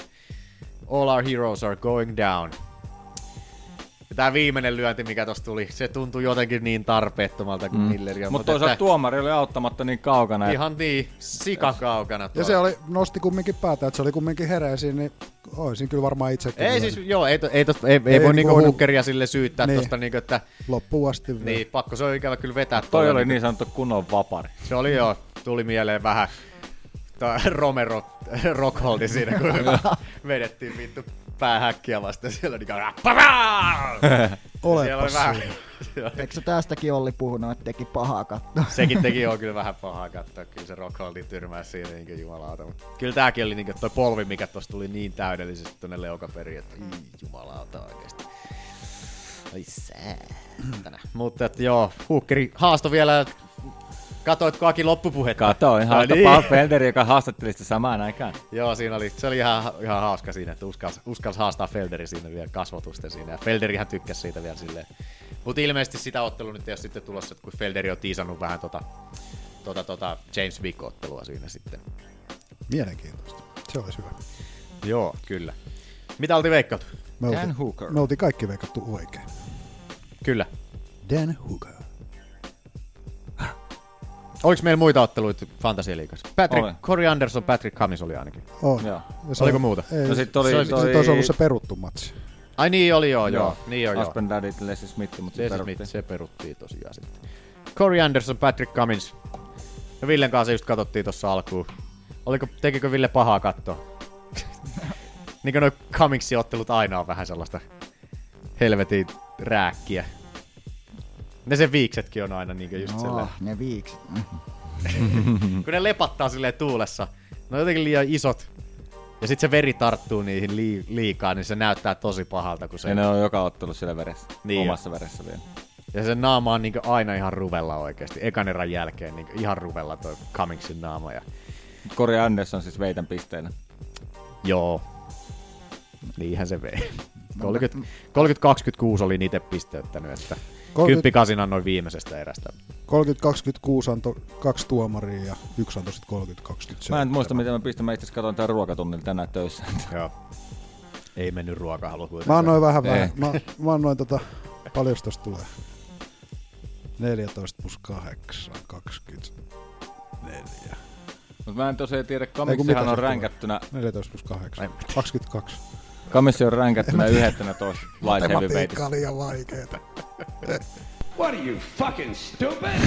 [SPEAKER 8] All our heroes are going down. Ja tämä viimeinen lyönti, mikä tossa tuli, se tuntui jotenkin niin tarpeettomalta kuin mm. Milleri on.
[SPEAKER 9] Mutta toisaalta
[SPEAKER 8] että-
[SPEAKER 9] tuomari oli auttamatta niin kaukana. että-
[SPEAKER 8] Ihan niin, sikakaukana.
[SPEAKER 7] Ja se oli, nosti kumminkin päätä, että se oli kumminkin hereisiin, niin olisin kyllä varmaan itsekin.
[SPEAKER 8] Ei
[SPEAKER 7] lyönyt.
[SPEAKER 8] siis, joo, ei, to, ei, tosta, ei, ei, ei voi
[SPEAKER 7] niinku
[SPEAKER 8] niinku
[SPEAKER 7] voinut-
[SPEAKER 8] hookeria sille syyttää
[SPEAKER 7] Niin.
[SPEAKER 8] niin. tosta niinku, että...
[SPEAKER 7] Loppuun asti vielä.
[SPEAKER 8] Niin, pakko se on ikävä kyllä vetää.
[SPEAKER 9] Toi
[SPEAKER 8] tuolla
[SPEAKER 9] oli
[SPEAKER 8] niinku-
[SPEAKER 9] niin sanottu kunnon vapari.
[SPEAKER 8] Se oli joo, tuli mieleen vähän toi Romero Rockholdi siinä, kun
[SPEAKER 10] (laughs)
[SPEAKER 8] vedettiin vittu päähäkkiä vasten. Siellä oli niinku... "Paraa!" Siellä
[SPEAKER 10] (laughs) Olepas
[SPEAKER 8] oli vähän...
[SPEAKER 10] siinä.
[SPEAKER 8] siellä oli-
[SPEAKER 10] Eikö se tästäkin Olli puhunut, että teki pahaa katsoa?
[SPEAKER 8] (laughs) Sekin teki on kyllä vähän pahaa katsoa, kyllä se Rockholdin tyrmäys siinä niin jumalauta. Mutta kyllä tääkin oli niin toi polvi, mikä tuossa tuli niin täydellisesti tonne leukaperiin, että ii, jumalauta oikeesti. Oi säätänä. Mutta et joo, Hukkeri haasto vielä, katoitko Aki loppupuhetta?
[SPEAKER 9] Katoin, haasta
[SPEAKER 8] niin.
[SPEAKER 9] niin. Paul Felder, joka haastatteli sitä samaan aikaan.
[SPEAKER 8] Joo, siinä oli, se oli ihan, ihan hauska siinä, että uskalsi, uskalsi haastaa Felderi siinä vielä kasvotusten siinä. Ja Felderihän tykkäsi siitä vielä silleen. Mutta ilmeisesti sitä ottelua nyt ei ole sitten tulossa, että kun Felderi on tiisannut vähän tota, tota, tota James Wick-ottelua siinä sitten.
[SPEAKER 7] Mielenkiintoista. Se olisi hyvä.
[SPEAKER 8] Joo, kyllä. Mitä oltiin veikkaat?
[SPEAKER 7] Me oltiin, me oltiin kaikki veikattu oikein.
[SPEAKER 8] Kyllä.
[SPEAKER 7] Dan Hooker.
[SPEAKER 8] Oliko meillä muita otteluita Fantasialiikassa? Patrick,
[SPEAKER 7] Oli.
[SPEAKER 8] Corey Anderson, Patrick Cummins oli ainakin.
[SPEAKER 7] On.
[SPEAKER 8] Joo.
[SPEAKER 7] Ja
[SPEAKER 8] Oliko muuta?
[SPEAKER 7] Ei, no sit oli, se, oli, se, se, ollut se peruttu matsi.
[SPEAKER 8] Ai niin oli joo, joo. joo. Niin joo, joo.
[SPEAKER 9] Aspen Dadit, Leslie Smith, mutta se
[SPEAKER 8] Leslie
[SPEAKER 9] peruttiin.
[SPEAKER 8] se peruttiin tosiaan sitten. Corey Anderson, Patrick Cummins. Ja Villen kanssa just katsottiin tuossa alkuun. Oliko, tekikö Ville pahaa kattoa? (laughs) niin kuin noi Cummingsin ottelut aina on vähän sellaista helvetin rääkkiä. Ne sen viiksetkin on aina niinkö just
[SPEAKER 10] no,
[SPEAKER 8] sellainen.
[SPEAKER 10] ne viikset.
[SPEAKER 9] Mm.
[SPEAKER 8] kun ne lepattaa silleen tuulessa. Ne on jotenkin liian isot. Ja sit se veri tarttuu niihin lii- liikaa, niin se näyttää tosi pahalta. Kun se...
[SPEAKER 9] Ja ne on joka ottelu siellä veressä.
[SPEAKER 8] Niin
[SPEAKER 9] Niin
[SPEAKER 8] jo.
[SPEAKER 9] Omassa veressä vielä.
[SPEAKER 8] Ja sen naama on niinku aina ihan ruvella oikeasti. Ekan erän jälkeen niinku ihan ruvella toi Cummingsin naama. Ja...
[SPEAKER 9] Kori Anderson siis veitän pisteenä.
[SPEAKER 8] Joo. Niinhän se vei.
[SPEAKER 9] No,
[SPEAKER 8] 30, 30-26 oli niitä pisteyttänyt, että
[SPEAKER 7] 30
[SPEAKER 8] kyppikasin annoin viimeisestä erästä.
[SPEAKER 7] 30-26 antoi kaksi tuomaria ja yksi antoi sitten 30-27.
[SPEAKER 9] Mä en muista, miten mä pistin. Mä itse asiassa katsoin tämän ruokatunnilla tänään
[SPEAKER 8] (laughs)
[SPEAKER 9] töissä.
[SPEAKER 8] Joo. Ei mennyt ruokahalu
[SPEAKER 7] Mä annoin vähän
[SPEAKER 9] Ei.
[SPEAKER 7] vähän. Mä, mä annoin tota, paljon tosta tulee. 14 plus 8, 24.
[SPEAKER 9] Mut mä en tosiaan tiedä,
[SPEAKER 7] Ei, kun mitä
[SPEAKER 9] Kamiksihan
[SPEAKER 7] se
[SPEAKER 9] on
[SPEAKER 7] tulee?
[SPEAKER 9] ränkättynä.
[SPEAKER 7] 14 plus 8, 22.
[SPEAKER 9] Kamissi on ränkättynä
[SPEAKER 7] En mä tiedä.
[SPEAKER 9] 11 light heavyweightissä.
[SPEAKER 7] Matematiikka on liian vaikeeta.
[SPEAKER 11] What are you fucking stupid?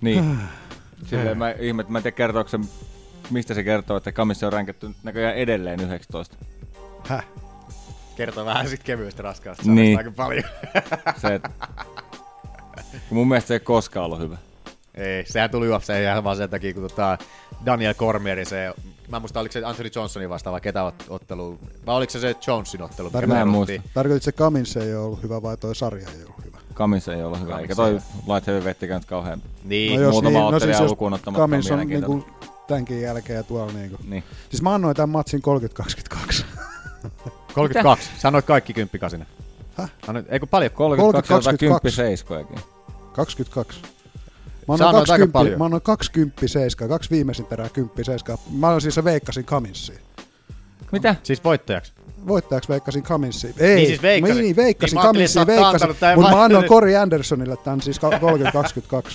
[SPEAKER 9] Niin. (sighs) Silleen mä ihmet, mä en tiedä kertooko se, mistä se kertoo, että Kamissa on ränkätty näköjään edelleen 19.
[SPEAKER 7] Häh?
[SPEAKER 8] Kertoo vähän sit kevyestä raskaasta
[SPEAKER 9] Niin.
[SPEAKER 8] (laughs) aika paljon.
[SPEAKER 9] Se, et- Kun mun mielestä se ei koskaan ollut hyvä.
[SPEAKER 8] (laughs) Ei, sehän tuli UFC ihan vaan sen takia, kun tota Daniel Cormierin se, mä en muista oliko se Anthony Johnsonin vastaan vai ketä ot- ottelu, vai oliko se se Johnsonin ottelu? mikä peruttiin?
[SPEAKER 7] Tarkoititko se Kamins ei ole ollut hyvä vai toi sarja ei ollut hyvä?
[SPEAKER 9] Kamis ei ole hyvä,
[SPEAKER 8] Cummins
[SPEAKER 9] eikä
[SPEAKER 8] ei
[SPEAKER 9] toi
[SPEAKER 8] ole.
[SPEAKER 9] light heavyweighttikään nyt kauhean
[SPEAKER 8] Niin.
[SPEAKER 9] no muutama niin, ottelija no siis lukuun ottamatta on
[SPEAKER 7] Cummins on
[SPEAKER 9] mielenkiintoinen.
[SPEAKER 7] niinku tämänkin jälkeen ja tuolla niinku.
[SPEAKER 9] Niin.
[SPEAKER 7] Siis mä annoin tämän matsin (laughs) 30-22.
[SPEAKER 8] 32, sanoit kaikki kymppikasina.
[SPEAKER 7] Häh?
[SPEAKER 8] Annoit, ei kun paljon?
[SPEAKER 7] 32, 22.
[SPEAKER 9] seiskojakin.
[SPEAKER 7] 22. Mä annoin
[SPEAKER 8] Sä annoit aika
[SPEAKER 7] 20,
[SPEAKER 8] paljon.
[SPEAKER 7] mä annoin 27, kaksi viimeisin perää 10 Mä annoin siis veikkasin Kaminssiin.
[SPEAKER 9] Mitä?
[SPEAKER 8] Siis voittajaksi?
[SPEAKER 7] Voittajaksi veikkasin Kaminssiin. Ei,
[SPEAKER 8] Niin siis veikkasit.
[SPEAKER 7] Niin, veikkasin
[SPEAKER 8] Niin mä
[SPEAKER 7] niin, Kaminssiin,
[SPEAKER 8] ajattelin, että sä oot
[SPEAKER 7] veikkasin.
[SPEAKER 8] antanut tän
[SPEAKER 7] Mutta mä annoin
[SPEAKER 8] matsin.
[SPEAKER 7] Corey Andersonille tämän siis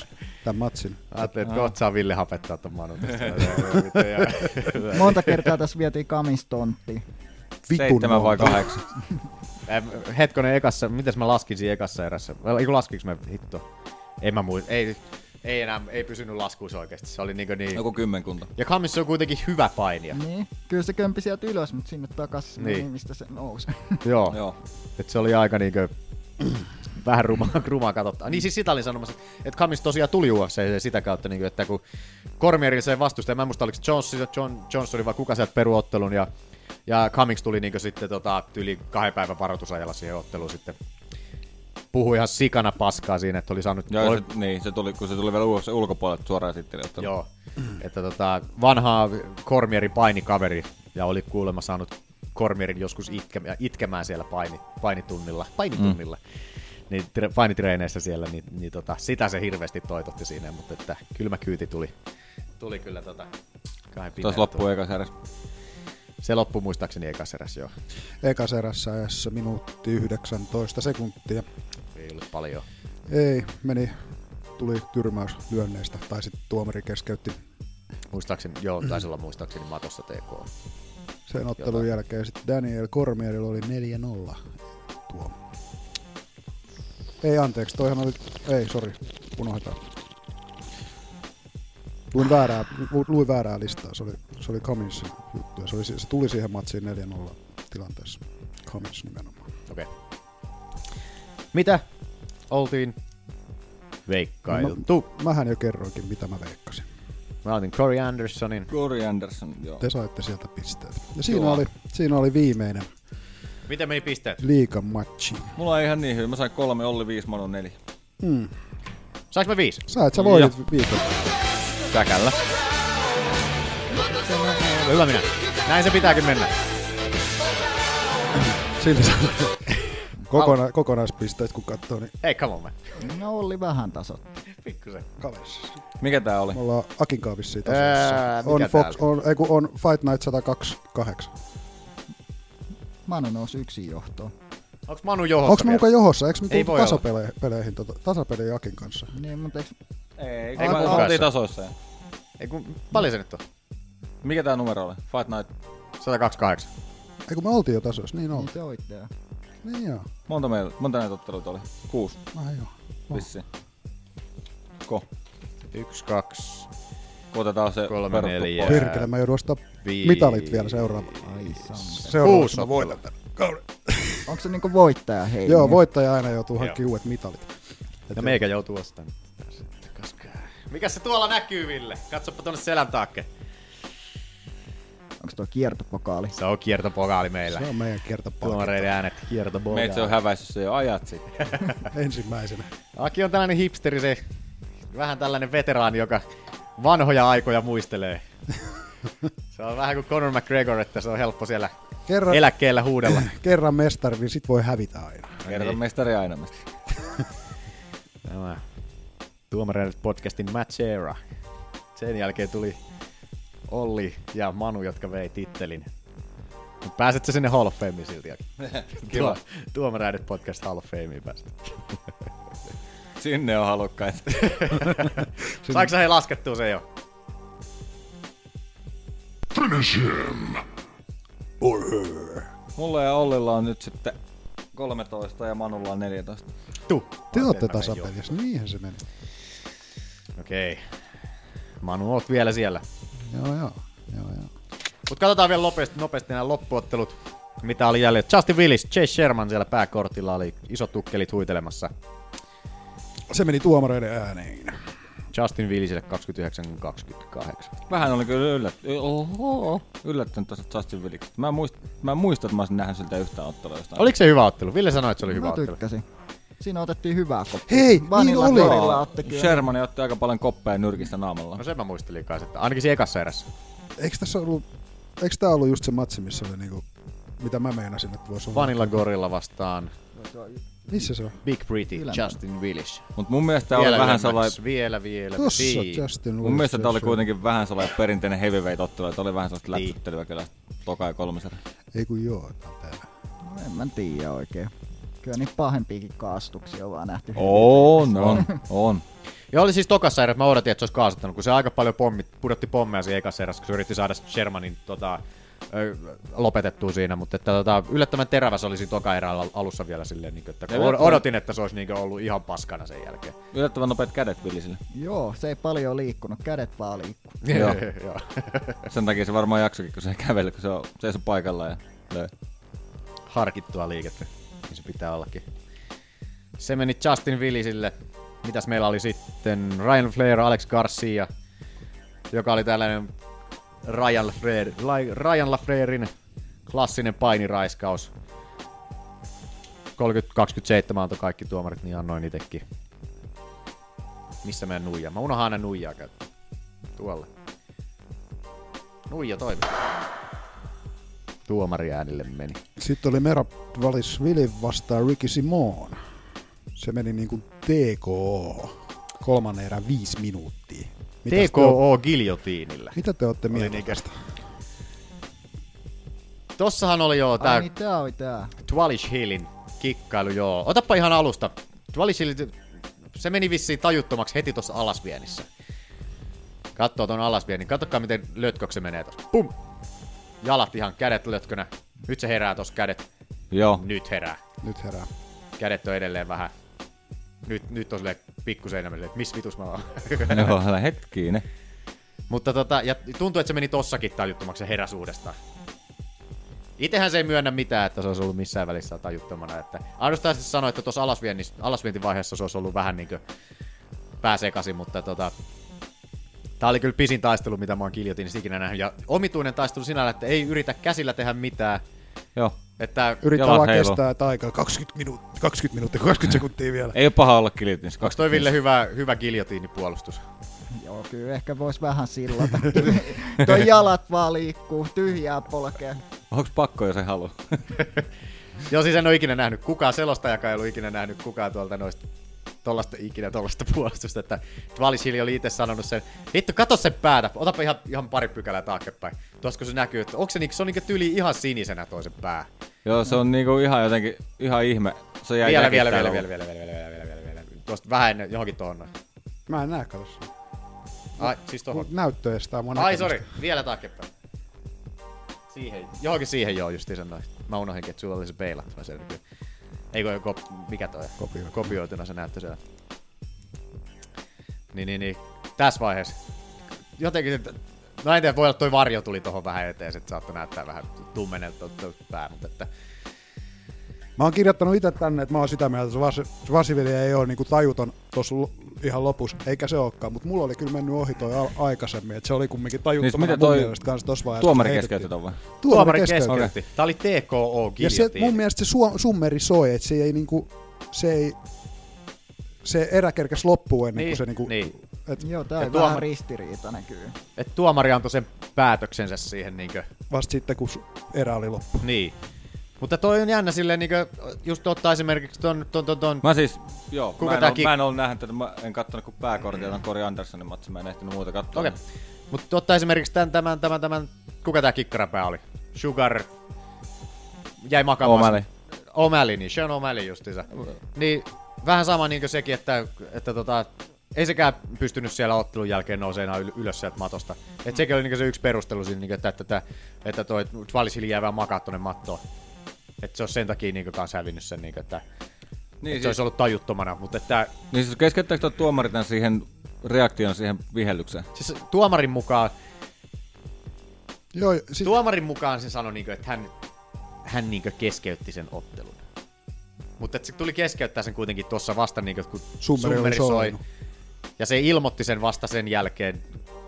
[SPEAKER 7] 30-22 tämän matsin.
[SPEAKER 8] Ajattelin, että kohta saa Ville hapettaa ton Manun.
[SPEAKER 10] Monta
[SPEAKER 8] (laughs)
[SPEAKER 10] kertaa tässä vietiin kamistonttiin.
[SPEAKER 8] Seitsemän vai kahdeksan. Em, Hetkonen ekassa, mitäs mä laskin siinä ekassa erässä? Vai Eiku laskiks mä hitto? En mä muista. Ei, ei enää, ei pysynyt laskuus oikeesti. Se oli niinku niin.
[SPEAKER 9] Joku kymmenkunta.
[SPEAKER 8] Ja Kamissa on kuitenkin hyvä painija.
[SPEAKER 10] Niin. Kyllä se kömpi sieltä ylös, mutta sinne takaisin,
[SPEAKER 8] Niin.
[SPEAKER 10] niin. mistä se nousi.
[SPEAKER 8] Joo. Joo. Et se oli aika niinkö (clears throat) vähän rumaa, rumaa katsottavaa. Niin siis sitä olin sanomassa, että Kamis tosiaan tuli UFC sitä kautta, niin kuin, että kun Cormierilla se vastustaja, mä en muista oliko se Johnson, John, Johnson vai kuka sieltä peruottelun ja, ja Cummings tuli niin sitten tota, yli kahden päivän varoitusajalla siihen otteluun sitten. Puhui ihan sikana paskaa siinä, että oli saanut...
[SPEAKER 9] Joo,
[SPEAKER 8] oli-
[SPEAKER 9] se, niin, se tuli, kun se tuli vielä UFC ulkopuolelta suoraan sitten. Ottelu.
[SPEAKER 8] Joo. että tota, vanha Kormierin painikaveri ja oli kuulemma saanut Kormierin joskus itke, itkemään siellä paini, painitunnilla, painitunnilla. Mm. Niin, tre- painitreeneissä siellä, niin, niin tota, sitä se hirveästi toitotti siinä, mutta että kylmä kyyti tuli. Tuli kyllä tota kahden
[SPEAKER 9] Taisi loppu eka eräs.
[SPEAKER 8] Se loppu muistaakseni ekas eräs, joo.
[SPEAKER 7] Ekas erässä ajassa minuutti 19 sekuntia.
[SPEAKER 8] Ei ollut paljon.
[SPEAKER 7] Ei, meni, tuli tyrmäys lyönneistä, tai sitten tuomari keskeytti
[SPEAKER 8] Muistaakseni, joo, taisi olla muistaakseni Matossa TK.
[SPEAKER 7] sen ottelun jälkeen. Sitten Daniel Cormierilla oli 4-0 tuo. Ei anteeksi, toihan oli, ei sori, unohdetaan. Luin väärää, lu- luin väärää listaa, se oli, se oli Cummingsin juttu ja se, oli, si- se tuli siihen matsiin 4-0 tilanteessa. Cummings nimenomaan.
[SPEAKER 8] Okei. Okay. Mitä oltiin veikkailtu?
[SPEAKER 7] Mä, mähän jo kerroinkin, mitä mä veikkasin.
[SPEAKER 8] Mä otin Corey Andersonin.
[SPEAKER 9] Corey Anderson, joo.
[SPEAKER 7] Te saitte sieltä pisteet. Ja siinä
[SPEAKER 9] Joo.
[SPEAKER 7] oli, siinä oli viimeinen
[SPEAKER 8] Miten meni pisteet?
[SPEAKER 7] liikan matchi.
[SPEAKER 9] Mulla ei ihan niin hyvä. Mä sain kolme, Olli viisi, Manu neljä.
[SPEAKER 7] Mm.
[SPEAKER 8] Saanko mä viisi?
[SPEAKER 7] Sä et sä voitit
[SPEAKER 9] Joo.
[SPEAKER 7] viikon.
[SPEAKER 8] Säkällä. Hyvä minä. Näin se pitääkin mennä.
[SPEAKER 7] Sillä sä... Kokona, kokonaispisteet kun katsoo, niin
[SPEAKER 8] Hei, come on man.
[SPEAKER 10] (laughs) No Olli vähän tasotti.
[SPEAKER 8] Pikkusen.
[SPEAKER 7] Kaverissa.
[SPEAKER 9] Mikä tää oli?
[SPEAKER 7] me ollaan Akin kaavissa siitä asiassa.
[SPEAKER 9] Ää, mikä
[SPEAKER 7] On, Fox,
[SPEAKER 9] täällä?
[SPEAKER 7] on, ei kun on Fight Night 128.
[SPEAKER 10] Manu nousi yksin johtoon.
[SPEAKER 8] Onks Manu
[SPEAKER 10] johossa
[SPEAKER 7] Onko me
[SPEAKER 10] vielä?
[SPEAKER 7] mukaan johossa? Eikö me
[SPEAKER 10] Ei
[SPEAKER 7] tultu
[SPEAKER 10] voi olla.
[SPEAKER 7] tasapeleihin, peleihin, tota, tasapeliin Akin kanssa?
[SPEAKER 10] Niin, mutta eiks...
[SPEAKER 9] Ei,
[SPEAKER 8] Ei,
[SPEAKER 9] kun
[SPEAKER 8] kun-
[SPEAKER 9] oltiin tasoissa. jo.
[SPEAKER 8] Ei kun, paljon se nyt on?
[SPEAKER 9] Mikä tää numero oli? Fight Night?
[SPEAKER 8] 128.
[SPEAKER 7] Ei kun me oltiin jo tasoissa, niin oltiin.
[SPEAKER 10] Te oitte jo.
[SPEAKER 7] Niin joo.
[SPEAKER 9] Monta, meillä, monta näitä otteluita oli? Kuusi.
[SPEAKER 7] Ai joo. Oh.
[SPEAKER 9] Vissiin. Ko.
[SPEAKER 8] Yksi, kaksi.
[SPEAKER 9] Otetaan se
[SPEAKER 8] Kolme,
[SPEAKER 9] peruttu
[SPEAKER 8] neljä.
[SPEAKER 9] pois.
[SPEAKER 7] Perkele, mä joudun ostamaan
[SPEAKER 8] Viis.
[SPEAKER 7] mitalit vielä seuraavana.
[SPEAKER 10] Ai
[SPEAKER 7] Seuraavaksi mä voitan tämän.
[SPEAKER 10] Onko se niinku voittaja hei?
[SPEAKER 7] Joo, voittaja aina joutuu hankkimaan uudet mitalit.
[SPEAKER 8] Ja meikä joutuu ostamaan. Mikä se tuolla näkyy, Ville? Katsoppa tuonne selän taakke.
[SPEAKER 10] Onko tuo kiertopokaali?
[SPEAKER 8] Se on kiertopokaali meillä.
[SPEAKER 7] Se on meidän kiertopokaali.
[SPEAKER 8] Tuomareiden äänet kiertopokaali.
[SPEAKER 9] Meitä se on häväissyt se jo ajat (laughs) sitten.
[SPEAKER 7] Ensimmäisenä.
[SPEAKER 8] Aki on tällainen hipsteri se. Vähän tällainen veteraani, joka vanhoja aikoja muistelee. Se on vähän kuin Conor McGregor, että se on helppo siellä
[SPEAKER 7] Kerran-
[SPEAKER 8] eläkkeellä huudella.
[SPEAKER 7] Kerran mestari, niin sit voi hävitä aina.
[SPEAKER 9] Kerran niin. mestari aina mestari.
[SPEAKER 8] Tämä Tuomareiden podcastin Match Era. Sen jälkeen tuli Olli ja Manu, jotka vei tittelin. Mut Pääsetkö sinne Hall of Fameen
[SPEAKER 7] (laughs)
[SPEAKER 8] silti? Aki?
[SPEAKER 9] Kiva.
[SPEAKER 8] Tuo, Tuomareiden podcast Hall of Fameen päästä.
[SPEAKER 9] Sinne on halukkaita.
[SPEAKER 8] Saanko sä hei laskettua se jo?
[SPEAKER 9] Finish him! Or her. (laughs) Mulla ja Ollilla on nyt sitten 13 ja Manulla on 14.
[SPEAKER 8] Tu.
[SPEAKER 7] Te ootte tasapelissä, niinhän se meni.
[SPEAKER 8] Okei. Manu, oot vielä siellä.
[SPEAKER 7] No Joo, joo. joo, joo.
[SPEAKER 8] Mutta katsotaan vielä nopeasti, nopeasti nämä loppuottelut, mitä oli jäljellä. Justin Willis, Chase Sherman siellä pääkortilla oli isot tukkelit huitelemassa.
[SPEAKER 7] Se meni tuomareiden ääneen.
[SPEAKER 8] Justin Willisille 29-28.
[SPEAKER 9] Vähän oli kyllä yllättynyt. Oho. Yllättynyt tuosta Justin Williksestä. Mä, muist, mä en muista, että mä olisin nähnyt siltä yhtään ottelua jostain.
[SPEAKER 8] Oliko se hyvä ottelu? Ville sanoi, että se oli hyvä
[SPEAKER 10] Mä
[SPEAKER 8] ottelu.
[SPEAKER 10] tykkäsin. Siinä otettiin hyvää koppia.
[SPEAKER 7] Hei, niin
[SPEAKER 10] Vanilla Gorilla otti kyllä.
[SPEAKER 9] Sherman otti aika paljon koppeja nyrkistä naamalla. No
[SPEAKER 8] sen mä muistelin kanssa, että ainakin siinä ekassa erässä.
[SPEAKER 7] Eikö tässä ollut, eikö tää ollut just se matsi, missä oli niinku, mitä mä meinasin, että voisi olla?
[SPEAKER 8] Vanilla Gorilla vastaan.
[SPEAKER 7] Missä se on?
[SPEAKER 8] Big Pretty,
[SPEAKER 7] Ylempänä.
[SPEAKER 8] Justin Willis.
[SPEAKER 9] Mut mun mielestä tää oli
[SPEAKER 8] Vielä
[SPEAKER 9] vähän
[SPEAKER 8] ylemmäksi,
[SPEAKER 9] sellainen...
[SPEAKER 8] Vielä, vielä.
[SPEAKER 7] Tossa
[SPEAKER 8] Siin.
[SPEAKER 7] Justin
[SPEAKER 9] Mun
[SPEAKER 7] Willis,
[SPEAKER 9] mielestä tää oli
[SPEAKER 7] se-
[SPEAKER 9] kuitenkin vähän sellainen perinteinen heavyweight-ottelu, että oli vähän sellaista
[SPEAKER 8] Niin.
[SPEAKER 9] läpsyttelyä kyllä toka ja kolmas erä.
[SPEAKER 7] Ei kun joo.
[SPEAKER 10] En mä tiedä oikein. Kyllä niitä pahempiakin kaastuksia on vaan nähty.
[SPEAKER 8] Oh.
[SPEAKER 9] On, on, on.
[SPEAKER 8] Ja oli siis tokassa erässä, mä odotin, että se olisi kaasuttanut, kun se aika paljon pommit, pudotti pommeja siinä ekassa erässä, kun se yritti saada Shermanin tota, ö, lopetettua siinä, mutta että, tota, yllättävän terävä se oli siinä toka erään al- alussa vielä silleen, niin, että kun
[SPEAKER 9] Ja
[SPEAKER 8] od-
[SPEAKER 9] yllättävän-
[SPEAKER 8] odotin, että se olisi niin, ollut ihan paskana sen jälkeen.
[SPEAKER 9] Yllättävän nopeat kädet Willisille.
[SPEAKER 10] Joo, se ei paljon liikkunut, kädet vaan liikkuu.
[SPEAKER 8] (laughs) Joo.
[SPEAKER 9] Sen takia se varmaan jaksokin, kun se ei kävele, kun se on seisoo paikallaan ja löi.
[SPEAKER 8] Harkittua liikettä, niin se pitää ollakin. Se meni Justin Willisille. Mitäs meillä oli sitten? Ryan Flair, Alex Garcia, joka oli tällainen Ryan, Laflair, Lai- Ryan Laflairin klassinen painiraiskaus. 30-27 antoi kaikki tuomarit, niin annoin itekin. Missä meidän nuija? Mä unohan aina nuijaa käyttää. Tuolla. Nuija toimi. Tuomari äänille meni.
[SPEAKER 7] Sitten oli Merab Valisvili vastaan Ricky Simon. Se meni niinku TKO. Kolmannen erän viisi minuuttia. Mitäs te o-
[SPEAKER 8] TKO giljotiinillä.
[SPEAKER 7] Mitä te ootte
[SPEAKER 8] Oli
[SPEAKER 7] mieltä?
[SPEAKER 8] niin kestä. Tossahan oli joo tää
[SPEAKER 10] Ai niin tää oli tää.
[SPEAKER 8] Twalish Hillin kikkailu, joo. Otappa ihan alusta. Twalish Hill, se meni vissiin tajuttomaksi heti tuossa alasvienissä. Kattoo ton alasvienin. Katsokaa miten lötköksi se menee tossa. Pum! Jalat ihan kädet lötkönä. Nyt se herää tossa kädet.
[SPEAKER 9] Joo.
[SPEAKER 8] Nyt herää.
[SPEAKER 7] Nyt herää.
[SPEAKER 8] Kädet on edelleen vähän. Nyt, nyt on silleen pikkusen enemmän, että missä vitus mä oon. (laughs)
[SPEAKER 9] Joo, älä hetkinen.
[SPEAKER 8] Mutta tota, ja tuntuu, että se meni tossakin tajuttomaksi se heräs uudestaan. Itehän se ei myönnä mitään, että se olisi ollut missään välissä tajuttomana. Että ainoastaan se sanoi, että tuossa alasviennis- alasvientivaiheessa se olisi ollut vähän niin kuin pääsekaisin, mutta tota, Tämä oli kyllä pisin taistelu, mitä mä oon kiljotinissa ikinä nähnyt. Ja omituinen taistelu sinällä, että ei yritä käsillä tehdä mitään.
[SPEAKER 9] Joo.
[SPEAKER 8] Että
[SPEAKER 7] Yrittää vaan kestää, että aikaa 20 minuuttia, 20 minuuttia, 20 sekuntia vielä.
[SPEAKER 9] Ei ole paha olla niin kiljotinissa.
[SPEAKER 8] Onko toi Ville hyvä, hyvä giljotiinipuolustus?
[SPEAKER 10] Joo, kyllä ehkä vois vähän
[SPEAKER 7] (laughs)
[SPEAKER 10] sillata. (laughs) Toi jalat vaan liikkuu, tyhjää polkea.
[SPEAKER 9] Onko pakko, jos ei halua? (laughs)
[SPEAKER 8] Joo, siis en ole ikinä nähnyt kukaan selostajakaan, ei ollut ikinä nähnyt kukaan tuolta noista tollasta ikinä tollasta puolustusta, että Dvalis Hilja oli itse sanonut sen, vittu kato sen päätä, otapa ihan, ihan pari pykälää taaksepäin. Tuossa kun se näkyy, että onko se, niinku, se on niinku tyyli ihan sinisenä toisen pää.
[SPEAKER 9] Joo, se on niinku ihan jotenkin, ihan ihme. Se jäi
[SPEAKER 8] Vielä,
[SPEAKER 9] jäkin
[SPEAKER 8] vielä,
[SPEAKER 9] täällä
[SPEAKER 8] vielä, vielä,
[SPEAKER 9] ollut.
[SPEAKER 8] vielä, vielä, vielä, vielä, vielä, vielä. Tuosta vähän ennen, johonkin tuohon. noin.
[SPEAKER 7] Mä en näe, kato sitä.
[SPEAKER 8] Ai, siis tohon.
[SPEAKER 7] Mut Näyttö estää mua
[SPEAKER 8] Ai,
[SPEAKER 7] näkemästä.
[SPEAKER 8] sori, vielä taaksepäin. Siihen. Johonkin siihen joo, just sen noin. Mä unohdinkin, että sulla oli se peilattuna se nykyään. Eikö joku, mikä toi? Kopioituna. Kopioituna se näyttö siellä. Niin, niin, niin. Tässä vaiheessa. Jotenkin se... No en tiedä, voi olla toi varjo tuli tohon vähän eteen, sit saattoi näyttää vähän tummenelta toi pää, mutta että...
[SPEAKER 7] Mä oon kirjoittanut itse tänne, että mä oon sitä mieltä, että Svas- Svasivili ei ole niinku tajuton tuossa ihan lopussa, eikä se olekaan, mutta mulla oli kyllä mennyt ohi toi al- aikaisemmin, että se oli kumminkin tajuttomana
[SPEAKER 9] Niin mitä
[SPEAKER 7] mun
[SPEAKER 9] toi-
[SPEAKER 7] mielestä kanssa tossa vaiheessa.
[SPEAKER 9] tuomari
[SPEAKER 7] kun heitettiin.
[SPEAKER 9] keskeytti ton vai?
[SPEAKER 7] Tuomari keskeytti.
[SPEAKER 8] Tää oli TKO
[SPEAKER 7] Ja se,
[SPEAKER 8] giljotiini.
[SPEAKER 7] mun mielestä se su- summeri soi, että se ei niinku, se ei, se erä kerkes loppuu ennen kuin se niinku,
[SPEAKER 8] niin.
[SPEAKER 7] et,
[SPEAKER 10] Joo, tää
[SPEAKER 8] Ja
[SPEAKER 10] on
[SPEAKER 8] tuohan-
[SPEAKER 10] vähän ristiriitainen kyllä.
[SPEAKER 8] Et tuomari antoi sen päätöksensä siihen niinkö...
[SPEAKER 7] vasta sitten kun su- erä oli loppu.
[SPEAKER 8] Niin. Mutta toi on jännä silleen, niin just ottaa esimerkiksi ton... ton, ton, ton
[SPEAKER 9] Mä siis, joo,
[SPEAKER 8] Kuka
[SPEAKER 9] mä, en
[SPEAKER 8] tää
[SPEAKER 9] ole,
[SPEAKER 8] kick-
[SPEAKER 9] mä en ole nähnyt tätä, mä en kattonut kuin pääkortia tämän Kori Anderssonin matsin, mä en ehtinyt muuta katsoa. Niin
[SPEAKER 8] Okei. Mutta ottaa esimerkiksi tämän, tämän, tämän, tämän, kuka tämä kikkarapää oli? Sugar jäi makaamaan.
[SPEAKER 9] O'Malley.
[SPEAKER 8] O'Malley, niin Sean O'Malley justiinsa. Niin vähän sama niin sekin, että, että tota, ei sekään pystynyt siellä ottelun jälkeen nouseena yl- ylös sieltä matosta. Et sekin oli niin se yksi perustelu siinä, niin että, että, että, että toi Dvalis Hill jäi vähän makaa tonne mattoon. Että se olisi sen takia niin kanssa hävinnyt sen, niin että, niin, että
[SPEAKER 9] siis-
[SPEAKER 8] se olisi ollut tajuttomana. Mutta että
[SPEAKER 9] Niin siis keskeyttääkö tuo tuomari tämän siihen reaktion siihen vihellykseen?
[SPEAKER 8] Siis tuomarin mukaan...
[SPEAKER 7] Siis- Joo,
[SPEAKER 8] niinku, Tuomarin mukaan se sanoi, niin kuin, että hän, hän niin keskeytti sen niinku ottelun. Mutta se tuli keskeyttää sen kuitenkin tuossa vasta, niin kun
[SPEAKER 7] Summeri oli
[SPEAKER 8] summeri soi.
[SPEAKER 7] soinut.
[SPEAKER 8] Ja se ilmoitti sen vasta sen jälkeen,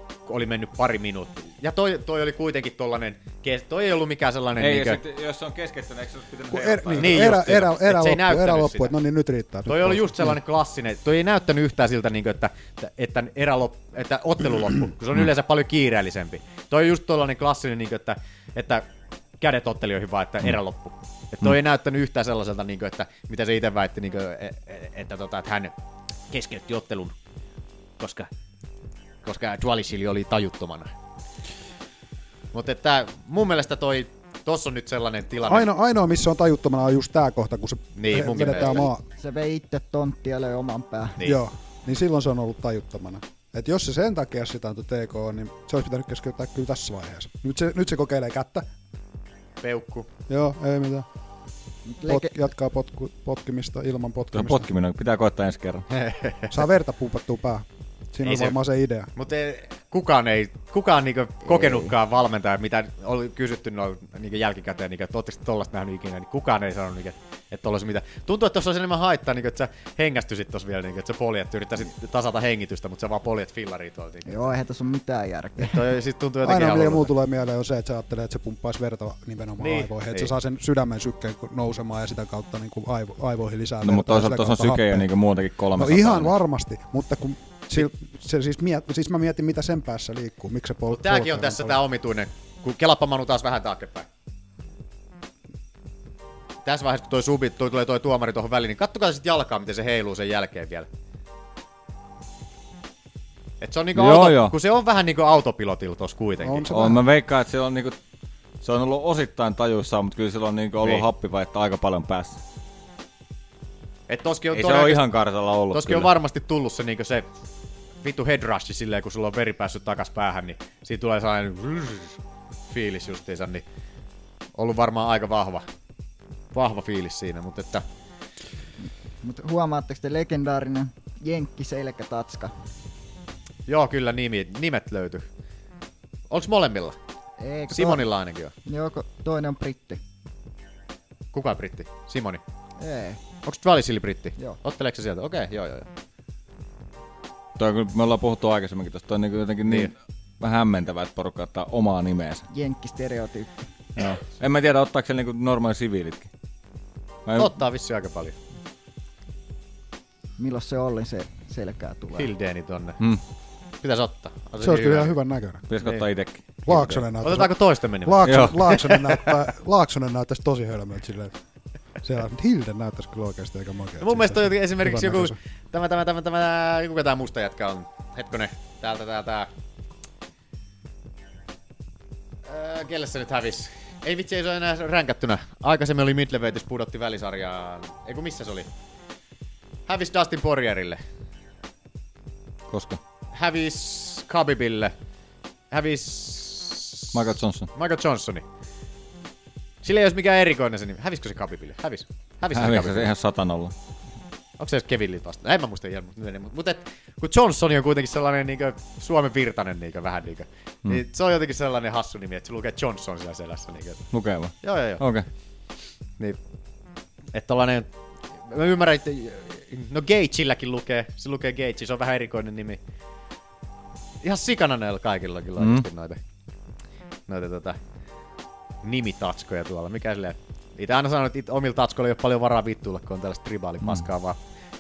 [SPEAKER 8] kun oli mennyt pari minuuttia. Ja toi, toi oli kuitenkin tollanen, kes- toi ei ollut mikään sellainen... niinku-
[SPEAKER 9] Ei,
[SPEAKER 8] Niin, niinkö-
[SPEAKER 9] jos, et- jos se on keskeyttänyt, eikö se olisi pitänyt
[SPEAKER 8] Kun
[SPEAKER 7] Er,
[SPEAKER 9] heiluttaa?
[SPEAKER 7] niin, niin, erä,
[SPEAKER 8] just,
[SPEAKER 7] erä,
[SPEAKER 8] et se ei
[SPEAKER 7] erä, loppu, erä
[SPEAKER 8] näyttänyt
[SPEAKER 7] loppu, että no niin nyt riittää.
[SPEAKER 8] Toi
[SPEAKER 7] nyt
[SPEAKER 8] oli
[SPEAKER 7] pois.
[SPEAKER 8] just sellainen klassinen, toi ei näyttänyt yhtään siltä, niin kuin, että, että, että, erä lop, että ottelu loppu, kun se on yleensä paljon kiireellisempi. Toi on just tuollainen klassinen, niin kuin, että, että kädet ottelijoihin vaan, että erä loppu. Et toi ei näyttänyt yhtään sellaiselta, niin kuin, että mitä se itse väitti, niin kuin, että, että, tota, että hän keskeytti ottelun, koska, koska Dualisili oli tajuttomana. Mutta että mun mielestä toi, tossa on nyt sellainen tilanne.
[SPEAKER 7] Ainoa, ainoa, missä on tajuttomana on just tää kohta, kun se
[SPEAKER 8] Niin,
[SPEAKER 7] he-
[SPEAKER 8] munkin
[SPEAKER 7] vedetään
[SPEAKER 8] mielestä.
[SPEAKER 7] maa.
[SPEAKER 10] Se vei itse tonttia ja löi oman pää.
[SPEAKER 7] Niin. Joo, niin silloin se on ollut tajuttomana. Et jos se sen takia sitä antoi TK, niin se olisi pitänyt keskeyttää kyllä tässä vaiheessa. Nyt se, nyt se kokeilee kättä.
[SPEAKER 8] Peukku.
[SPEAKER 7] Joo, ei mitään. Pot,
[SPEAKER 10] leke-
[SPEAKER 7] jatkaa potku, potkimista ilman
[SPEAKER 9] Tuo
[SPEAKER 7] potkimista.
[SPEAKER 9] potkiminen pitää koittaa ensi kerran.
[SPEAKER 7] Saa verta pumpattua päähän. Siinä
[SPEAKER 8] Ei
[SPEAKER 7] on
[SPEAKER 8] se-
[SPEAKER 7] varmaan se idea.
[SPEAKER 8] Mutta kukaan ei, kukaan niinku kokenutkaan valmentaja, mitä oli kysytty noin niinku jälkikäteen, niinku, että ootteko tollaista nähnyt ikinä, niin kukaan ei sanonut, niinku, että olisi mitään. Tuntuu, että tuossa olisi enemmän haittaa, niinku, että sä hengästyisit tuossa vielä, niinku, että sä poljet, yrittäisit tasata hengitystä, mutta sä vaan poljet fillariin tuolta. Niinku.
[SPEAKER 10] Joo, eihän tässä ole mitään järkeä.
[SPEAKER 8] Toi sit tuntuu jotenkin
[SPEAKER 7] Ainoa, mitä
[SPEAKER 8] ihan
[SPEAKER 7] muu tulee mieleen, on se, että se ajattelee, että se pumppaisi verta nimenomaan
[SPEAKER 8] Niin,
[SPEAKER 7] niin, aivoihin. Että
[SPEAKER 8] niin.
[SPEAKER 7] se saa sen sydämen sykkeen ku- nousemaan ja sitä kautta niin kuin aivo, aivoihin lisää
[SPEAKER 9] No,
[SPEAKER 7] verta
[SPEAKER 9] mutta
[SPEAKER 7] ja sitä
[SPEAKER 9] toisaalta tuossa on
[SPEAKER 7] kautta
[SPEAKER 9] sykejä
[SPEAKER 7] happea.
[SPEAKER 9] niin muutenkin kolme.
[SPEAKER 7] No ihan varmasti, mutta kun sil, se siis, miet, siis mä mietin, mitä sen päässä liikkuu, miksi se pol-
[SPEAKER 8] Tääkin on
[SPEAKER 9] tuota,
[SPEAKER 7] polkee
[SPEAKER 9] niin
[SPEAKER 8] tässä
[SPEAKER 7] noin
[SPEAKER 8] tää omituinen, kun kelappa Manu taas vähän taaksepäin. Tässä vaiheessa, kun toi subi, toi tulee toi tuomari tuohon väliin, niin kattokaa sit jalkaa, miten se heiluu sen jälkeen vielä. Et se on niinku
[SPEAKER 9] Joo,
[SPEAKER 8] auto,
[SPEAKER 9] joo.
[SPEAKER 8] kun se on vähän niinku autopilotilla tossa kuitenkin.
[SPEAKER 9] on, mä veikkaan, että sillä on niinku, se on ollut osittain tajuissaan, mutta kyllä sillä on niinku ollut
[SPEAKER 8] Niin.
[SPEAKER 9] happivaietta aika paljon päässä.
[SPEAKER 8] Et toskin on
[SPEAKER 9] Ei se
[SPEAKER 8] todennäköisesti-
[SPEAKER 9] ole ihan karsalla ollut
[SPEAKER 8] Toskin
[SPEAKER 9] kyllä.
[SPEAKER 8] on varmasti tullut se niinku se vittu headrush silleen, kun sulla on veri päässyt takas päähän, niin siitä tulee sellainen vrrrr fiilis justiinsa, niin ollut varmaan aika vahva, vahva fiilis siinä, mutta että
[SPEAKER 10] Mutta huomaatteko te legendaarinen Jenkki selkätatska?
[SPEAKER 8] Joo, kyllä nimi, nimet löytyy. Onks molemmilla?
[SPEAKER 10] Eikö
[SPEAKER 8] Simonilla ainakin on.
[SPEAKER 10] Joo, kun toinen on britti.
[SPEAKER 8] Kuka on britti? Simoni.
[SPEAKER 10] Ei.
[SPEAKER 8] Onks Dwalisili britti?
[SPEAKER 10] Joo.
[SPEAKER 8] Otteleeko se sieltä? Okei, okay, joo joo joo.
[SPEAKER 9] Toi, kun me ollaan puhuttu aikaisemminkin tuosta, on niinku jotenkin niin, niin. vähän hämmentävää, että porukka ottaa omaa nimeensä.
[SPEAKER 10] Jenkkistereotyyppi.
[SPEAKER 9] Joo. En mä tiedä, ottaako siellä niinku normaali siviilitkin. Mä en...
[SPEAKER 8] Ottaa vissiin aika paljon.
[SPEAKER 10] Milloin se Ollin se selkää tulee?
[SPEAKER 8] Hildeeni tonne.
[SPEAKER 10] Hmm.
[SPEAKER 9] Mm.
[SPEAKER 8] Pitäis ottaa. On niin
[SPEAKER 7] Se olisi kyllä
[SPEAKER 8] hyvä.
[SPEAKER 7] ihan hyvän näköinen.
[SPEAKER 9] Pitäisikö ottaa itekin?
[SPEAKER 7] Laaksonen näyttäisi-
[SPEAKER 8] Otetaanko toisten menivät?
[SPEAKER 7] Laakson, Laaksonen, näyttää, Laaksonen näyttäisi tosi hölmöltä silleen. Siellä, mutta Hilden näyttäisi kyllä oikeasti aika Siis makea.
[SPEAKER 8] No mun mielestä on jotenkin esimerkiksi joku, tämä, tämä, tämä, tämä, kuka tää musta jätkä on? Hetkonen, täältä, täältä, tää. Öö, kelle se nyt hävis? Ei vitsi, ei se ole enää ränkättynä. Aikaisemmin oli Midleveitis, pudotti välisarjaan. Eiku missä se oli? Hävis Dustin Porjerille.
[SPEAKER 9] Koska?
[SPEAKER 8] Hävis Khabibille. Hävis
[SPEAKER 9] Michael Johnson.
[SPEAKER 8] Michael Johnsoni. Sillä ei olisi mikään erikoinen se nimi. Hävisikö se Khabibille? Hävis. Hävis
[SPEAKER 9] Häviikö se ihan satanolla?
[SPEAKER 8] Onko se edes Kevin Lee vastaan? En mä muista ihan, mutta, mutta et, kun Johnson on kuitenkin sellainen niinkö, Suomen virtanen niinkö, vähän niinkö,
[SPEAKER 9] Mm.
[SPEAKER 8] mm. niin se on jotenkin sellainen hassu nimi, että se lukee Johnson siellä selässä. Niinkö.
[SPEAKER 9] Lukee vaan?
[SPEAKER 8] Joo, joo, joo.
[SPEAKER 9] Okei.
[SPEAKER 8] Niin. Että tällainen, mä ymmärrän, että no Gageilläkin lukee, se lukee Gage, se on vähän erikoinen nimi. Ihan sikana näillä kaikilla on kyllä
[SPEAKER 9] Mm.
[SPEAKER 8] mm. noita, noita tota, nimitatskoja tuolla. Mikä silleen, itse aina sanon, että it- omilla tatskoilla ei ole paljon varaa vittuilla, kun on tällaista tribaalipaskaa, mm. vaan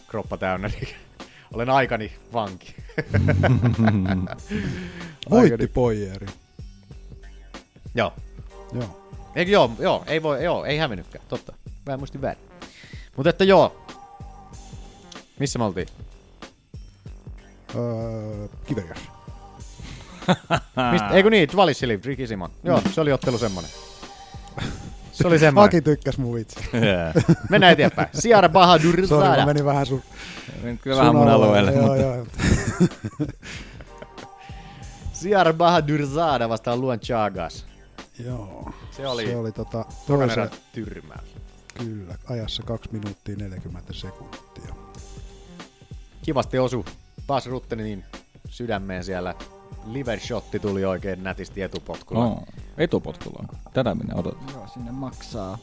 [SPEAKER 8] kroppa täynnä. Niin (laughs) olen aikani vanki. (laughs)
[SPEAKER 9] niin.
[SPEAKER 7] Voitti Poijeri.
[SPEAKER 8] Joo.
[SPEAKER 7] Joo.
[SPEAKER 8] Eikö, joo, joo, ei voi, joo, ei hävinnytkään, totta. Mä muistin väärin. Mutta että joo. Missä me oltiin?
[SPEAKER 7] Öö, Kiverias.
[SPEAKER 8] Mistä, eikö niin, Dwali Silip, Ricky Simon. Joo, se oli ottelu semmonen. Se oli semmonen.
[SPEAKER 7] Aki tykkäs mun
[SPEAKER 8] (laughs)
[SPEAKER 7] vitsi.
[SPEAKER 9] (laughs)
[SPEAKER 8] Mennään eteenpäin. Siara Bahadur
[SPEAKER 7] Sori,
[SPEAKER 8] Zada.
[SPEAKER 7] mä menin vähän sun...
[SPEAKER 9] Menit kyllä
[SPEAKER 7] sun
[SPEAKER 9] vähän mun alueelle,
[SPEAKER 7] Joo, joo, joo.
[SPEAKER 8] Siara Bahadur Zada vastaan Luan Chagas.
[SPEAKER 7] Joo.
[SPEAKER 8] Se oli,
[SPEAKER 7] Se oli tota,
[SPEAKER 8] toisen...
[SPEAKER 7] toisen-
[SPEAKER 8] tyrmäys.
[SPEAKER 7] Kyllä, ajassa 2 minuuttia 40 sekuntia.
[SPEAKER 8] Kivasti osu Bas Ruttenin sydämeen siellä. Liver shotti tuli oikein nätisti etupotkulla.
[SPEAKER 9] Oh. Etupotkulla onko? Tätä minä odotan.
[SPEAKER 10] Joo, sinne maksaa.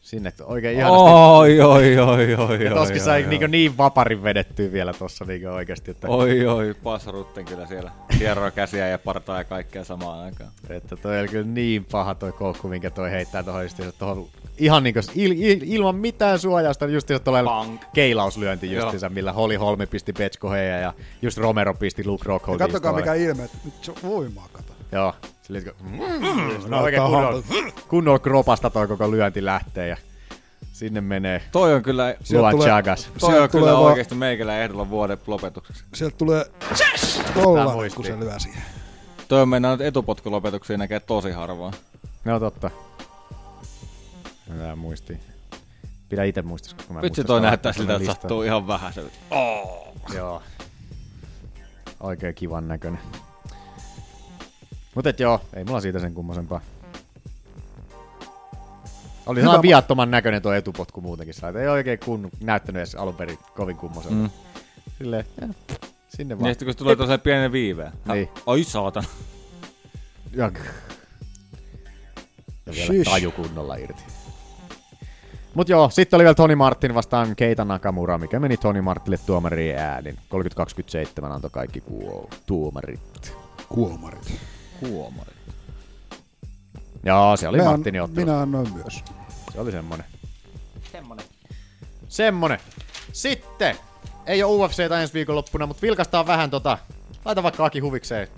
[SPEAKER 8] Sinne oikein ihanasti.
[SPEAKER 9] Oh.
[SPEAKER 6] Oi, oi, oi, oi,
[SPEAKER 8] Ja
[SPEAKER 6] oi,
[SPEAKER 8] Toski
[SPEAKER 6] oi,
[SPEAKER 8] sai
[SPEAKER 6] oi.
[SPEAKER 8] niin, niin vaparin vedettyä vielä tossa niin oikeasti. Että
[SPEAKER 9] Oi, oi, passarutten kyllä siellä. Hieroo käsiä ja partaa ja kaikkea samaan aikaan.
[SPEAKER 8] Että toi oli kyllä niin paha toi koukku, minkä toi heittää tuohon justiinsa tuohon ihan niin il, il, ilman mitään suojausta justiinsa tuolla keilauslyönti justiinsa, millä Holly Holmi pisti Petsko Heija ja just Romero pisti Luke
[SPEAKER 7] Ja
[SPEAKER 8] Rockholdin.
[SPEAKER 7] katsokaa mikä ilme, että nyt se on voimaa, kato.
[SPEAKER 8] Joo. Silleen, kun, mm,
[SPEAKER 7] Mm,
[SPEAKER 8] mm, no
[SPEAKER 7] näyttää
[SPEAKER 8] oikein kunnolla,
[SPEAKER 7] halvalta.
[SPEAKER 8] kunnolla kropasta toi koko lyönti lähtee ja sinne menee.
[SPEAKER 9] Toi on kyllä...
[SPEAKER 8] Luan Chagas.
[SPEAKER 9] Toi on kyllä
[SPEAKER 7] vaan-
[SPEAKER 9] oikeasti meikälä ehdolla vuoden lopetukseksi.
[SPEAKER 7] Sieltä tulee
[SPEAKER 9] Tää
[SPEAKER 7] tollanen,
[SPEAKER 9] muistiin.
[SPEAKER 7] kun se lyö siihen.
[SPEAKER 9] Toi on meinaa nyt etupotkulopetuksia näkee tosi harvoin.
[SPEAKER 8] No totta. Mä muistin. Pidä itse muistissa, kun mä
[SPEAKER 9] Vitsi
[SPEAKER 8] muistan
[SPEAKER 9] toi
[SPEAKER 8] sitä
[SPEAKER 9] näyttää
[SPEAKER 8] alkuperäinen
[SPEAKER 9] siltä, että
[SPEAKER 8] listaa.
[SPEAKER 9] sattuu ihan vähän se. Oh.
[SPEAKER 8] Joo. Oikein kivan näköinen. Mut et joo, ei mulla siitä sen kummosempaa. Oli
[SPEAKER 9] Hyvä
[SPEAKER 8] ihan
[SPEAKER 9] ma-
[SPEAKER 8] viattoman näköinen tuo etupotku muutenkin. Sillä, ei oikein kun, näyttänyt edes alun perin kovin kummoselta.
[SPEAKER 9] Mm.
[SPEAKER 8] Mm. Silleen, ja, sinne vaan.
[SPEAKER 9] Niin sitten kun se tulee tosiaan pienen viiveen.
[SPEAKER 8] Niin.
[SPEAKER 9] Ai saatana.
[SPEAKER 8] Ja, ja vielä
[SPEAKER 9] Shish.
[SPEAKER 8] taju kunnolla irti. Mut joo, sitten oli vielä Toni Martin vastaan Keita Nakamura, mikä meni Toni Martille tuomariin äänin. 30-27 antoi kaikki kuo- tuomarit.
[SPEAKER 7] Kuomarit.
[SPEAKER 9] Kuomarit.
[SPEAKER 8] Joo, se oli
[SPEAKER 7] Mä an-
[SPEAKER 8] Martinin ottelu.
[SPEAKER 7] Minä annoin myös.
[SPEAKER 8] Se oli semmonen. Semmonen. Semmonen. Sitten, ei ole UFCtä ensi viikonloppuna, mutta vilkastaan vähän tota, laita vaikka Aki huvikseen.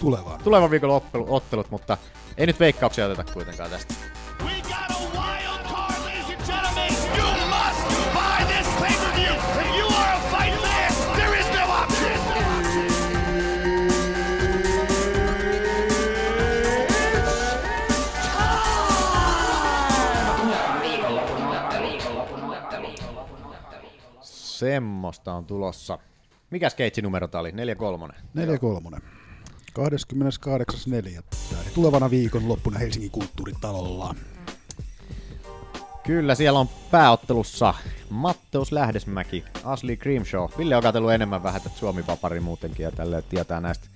[SPEAKER 7] Tulevaan.
[SPEAKER 8] Tulevan viikon ottelu- ottelut, mutta ei nyt veikkauksia oteta kuitenkaan tästä.
[SPEAKER 13] You must buy this pay-per-view. If you are a fight fan, there is no option.
[SPEAKER 8] Semmosta on tulossa. Mikäs keitsi numero tää oli? 4-3.
[SPEAKER 7] 4.3. 28.4. Eli tulevana viikonloppuna Helsingin kulttuuritalolla.
[SPEAKER 8] Kyllä, siellä on pääottelussa Matteus Lähdesmäki, Ashley Grimshaw. Ville on katsellut enemmän vähän tätä Suomi-vaparia muutenkin ja tälle tietää näistä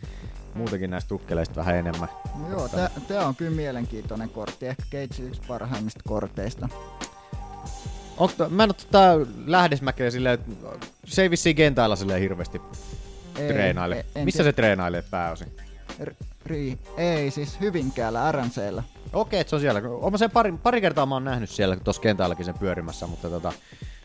[SPEAKER 8] muutenkin näistä tukkeleista vähän enemmän.
[SPEAKER 10] No joo,
[SPEAKER 8] Mutta-
[SPEAKER 10] tää, tää on kyllä mielenkiintoinen kortti. Ehkä Cage yksi parhaimmista korteista.
[SPEAKER 8] Onko, to- mä en ole tota lähdesmäkeä silleen, että se ei vissiin Gentailla silleen hirveästi
[SPEAKER 10] Ei,
[SPEAKER 8] treenaile.
[SPEAKER 10] en- en
[SPEAKER 8] Missä
[SPEAKER 10] tiedä.
[SPEAKER 8] se treenailee pääosin?
[SPEAKER 10] R- ri- ei, siis Hyvinkäällä RMCllä.
[SPEAKER 8] Okei, että se on siellä. Olen sen pari, pari kertaa mä oon nähnyt siellä tuossa Gentaillakin sen pyörimässä, mutta, tota,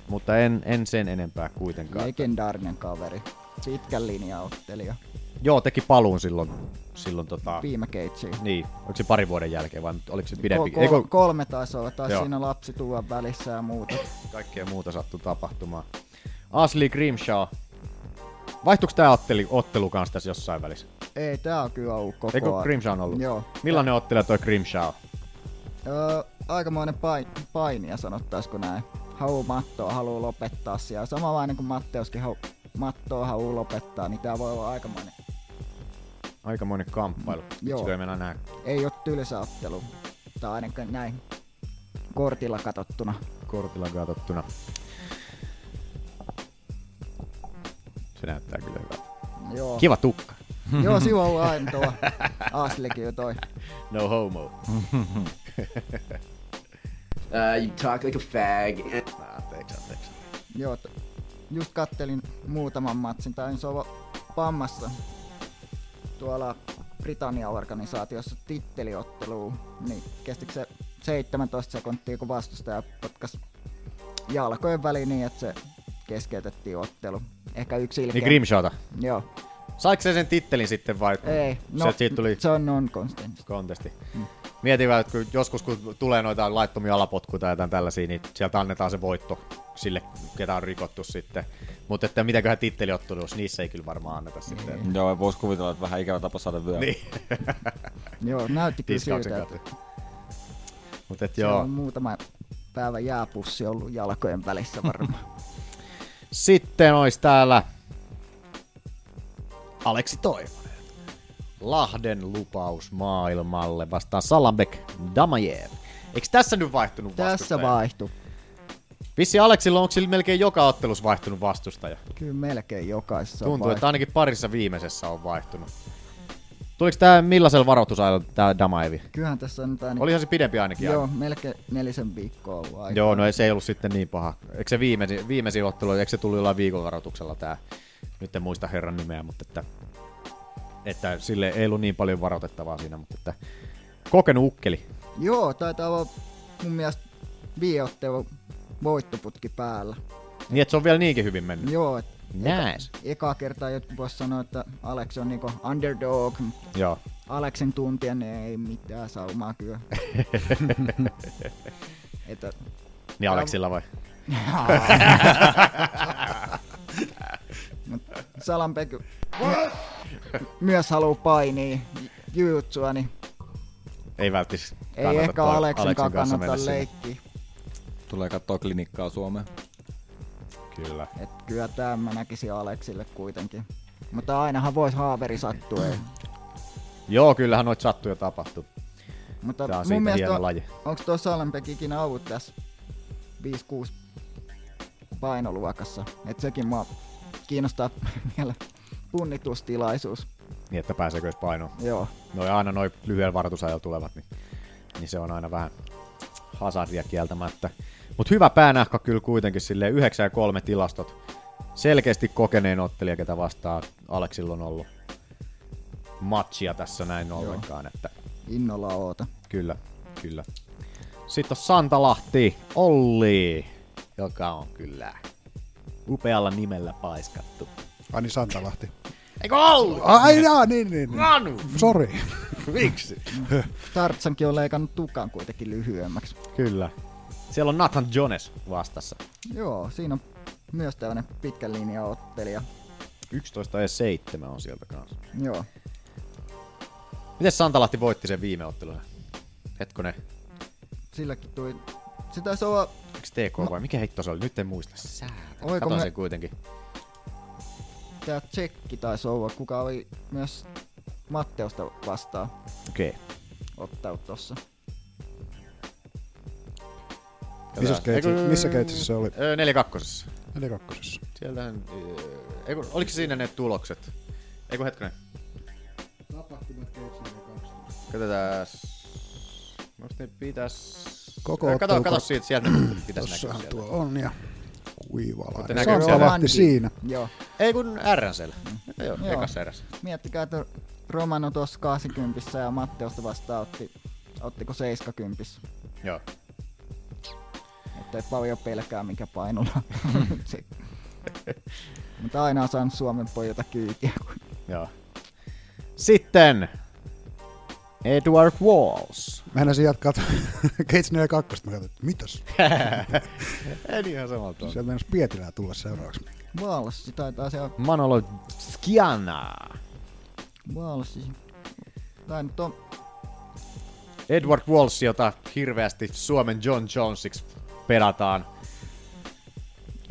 [SPEAKER 8] mutta en, en sen enempää kuitenkaan.
[SPEAKER 10] Legendaarinen kaveri. Pitkän linjaottelija.
[SPEAKER 8] Joo, teki paluun silloin. silloin tota...
[SPEAKER 10] Viime keitsiin.
[SPEAKER 8] Niin, oliko se pari vuoden jälkeen vai oliko se pidempi?
[SPEAKER 10] Ko-
[SPEAKER 8] Ko- Eikö
[SPEAKER 10] ko- kolme taisi olla, taisi
[SPEAKER 8] Joo.
[SPEAKER 10] siinä lapsi tulla välissä ja muuta.
[SPEAKER 8] kaikkea muuta sattu tapahtumaan? Ashley Grimshaw. Vaihtuuko tämä ottelu, ottelu kanssa tässä jossain välissä?
[SPEAKER 10] Ei, tää on kyllä ollut koko
[SPEAKER 8] Eikö
[SPEAKER 10] ajan.
[SPEAKER 8] Grimshaw on ollut?
[SPEAKER 10] Joo.
[SPEAKER 8] Millainen ottelija toi Grimshaw?
[SPEAKER 10] Öö, aikamoinen pain, painia sanottaisiko näin. Hau mattoa haluaa lopettaa siellä. Samanlainen kuin Matteuskin hau, mattoa haluaa lopettaa, niin tää voi olla aikamoinen.
[SPEAKER 8] Aikamoinen kamppailu.
[SPEAKER 10] Joo.
[SPEAKER 8] Joo. Ei mennä näin.
[SPEAKER 10] Ei oo tylsä ottelu. Tai ainakaan näin kortilla katsottuna.
[SPEAKER 8] kortilla katsottuna. Se näyttää kyllä hyvältä.
[SPEAKER 12] Oh.
[SPEAKER 10] Joo.
[SPEAKER 8] Kiva tukka. (laughs)
[SPEAKER 10] Joo, sivu on ollut aina tuo Aslikin toi.
[SPEAKER 8] No homo.
[SPEAKER 12] (laughs) Uh, you talk like a fag.
[SPEAKER 8] Anteeksi, anteeksi.
[SPEAKER 10] Joo, t- just kattelin muutaman matsin, tai se olla Pammassa tuolla Britannian organisaatiossa titteliottelu, niin kestikö se 17 sekuntia, kun vastustaja potkas jalkojen väliin niin, että se keskeytettiin ottelu. Ehkä yksi ilkeä.
[SPEAKER 8] Niin Grimshawta.
[SPEAKER 10] Joo.
[SPEAKER 8] Saiko se sen tittelin sitten vai?
[SPEAKER 10] Ei, no,
[SPEAKER 8] se, siitä tuli
[SPEAKER 10] se on non-contest.
[SPEAKER 8] kontesti. Mietin vähän, että kun joskus kun tulee noita laittomia alapotkuja tai jotain tällaisia, niin sieltä annetaan se voitto sille, ketä on rikottu sitten. Mutta että mitäköhän titteliottelussa, niissä ei kyllä varmaan anneta sitten.
[SPEAKER 10] Niin.
[SPEAKER 9] Joo, vois kuvitella, että vähän ikävä tapa saada vyö.
[SPEAKER 8] Niin.
[SPEAKER 10] Joo, näytti kyllä
[SPEAKER 8] Tiskauksen
[SPEAKER 10] siltä,
[SPEAKER 8] kautta.
[SPEAKER 10] että
[SPEAKER 8] Mut et
[SPEAKER 10] se
[SPEAKER 8] joo.
[SPEAKER 10] on muutama päivä jääpussi ollut jalkojen välissä varmaan.
[SPEAKER 8] Sitten olisi täällä Aleksi Toivonen. Lahden lupaus maailmalle vastaan Salambek Damajev. Eikö tässä nyt vaihtunut (laughs)
[SPEAKER 10] Tässä
[SPEAKER 8] vastustaja?
[SPEAKER 10] vaihtu.
[SPEAKER 8] Vissi Aleksilla onko sillä melkein joka ottelussa vaihtunut vastustaja?
[SPEAKER 10] Kyllä melkein jokaisessa on
[SPEAKER 8] Tuntuu,
[SPEAKER 10] vaihtu.
[SPEAKER 8] että ainakin parissa viimeisessä on vaihtunut. Tuliko tää millaisella varoitusajalla tää Damaivi?
[SPEAKER 10] Kyllähän tässä on nyt ainakin...
[SPEAKER 8] Olihan se pidempi ainakin
[SPEAKER 10] Niin. Joo,
[SPEAKER 8] aina.
[SPEAKER 10] melkein nelisen viikkoa ollut aikaa.
[SPEAKER 8] Joo, no ei se ei ollut sitten niin paha. Eikö se viimeisin, viimeisin ottelu, eikö se tullut jollain viikon varoituksella tää? Nyt en muista herran nimeä, mutta että, että sille ei ollut niin paljon varoitettavaa siinä, mutta että kokenut ukkeli.
[SPEAKER 10] Joo, taitaa olla mun mielestä viiottelu voittoputki päällä.
[SPEAKER 8] Niin, että se on vielä niinkin hyvin mennyt.
[SPEAKER 10] Joo, et
[SPEAKER 8] Näes.
[SPEAKER 10] Eka, ekaa kertaa jotkut voisi sanoa, että Alex on niinku underdog, mutta
[SPEAKER 8] Joo.
[SPEAKER 10] Aleksin tuntien niin ei mitään saumaa
[SPEAKER 8] (laughs)
[SPEAKER 10] kyllä. että,
[SPEAKER 8] Niin Aleksilla vai?
[SPEAKER 10] Mut Salanpek my- myös haluu painia jujutsua, niin
[SPEAKER 8] Ei välttis.
[SPEAKER 10] Ei
[SPEAKER 8] kannata
[SPEAKER 10] ehkä
[SPEAKER 8] toi-
[SPEAKER 10] Aleksin kanssa
[SPEAKER 8] kanssa
[SPEAKER 10] kannata
[SPEAKER 8] mennä sinne.
[SPEAKER 10] leikkiä.
[SPEAKER 9] Tulee katsoa klinikkaa Suomeen.
[SPEAKER 8] Kyllä.
[SPEAKER 10] Et kyllä tämän mä näkisin Aleksille kuitenkin. Mutta ainahan voisi haaveri sattua. ei.
[SPEAKER 8] Joo, kyllähän noita sattuja tapahtuu.
[SPEAKER 10] Mutta
[SPEAKER 8] Tää on
[SPEAKER 10] mun
[SPEAKER 8] siitä
[SPEAKER 10] mielestä
[SPEAKER 8] hieno
[SPEAKER 10] on,
[SPEAKER 8] laji.
[SPEAKER 10] onko tuo Salenbeck ikinä ollut tässä 5-6 painoluokassa? Et sekin mua kiinnostaa (laughs) vielä punnitustilaisuus.
[SPEAKER 8] Niin, että pääseekö edes painoon.
[SPEAKER 10] Joo.
[SPEAKER 8] Noi aina noin lyhyellä varoitusajalla tulevat, niin, niin, se on aina vähän hazardia kieltämättä. Mutta hyvä päänahka kyllä kuitenkin, silleen 9 ja 3 tilastot. Selkeästi kokeneen ottelija, ketä vastaa Aleksilla on ollut matchia tässä näin ollenkaan. Että
[SPEAKER 10] Innolla oota.
[SPEAKER 8] Kyllä, kyllä. Sitten on Santalahti, Olli, joka on kyllä upealla nimellä paiskattu.
[SPEAKER 7] Ani niin, Santalahti.
[SPEAKER 8] Eikö Olli?
[SPEAKER 7] Ai jaa, niin, niin. niin.
[SPEAKER 8] Ranu!
[SPEAKER 7] Sori.
[SPEAKER 8] Miksi?
[SPEAKER 10] Tartsankin on leikannut tukan kuitenkin lyhyemmäksi.
[SPEAKER 8] Kyllä. Siellä on Nathan Jones vastassa.
[SPEAKER 10] Joo, siinä on myös tällainen pitkän linjan ottelija.
[SPEAKER 8] 11 ja 7 on sieltä kanssa.
[SPEAKER 10] Joo.
[SPEAKER 8] Miten Santalahti voitti sen viime ottelun? Hetkonen,
[SPEAKER 10] Silläkin tuli... Se taisi olla...
[SPEAKER 8] yksi TK
[SPEAKER 7] No.
[SPEAKER 8] vai mikä hitto se oli? Nyt en muista. Sää.
[SPEAKER 10] Oliko
[SPEAKER 8] Katon
[SPEAKER 10] me-
[SPEAKER 8] sen kuitenkin.
[SPEAKER 10] Tää tsekki taisi olla, kuka oli myös Matteusta vastaan
[SPEAKER 8] Okei. Okay.
[SPEAKER 10] ottanut tossa.
[SPEAKER 7] Missä keitsi- missä keitsissä se oli?
[SPEAKER 8] Öö, 4-2.
[SPEAKER 7] 4-2.
[SPEAKER 8] Sieltähän... Eiku, oliko siinä ne tulokset? Eiku hetkinen.
[SPEAKER 2] Tapahtumat keitsin
[SPEAKER 8] Katsotaan. Mielestäni ne pitäis...
[SPEAKER 7] Koko
[SPEAKER 8] Ö, Kato,
[SPEAKER 7] ottelu
[SPEAKER 8] kato
[SPEAKER 7] kor-
[SPEAKER 8] siitä, sieltä ne pitäis näkyä
[SPEAKER 7] Tossahan
[SPEAKER 8] sieltä.
[SPEAKER 7] tuo on ja
[SPEAKER 8] Mutta
[SPEAKER 7] kuivalainen.
[SPEAKER 8] näkyykö
[SPEAKER 7] Santalahti
[SPEAKER 8] siellä?
[SPEAKER 7] siinä.
[SPEAKER 10] Joo.
[SPEAKER 8] Ei kun Rnsellä. Mm. Joo, Joo, ekassa erässä.
[SPEAKER 10] Miettikää, että Romano tuossa 80 ja Matteusta vastaan otti, ottiko 70.
[SPEAKER 8] Joo.
[SPEAKER 10] Että ei paljon pelkää, mikä painolla on (laughs) se. Mutta aina on saanut Suomen pojilta kyytiä.
[SPEAKER 8] Joo. Sitten Edward Walls.
[SPEAKER 7] Mä enäsin jatkaa (laughs) t- Gates 42, mä katsoin, että mitäs?
[SPEAKER 8] Ei niin ihan samalta.
[SPEAKER 7] Sieltä mennäs Pietilää tulla seuraavaksi.
[SPEAKER 8] Mm,
[SPEAKER 10] Vaalossi taitaa se olla.
[SPEAKER 8] Manolo Skiana.
[SPEAKER 10] Vaalossi. Tai nyt on
[SPEAKER 8] Edward Walls, jota hirveästi Suomen John Jonesiksi pedataan.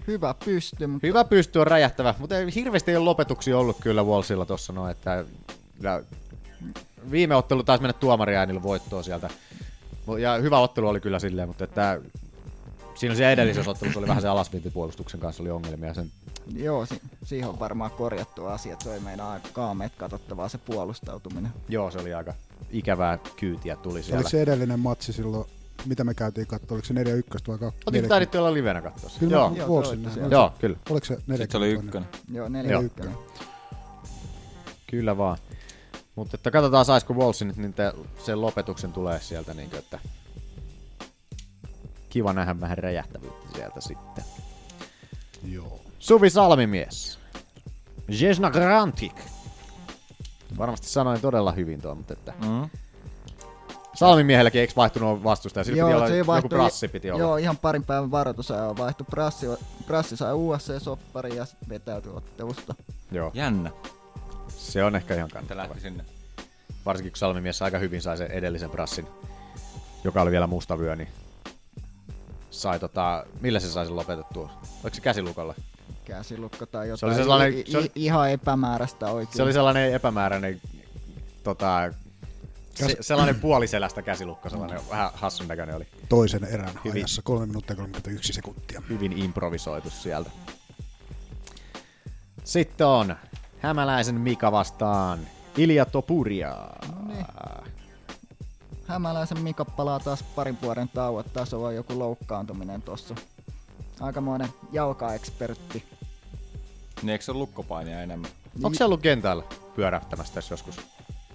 [SPEAKER 10] hyvä pysty, mutta
[SPEAKER 8] Hyvä pysty on räjähtävä, mutta ei hirveästi ei ole lopetuksia ollut kyllä Wallsilla tuossa noin, että ja viime ottelu taisi mennä tuomariäänillä voittoon sieltä. Mu- Ja hyvä ottelu oli kyllä silleen, mutta että siinä se edellisessä ottelussa oli vähän se alasviintipuolustuksen kanssa oli ongelmia. Sen,
[SPEAKER 10] joo, si- siihen on varmaan korjattu asia. Toi meinaa aika kaameet katsottavaa se puolustautuminen.
[SPEAKER 8] joo, se oli aika ikävää kyytiä tuli siellä.
[SPEAKER 7] Oliko se edellinen matsi silloin, mitä me käytiin katsoa, oliko se 4-1 vai 2?
[SPEAKER 8] Otin taidittu olla livenä katsossa.
[SPEAKER 7] Kyllä
[SPEAKER 8] joo.
[SPEAKER 7] mä
[SPEAKER 8] Joo,
[SPEAKER 7] vuosin
[SPEAKER 8] te olitte
[SPEAKER 7] näin.
[SPEAKER 8] siellä. Joo, kyllä.
[SPEAKER 7] Oliko se 4
[SPEAKER 9] Sitten se oli ykkönen.
[SPEAKER 10] Joo,
[SPEAKER 8] Joo.
[SPEAKER 10] 4-1.
[SPEAKER 8] Kyllä vaan. Mutta että katsotaan saisiko Wolsi nyt niitä, sen lopetuksen tulee sieltä niin kuin, että kiva nähdä vähän räjähtävyyttä sieltä sitten.
[SPEAKER 7] Joo.
[SPEAKER 8] Suvi Salmimies. Jesna Grantik. Varmasti sanoin todella hyvin tuon, mutta että...
[SPEAKER 9] Mm.
[SPEAKER 8] Salmimiehelläkin eikö vaihtunut vastustaja? Sillä piti olla joku
[SPEAKER 10] vaihtui-
[SPEAKER 8] prassi piti olla.
[SPEAKER 10] Joo, ihan parin päivän varoitusajalla vaihtui. Prassi, prassi sai USC-soppari ja sitten vetäytyi ottelusta.
[SPEAKER 8] Joo.
[SPEAKER 9] Jännä.
[SPEAKER 8] Se on ehkä ihan
[SPEAKER 9] Te
[SPEAKER 8] kannattava.
[SPEAKER 9] lähti sinne.
[SPEAKER 8] Varsinkin kun Salmimies aika hyvin sai sen edellisen brassin, joka oli vielä mustavyö, niin sai tota, millä se sai sen lopetettua? Oliko se käsilukalla?
[SPEAKER 10] Käsilukko tai jotain.
[SPEAKER 8] Se oli sellainen-
[SPEAKER 10] I-
[SPEAKER 8] se oli-
[SPEAKER 10] i- ihan epämääräistä oikein.
[SPEAKER 8] Se oli sellainen epämääräinen, tota, se, sellainen puoliselästä käsilukko, sellainen vähän hassun näköinen oli.
[SPEAKER 7] Toisen erän
[SPEAKER 8] Hyvin.
[SPEAKER 7] ajassa, 3 minuuttia 31 sekuntia.
[SPEAKER 8] Hyvin improvisoitu sieltä. Sitten on hämäläisen Mika vastaan Ilja Topuria.
[SPEAKER 10] No niin. Hämäläisen Mika palaa taas parin vuoden tauot. Taas on joku loukkaantuminen tossa. Aikamoinen jalkaekspertti.
[SPEAKER 9] Niin eikö se ole lukkopainia enemmän?
[SPEAKER 8] Onko se ollut kentällä pyörähtämässä tässä joskus?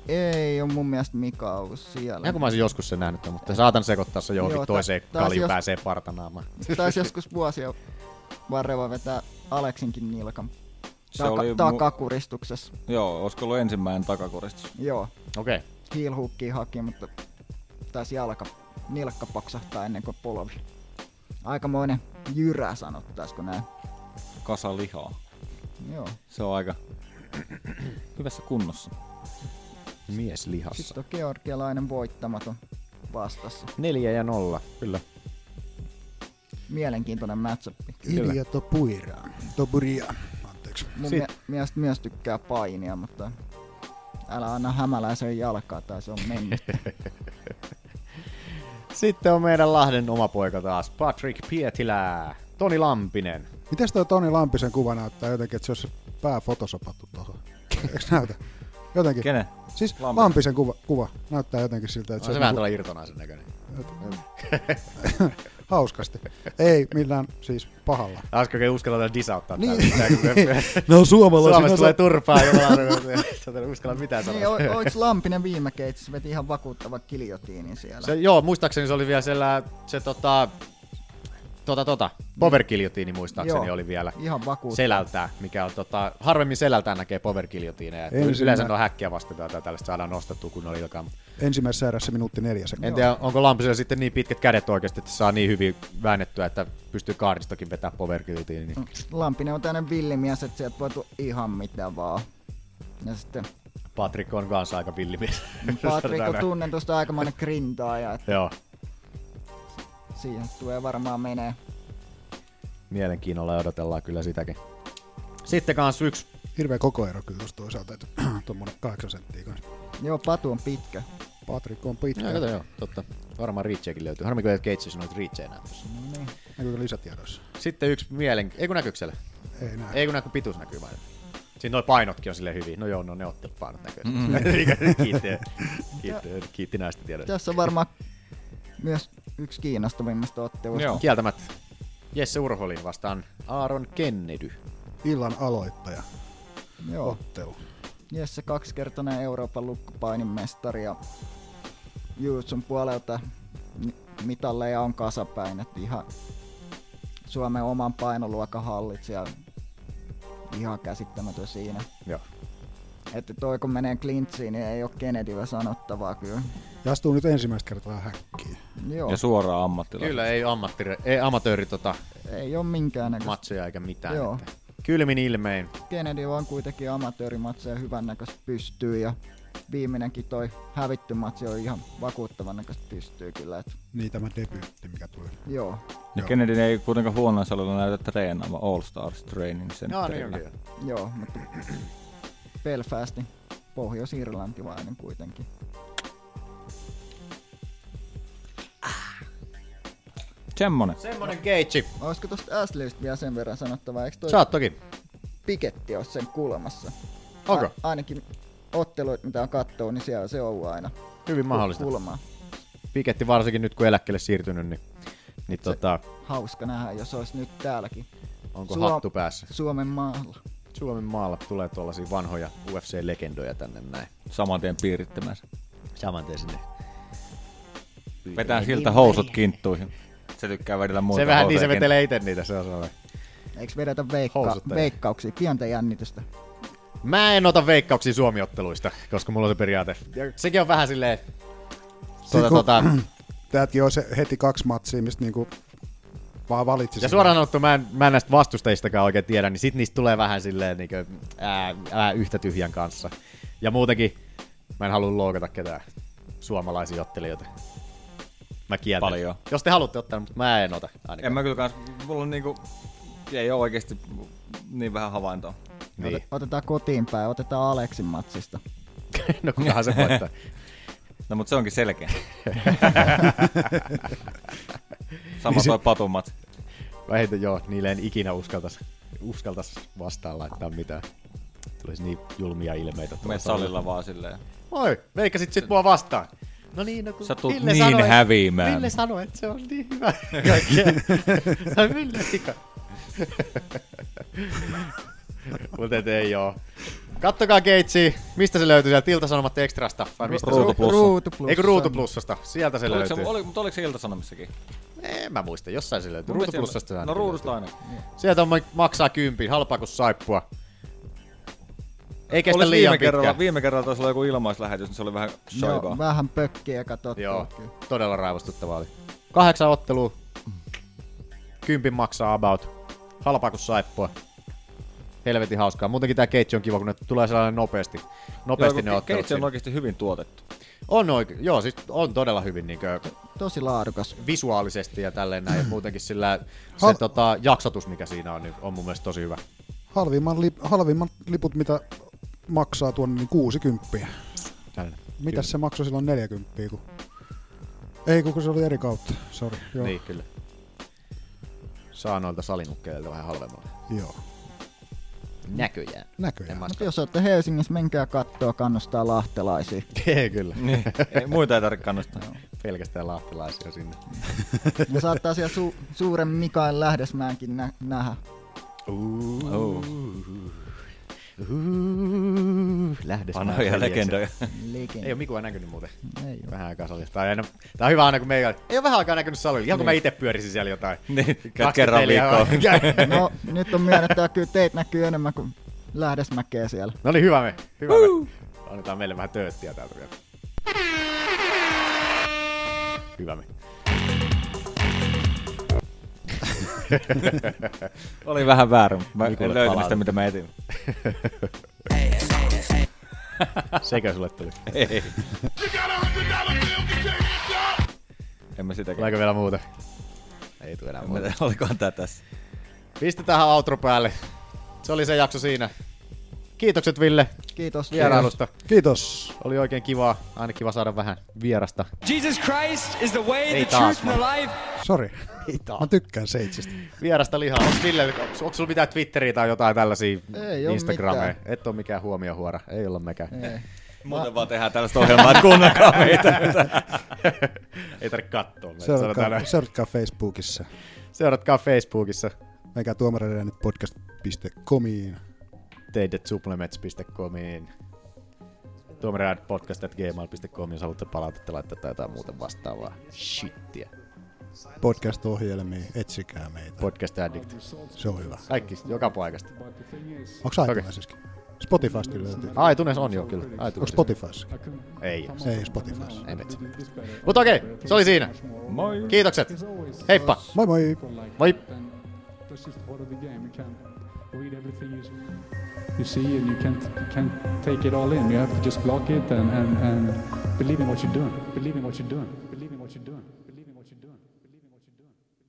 [SPEAKER 10] Ei on mun mielestä Mika ollut siellä.
[SPEAKER 8] Ja kun mä olisin joskus sen nähnyt, no, mutta saatan sekoittaa se johonkin
[SPEAKER 10] Joo,
[SPEAKER 8] Joo,
[SPEAKER 10] ta-
[SPEAKER 8] toiseen
[SPEAKER 10] taisi
[SPEAKER 8] kalju
[SPEAKER 10] jos-
[SPEAKER 8] pääsee partanaamaan.
[SPEAKER 10] Taisi joskus vuosia varrella vetää Aleksinkin nilkan.
[SPEAKER 9] Se
[SPEAKER 10] Taka,
[SPEAKER 9] oli mu-
[SPEAKER 10] takakuristuksessa.
[SPEAKER 9] Joo, olisiko ollut ensimmäinen takakoristus?
[SPEAKER 10] Joo.
[SPEAKER 8] Okei. Okay.
[SPEAKER 10] Heel hookia haki, mutta taisi jalka, nilkka paksahtaa ennen kuin polvi. Aikamoinen jyrä sanottaisiko näin.
[SPEAKER 9] Kasa lihaa.
[SPEAKER 10] Joo.
[SPEAKER 9] Se on aika (clears throat) hyvässä kunnossa.
[SPEAKER 8] Mies lihassa.
[SPEAKER 10] Sitten on georgialainen voittamaton vastassa.
[SPEAKER 8] Neljä ja nolla, kyllä.
[SPEAKER 10] Mielenkiintoinen matchup.
[SPEAKER 7] Ilja Topuira. Topuria.
[SPEAKER 10] Mun
[SPEAKER 7] Sit-
[SPEAKER 10] mie- mies, mies tykkää painia, mutta älä anna hämäläisen jalkaa tai se on
[SPEAKER 8] (laughs)
[SPEAKER 10] mennyt.
[SPEAKER 8] Sitten on meidän Lahden oma poika taas, Patrick Pietilä, Toni Lampinen.
[SPEAKER 7] Mites toi Toni Lampisen kuva näyttää jotenkin, että se olisi pää fotosopattu tuohon? Eikö näytä? Jotenkin.
[SPEAKER 9] Kenen?
[SPEAKER 7] Siis
[SPEAKER 9] Lampisen.
[SPEAKER 7] Lampisen, Lampisen kuva, kukuva näyttää jotenkin siltä,
[SPEAKER 8] On
[SPEAKER 7] että
[SPEAKER 8] No, se,
[SPEAKER 7] on
[SPEAKER 8] vähän
[SPEAKER 7] niinku-
[SPEAKER 8] tuolla irtonaisen näköinen.
[SPEAKER 7] hauskasti. Ei millään siis pahalla.
[SPEAKER 8] Äsken oikein uskallata disauttaa
[SPEAKER 7] Niin.
[SPEAKER 8] täällä.
[SPEAKER 7] Ne on suomalaisia,
[SPEAKER 8] (laughs) Suomessa
[SPEAKER 7] ne
[SPEAKER 8] tulee
[SPEAKER 7] saa-
[SPEAKER 8] turpaa, jumala. Sä et uskalla mitään
[SPEAKER 10] niin,
[SPEAKER 8] sanoa.
[SPEAKER 10] o- oiks Lampinen viime keitsissä veti ihan vakuuttava kiljotiinin siellä?
[SPEAKER 8] Se, joo, muistaakseni se oli vielä siellä, se tota, tota, tota, power guillotine muistaakseni
[SPEAKER 10] Joo,
[SPEAKER 8] oli vielä
[SPEAKER 10] ihan vakuuttava.
[SPEAKER 8] selältää, mikä on tota, harvemmin selältään näkee power guillotineja. Et
[SPEAKER 7] Ensinnä-
[SPEAKER 8] Yleensä ne on häkkiä vastaan tai tällaista saadaan nostettua kunnolla ilkaan.
[SPEAKER 7] Ensimmäisessä erässä minuutti neljä sekuntia.
[SPEAKER 8] En tiedä, onko Lampisella sitten niin pitkät kädet oikeasti, että saa niin hyvin väännettyä, että pystyy kaardistakin vetämään power guillotine.
[SPEAKER 10] Mm.
[SPEAKER 8] Niin.
[SPEAKER 10] Lampinen on tämmönen villimies, että sieltä voi tulla ihan mitä vaan.
[SPEAKER 8] (laughs)
[SPEAKER 10] Ja sitten
[SPEAKER 8] Patrick on kanssa aika villimies. (laughs)
[SPEAKER 10] Mm. Patrick
[SPEAKER 8] Sanotaan
[SPEAKER 10] on
[SPEAKER 8] näin.
[SPEAKER 10] tunnetusta aikamoinen grindaaja, että
[SPEAKER 8] Joo,
[SPEAKER 10] siihen tulee varmaan menee.
[SPEAKER 8] mielenkiinnolla odotellaan kyllä sitäkin. Sitten kans yksi.
[SPEAKER 7] Hirveä kokoero kyllä tuossa toisaalta, että (clears throat) tuommoinen kahdeksan senttiä kanssa.
[SPEAKER 10] Joo, Patu on pitkä.
[SPEAKER 7] Patrick on pitkä.
[SPEAKER 8] Joo, kato, joo, totta. Varmaan Reachiakin löytyy. Harmi, kun ei Cage sanoit Reachia näin.
[SPEAKER 10] Niin.
[SPEAKER 7] Näkyykö lisätiedoissa?
[SPEAKER 8] Sitten yksi mielen... Ei kun näkyykö siellä?
[SPEAKER 7] Ei näy.
[SPEAKER 8] Ei kun näkyy, pituus näkyy vain. Siinä noi painotkin on sille hyviä. No joo, no ne ottelupainot näkyy.
[SPEAKER 10] Mm.
[SPEAKER 8] (laughs) Mm. kiitti, kiitti, kiitti näistä tiedoista.
[SPEAKER 10] Tässä on varmaan myös yksi kiinnostavimmista otteluista.
[SPEAKER 8] Joo. Kieltämättä. Jesse Urholin vastaan Aaron Kennedy.
[SPEAKER 7] Illan aloittaja.
[SPEAKER 10] Joo.
[SPEAKER 7] Ottelu.
[SPEAKER 10] Jesse kaksikertainen Euroopan lukkupainin mestari ja Jutsun puolelta ni- mitalleja on kasapäin, että ihan Suomen oman painoluokan hallitsija ihan käsittämätön siinä.
[SPEAKER 8] Joo.
[SPEAKER 10] Että toi kun menee klintsiin, niin ei ole Kennedyllä sanottavaa kyllä.
[SPEAKER 7] Ja astuu nyt ensimmäistä kertaa häkkiin.
[SPEAKER 10] Joo.
[SPEAKER 9] Ja suoraan ammattilainen.
[SPEAKER 8] Kyllä ei, ammattire, ei amatööri tota
[SPEAKER 10] Ei ole minkäännäköistä.
[SPEAKER 8] matseja eikä mitään.
[SPEAKER 10] Joo.
[SPEAKER 8] Joo. Että. Kylmin ilmein.
[SPEAKER 10] Kennedy on kuitenkin amatöörimatseja hyvän näköistä pystyy ja viimeinenkin toi hävitty matsi on ihan vakuuttavan näköistä pystyy kyllä. Et,
[SPEAKER 7] Niin tämä debyytti, mikä tuli.
[SPEAKER 10] joo.
[SPEAKER 9] Ja Kennedy ei kuitenkaan huonoa salilla näytä treenaava All Stars Training
[SPEAKER 10] Joo,
[SPEAKER 9] Centerillä.
[SPEAKER 10] niin onkin. Joo, mutta (clears throat) Belfastin pohjois-irlantilainen kuitenkin.
[SPEAKER 9] Semmonen.
[SPEAKER 8] Semmonen keitsi.
[SPEAKER 10] Olisiko tosta S-list vielä sen verran sanottavaa? Eikö toi
[SPEAKER 8] Saat toki.
[SPEAKER 10] piketti ole sen kulmassa?
[SPEAKER 8] Onko?
[SPEAKER 10] A- ainakin otteluit, mitä on kattoo, niin siellä se on ollut aina.
[SPEAKER 8] Hyvin mahdollista.
[SPEAKER 10] Kulmaa.
[SPEAKER 8] Piketti varsinkin nyt kun eläkkeelle siirtynyt, niin, niin tota,
[SPEAKER 10] Hauska nähdä, jos olisi nyt täälläkin.
[SPEAKER 8] onko hattu päässä?
[SPEAKER 10] Suomen maalla.
[SPEAKER 8] Suomen maalla tulee tuollaisia vanhoja UFC-legendoja tänne näin.
[SPEAKER 9] Saman tien piirittämässä.
[SPEAKER 8] Saman tien sinne. Niin.
[SPEAKER 9] Vetää siltä housut kinttuihin. Se tykkää vedellä muuta
[SPEAKER 8] Se vähän niin se vetelee itse niitä, se on sellainen.
[SPEAKER 10] Eikö vedetä veikka-
[SPEAKER 8] Housuttajia.
[SPEAKER 10] veikkauksia? Pientä jännitystä.
[SPEAKER 8] Mä en ota veikkauksia Suomiotteluista, koska mulla on se periaate. Ja sekin on vähän silleen... Tuota,
[SPEAKER 7] kun-
[SPEAKER 8] tuota,
[SPEAKER 7] Tämäkin on se heti kaksi matsia, mistä niinku vaan valitsi.
[SPEAKER 8] ja suoraan sanottu, mä en, mä en näistä vastustajistakaan oikein tiedä, niin sit niistä tulee vähän silleen niin kuin, ää, ää, yhtä tyhjän kanssa. Ja muutenkin, mä en halua loukata ketään suomalaisia ottelijoita. Mä kieltän.
[SPEAKER 9] Paljon.
[SPEAKER 8] Jos te haluatte ottaa, mutta mä en ota ainakaan.
[SPEAKER 9] En mä kyllä kans, mulla on niinku, ei ole oikeesti niin vähän havaintoa.
[SPEAKER 8] Niin.
[SPEAKER 10] Ote- Otetaan kotiin päin, otetaan Aleksin matsista.
[SPEAKER 8] (laughs) no kukahan se voittaa.
[SPEAKER 9] No mut se onkin
[SPEAKER 8] (laughs)
[SPEAKER 9] selkeä. Sama
[SPEAKER 8] Niin
[SPEAKER 9] toi patumat.
[SPEAKER 8] Vähintään joo, niille en ikinä uskaltas, uskaltas vastaan laittaa mitään. Tulisi niin julmia ilmeitä. tuolla
[SPEAKER 9] Mene salilla vaan silleen.
[SPEAKER 8] Oi, veikkasit sit mua vastaan. No niin, no kun
[SPEAKER 9] Sä tulet
[SPEAKER 8] Ville
[SPEAKER 9] niin
[SPEAKER 8] sanoi-
[SPEAKER 9] häviämään.
[SPEAKER 8] Ville sanoi, että se on niin hyvä. (laughs) Kaikkea. Ai Ville (laughs) vika. Mutta et ei oo. Kattokaa Keitsi, mistä se löytyy sieltä Ilta-Sanomat Extrasta? Vai mistä
[SPEAKER 9] Ruutu
[SPEAKER 8] se
[SPEAKER 9] Plussa. Ruutu Plussa.
[SPEAKER 8] Eikö Ruutu Plussasta? Sieltä se
[SPEAKER 9] Oliko
[SPEAKER 8] löytyy.
[SPEAKER 9] Se, oli, mutta oliko se Ilta-Sanomissakin?
[SPEAKER 8] En mä muista, jossain se löytyy.
[SPEAKER 9] Mun mielestä
[SPEAKER 8] Ruutu Plussasta se
[SPEAKER 9] siellä-
[SPEAKER 8] ainakin
[SPEAKER 9] No ruudusta aina.
[SPEAKER 8] löytyy. Sieltä on, maksaa kympin, halpaa kuin saippua. Ei kestä
[SPEAKER 9] Olis
[SPEAKER 8] liian
[SPEAKER 9] viime kerralla,
[SPEAKER 8] pitkään.
[SPEAKER 9] viime kerralla taisi olla joku ilmaislähetys, niin se oli vähän
[SPEAKER 10] Joo,
[SPEAKER 9] shaibaa.
[SPEAKER 10] vähän pökkiä katsottu.
[SPEAKER 8] Joo, todella raivostuttavaa oli. Kahdeksan ottelua. Kympin maksaa about. Halpaa kuin saippua. Helvetin hauskaa. Muutenkin tää keitsi on kiva, kun ne tulee sellainen nopeasti. Nopeasti
[SPEAKER 9] Joo, kun
[SPEAKER 8] ne ottelut.
[SPEAKER 9] Keitsi on
[SPEAKER 8] sinne.
[SPEAKER 9] oikeasti hyvin tuotettu.
[SPEAKER 8] On oikein. Joo, siis on todella hyvin niinkö
[SPEAKER 10] Tosi laadukas.
[SPEAKER 8] visuaalisesti ja tälleen näin. Ja muutenkin sillä se
[SPEAKER 7] Hal-
[SPEAKER 8] tota, jaksotus, mikä siinä on, niin on mun mielestä tosi hyvä.
[SPEAKER 7] Halvimman, lip, halvimman liput, mitä maksaa tuonne, niin 60.
[SPEAKER 8] Tällainen.
[SPEAKER 7] Mitäs se maksoi silloin 40, kun... Ei, kun se oli eri kautta. Sorry. Joo.
[SPEAKER 8] Niin, kyllä. Saa noilta salinukkeilta vähän (laughs) halvemmalla.
[SPEAKER 7] Joo.
[SPEAKER 8] Näköjään.
[SPEAKER 7] Näköjään.
[SPEAKER 10] Mutta jos olette Helsingissä, menkää kattoa, kannustaa lahtelaisia.
[SPEAKER 8] kyllä.
[SPEAKER 9] (laughs) Niin. Ei, muita ei tarvitse kannustaa.
[SPEAKER 8] Pelkästään lahtelaisia sinne.
[SPEAKER 10] Ja saattaa siellä su- suuren Mikael Lähdesmäenkin nä- nähdä.
[SPEAKER 8] Oh. Uhuh. Lähdes
[SPEAKER 9] Vanhoja
[SPEAKER 8] mä veljeksi.
[SPEAKER 9] (laughs) legendoja.
[SPEAKER 10] Legenda.
[SPEAKER 8] Ei ole Mikua näkynyt muuten.
[SPEAKER 10] Ei oo.
[SPEAKER 8] Vähän aikaa salilla. Tää on, aina, tää on hyvä aina, kun meillä ei ole vähän aikaa näkynyt salilla. Ihan kun mä itse pyörisin siellä (laughs) jotain.
[SPEAKER 9] Niin,
[SPEAKER 8] Kaksi
[SPEAKER 9] kerran
[SPEAKER 8] peliä
[SPEAKER 9] viikkoon.
[SPEAKER 8] (laughs) vaan.
[SPEAKER 10] No, nyt on myönnettävä, kyllä teitä näkyy enemmän kuin Lähdesmäkeä siellä.
[SPEAKER 8] No niin, hyvä me. Hyvä me. Annetaan meille vähän tööttiä täältä (laughs) vielä. Hyvä me.
[SPEAKER 9] Oli vähän väärin, mutta mä
[SPEAKER 8] Mikulle
[SPEAKER 9] en löytänyt
[SPEAKER 8] palaa.
[SPEAKER 9] sitä, mitä mä etin.
[SPEAKER 8] Sekä sulle tuli.
[SPEAKER 9] Ei. En mä sitäkään.
[SPEAKER 8] Tuleeko vielä muuta? Ei tule enää
[SPEAKER 9] En mä
[SPEAKER 8] muuta.
[SPEAKER 9] tiedä, olikohan tää tässä.
[SPEAKER 8] Pistetään outro päälle. Se oli se jakso siinä. Kiitokset Ville.
[SPEAKER 10] Kiitos.
[SPEAKER 8] Vierailusta.
[SPEAKER 7] Kiitos.
[SPEAKER 8] Oli oikein kivaa. Aina kiva saada vähän vierasta.
[SPEAKER 15] Jesus Christ is the way,
[SPEAKER 8] Ei
[SPEAKER 15] the
[SPEAKER 8] taas,
[SPEAKER 15] truth, and the life.
[SPEAKER 7] Sorry.
[SPEAKER 8] Hitaasti.
[SPEAKER 7] Mä tykkään seitsistä.
[SPEAKER 8] Vierasta lihaa. Onko, Ville, onko sulla mitään Twitteriä tai jotain tällaisia
[SPEAKER 10] Ei oo
[SPEAKER 8] Instagrameja?
[SPEAKER 10] mitään.
[SPEAKER 8] Et ole mikään huomiohuora. Ei olla mekään.
[SPEAKER 10] Ei.
[SPEAKER 9] Muuten vaan tehdään tällaista ohjelmaa, että kuunnelkaa meitä.
[SPEAKER 8] (laughs) Ei tarvitse katsoa. meitä, sanotaan
[SPEAKER 7] Seuratkaa,
[SPEAKER 8] näin.
[SPEAKER 7] seuratkaa Facebookissa.
[SPEAKER 8] Seuratkaa Facebookissa.
[SPEAKER 7] Menkää tuomareiden nyt podcast.comiin.
[SPEAKER 8] teidetsupplements.comiin tuomiraadpodcast.gmail.com, jos haluatte palautetta laittaa tai jotain muuta vastaavaa shittiä.
[SPEAKER 7] Podcast-ohjelmiin, etsikää meitä.
[SPEAKER 8] Podcast Addict.
[SPEAKER 7] Se on hyvä.
[SPEAKER 8] Kaikki, joka paikasta.
[SPEAKER 7] Onko se aikuisiskin? Spotifysta löytyy.
[SPEAKER 8] Ai, tunes on jo, kyllä. Ai,
[SPEAKER 7] Onko Spotifyssa?
[SPEAKER 8] Ei.
[SPEAKER 7] Ei Spotifyssa.
[SPEAKER 8] En vitsi. Mutta okei, se oli siinä.
[SPEAKER 9] Moi.
[SPEAKER 8] Kiitokset. Heippa.
[SPEAKER 7] Moi moi.
[SPEAKER 8] Moi.
[SPEAKER 16] That's just part of the game. You can't read everything you, you see, and you can't you can't take it all in. You have to just block it and, and, and believe in what you're doing. Believe in what you're doing. Believe in what you're doing.